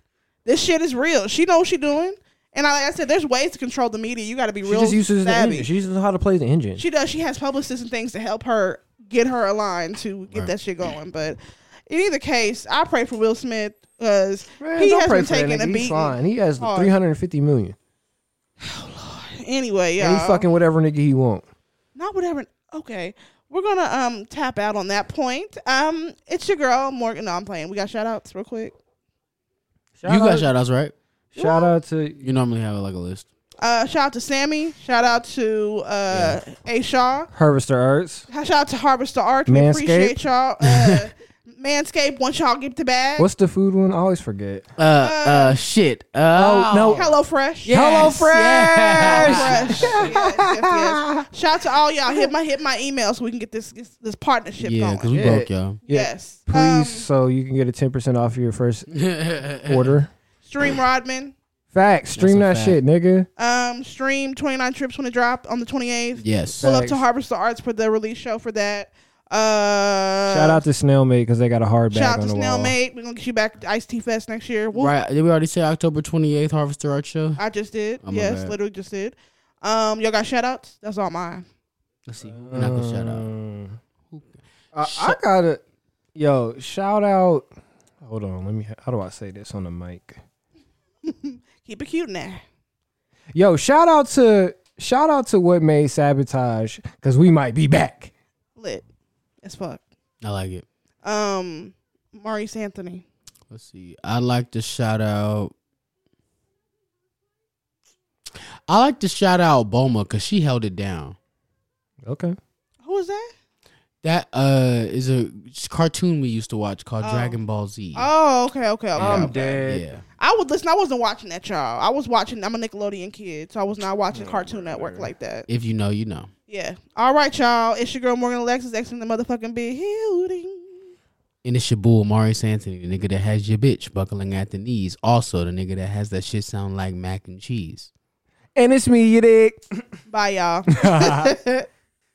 Speaker 2: This shit is real. She knows what she doing. And I, like I said, there's ways to control the media. You got to be
Speaker 3: She
Speaker 2: real
Speaker 3: just uses the
Speaker 2: savvy.
Speaker 3: engine. She uses how to play the engine.
Speaker 2: She does. She has publicists and things to help her get her aligned to get that shit going. But in either case, I pray for Will Smith because
Speaker 3: Man,
Speaker 2: he
Speaker 3: don't
Speaker 2: has
Speaker 3: pray
Speaker 2: been
Speaker 3: for that
Speaker 2: taking
Speaker 3: nigga.
Speaker 2: a
Speaker 3: He's fine.
Speaker 2: beating. Oh.
Speaker 3: He has
Speaker 2: hard.
Speaker 3: 350 million.
Speaker 2: Anyway,
Speaker 3: And he
Speaker 2: yeah,
Speaker 3: fucking whatever nigga he want.
Speaker 2: not whatever. Okay, we're gonna um tap out on that point. Um, it's your girl Morgan. No, I'm playing. We got shout outs real quick.
Speaker 1: You got shout outs, right?
Speaker 3: Shout out to
Speaker 1: You normally have like a list.
Speaker 2: Uh, shout out to Sammy. Shout out to uh, A Shaw.
Speaker 3: Harvester Arts.
Speaker 2: Shout out to Harvester Arch. We
Speaker 3: Manscaped.
Speaker 2: appreciate y'all. Uh, Manscaped. Once y'all get the bag.
Speaker 3: What's the food one? I always forget.
Speaker 1: Uh, uh, shit. Uh, oh
Speaker 3: no.
Speaker 2: Hello Fresh.
Speaker 1: Yes,
Speaker 3: HelloFresh.
Speaker 1: yes.
Speaker 2: Fresh. yes, yes, yes. Shout out to all y'all. Hit my hit my email so we can get this this, this partnership
Speaker 1: Yeah, because
Speaker 2: going.
Speaker 1: we
Speaker 3: Yeah.
Speaker 1: broke y'all.
Speaker 2: Yes. Um,
Speaker 3: Please, so you can get a ten percent off your first order.
Speaker 2: Stream Rodman.
Speaker 3: Facts. Stream
Speaker 1: That's
Speaker 3: that
Speaker 1: a fact.
Speaker 3: shit, nigga.
Speaker 2: Um, stream 29 trips when it drop on the 28th.
Speaker 1: yes.
Speaker 2: Pull up
Speaker 3: Thanks.
Speaker 2: to Harvester Arts for the release show for that. Uh,
Speaker 3: Shout out to Snail Mate because they got a hard
Speaker 2: shout
Speaker 3: bag
Speaker 2: out
Speaker 3: on
Speaker 2: to
Speaker 3: the
Speaker 2: Snail
Speaker 3: wall.
Speaker 2: Mate. We're gonna get you back to Ice Tea Fest next year. Woo.
Speaker 1: Right. Did we already say October 28th, Harvester Art Show?
Speaker 2: I just did.
Speaker 1: Oh, my
Speaker 2: yes,
Speaker 1: bad.
Speaker 2: literally just did. Um, y'all got shout outs? That's all mine.
Speaker 1: Let's see. We're not going to shout out.
Speaker 3: Um, I, I gotta, yo, shout out. Hold on, let me. How do I say this on the mic?
Speaker 2: Keep it cute now.
Speaker 3: Yo, shout out to shout out to what made sabotage because we might be back.
Speaker 2: Lit as fuck.
Speaker 1: I like it.
Speaker 2: Um, Maurice Anthony.
Speaker 1: Let's see. I like to shout out. I like to shout out Boma because she held it down.
Speaker 3: Okay.
Speaker 2: Who is that?
Speaker 1: That uh is a cartoon we used to watch called
Speaker 2: Oh.
Speaker 1: Dragon Ball Z.
Speaker 2: Oh, okay, okay, okay.
Speaker 1: I'm
Speaker 2: okay.
Speaker 1: Yeah.
Speaker 2: I would listen. I wasn't watching that, y'all. I was watching. I'm a Nickelodeon kid, so I was not watching Cartoon Network like that.
Speaker 1: If you know, you know.
Speaker 2: Yeah. All right, y'all. It's your girl Morgan Alexis X in the motherfucking building.
Speaker 1: And it's your bull, Maurice Anthony, the nigga that has your bitch buckling at the knees. Also, the nigga that has that shit sound like mac and cheese.
Speaker 3: And it's me, you dick.
Speaker 2: Bye, y'all.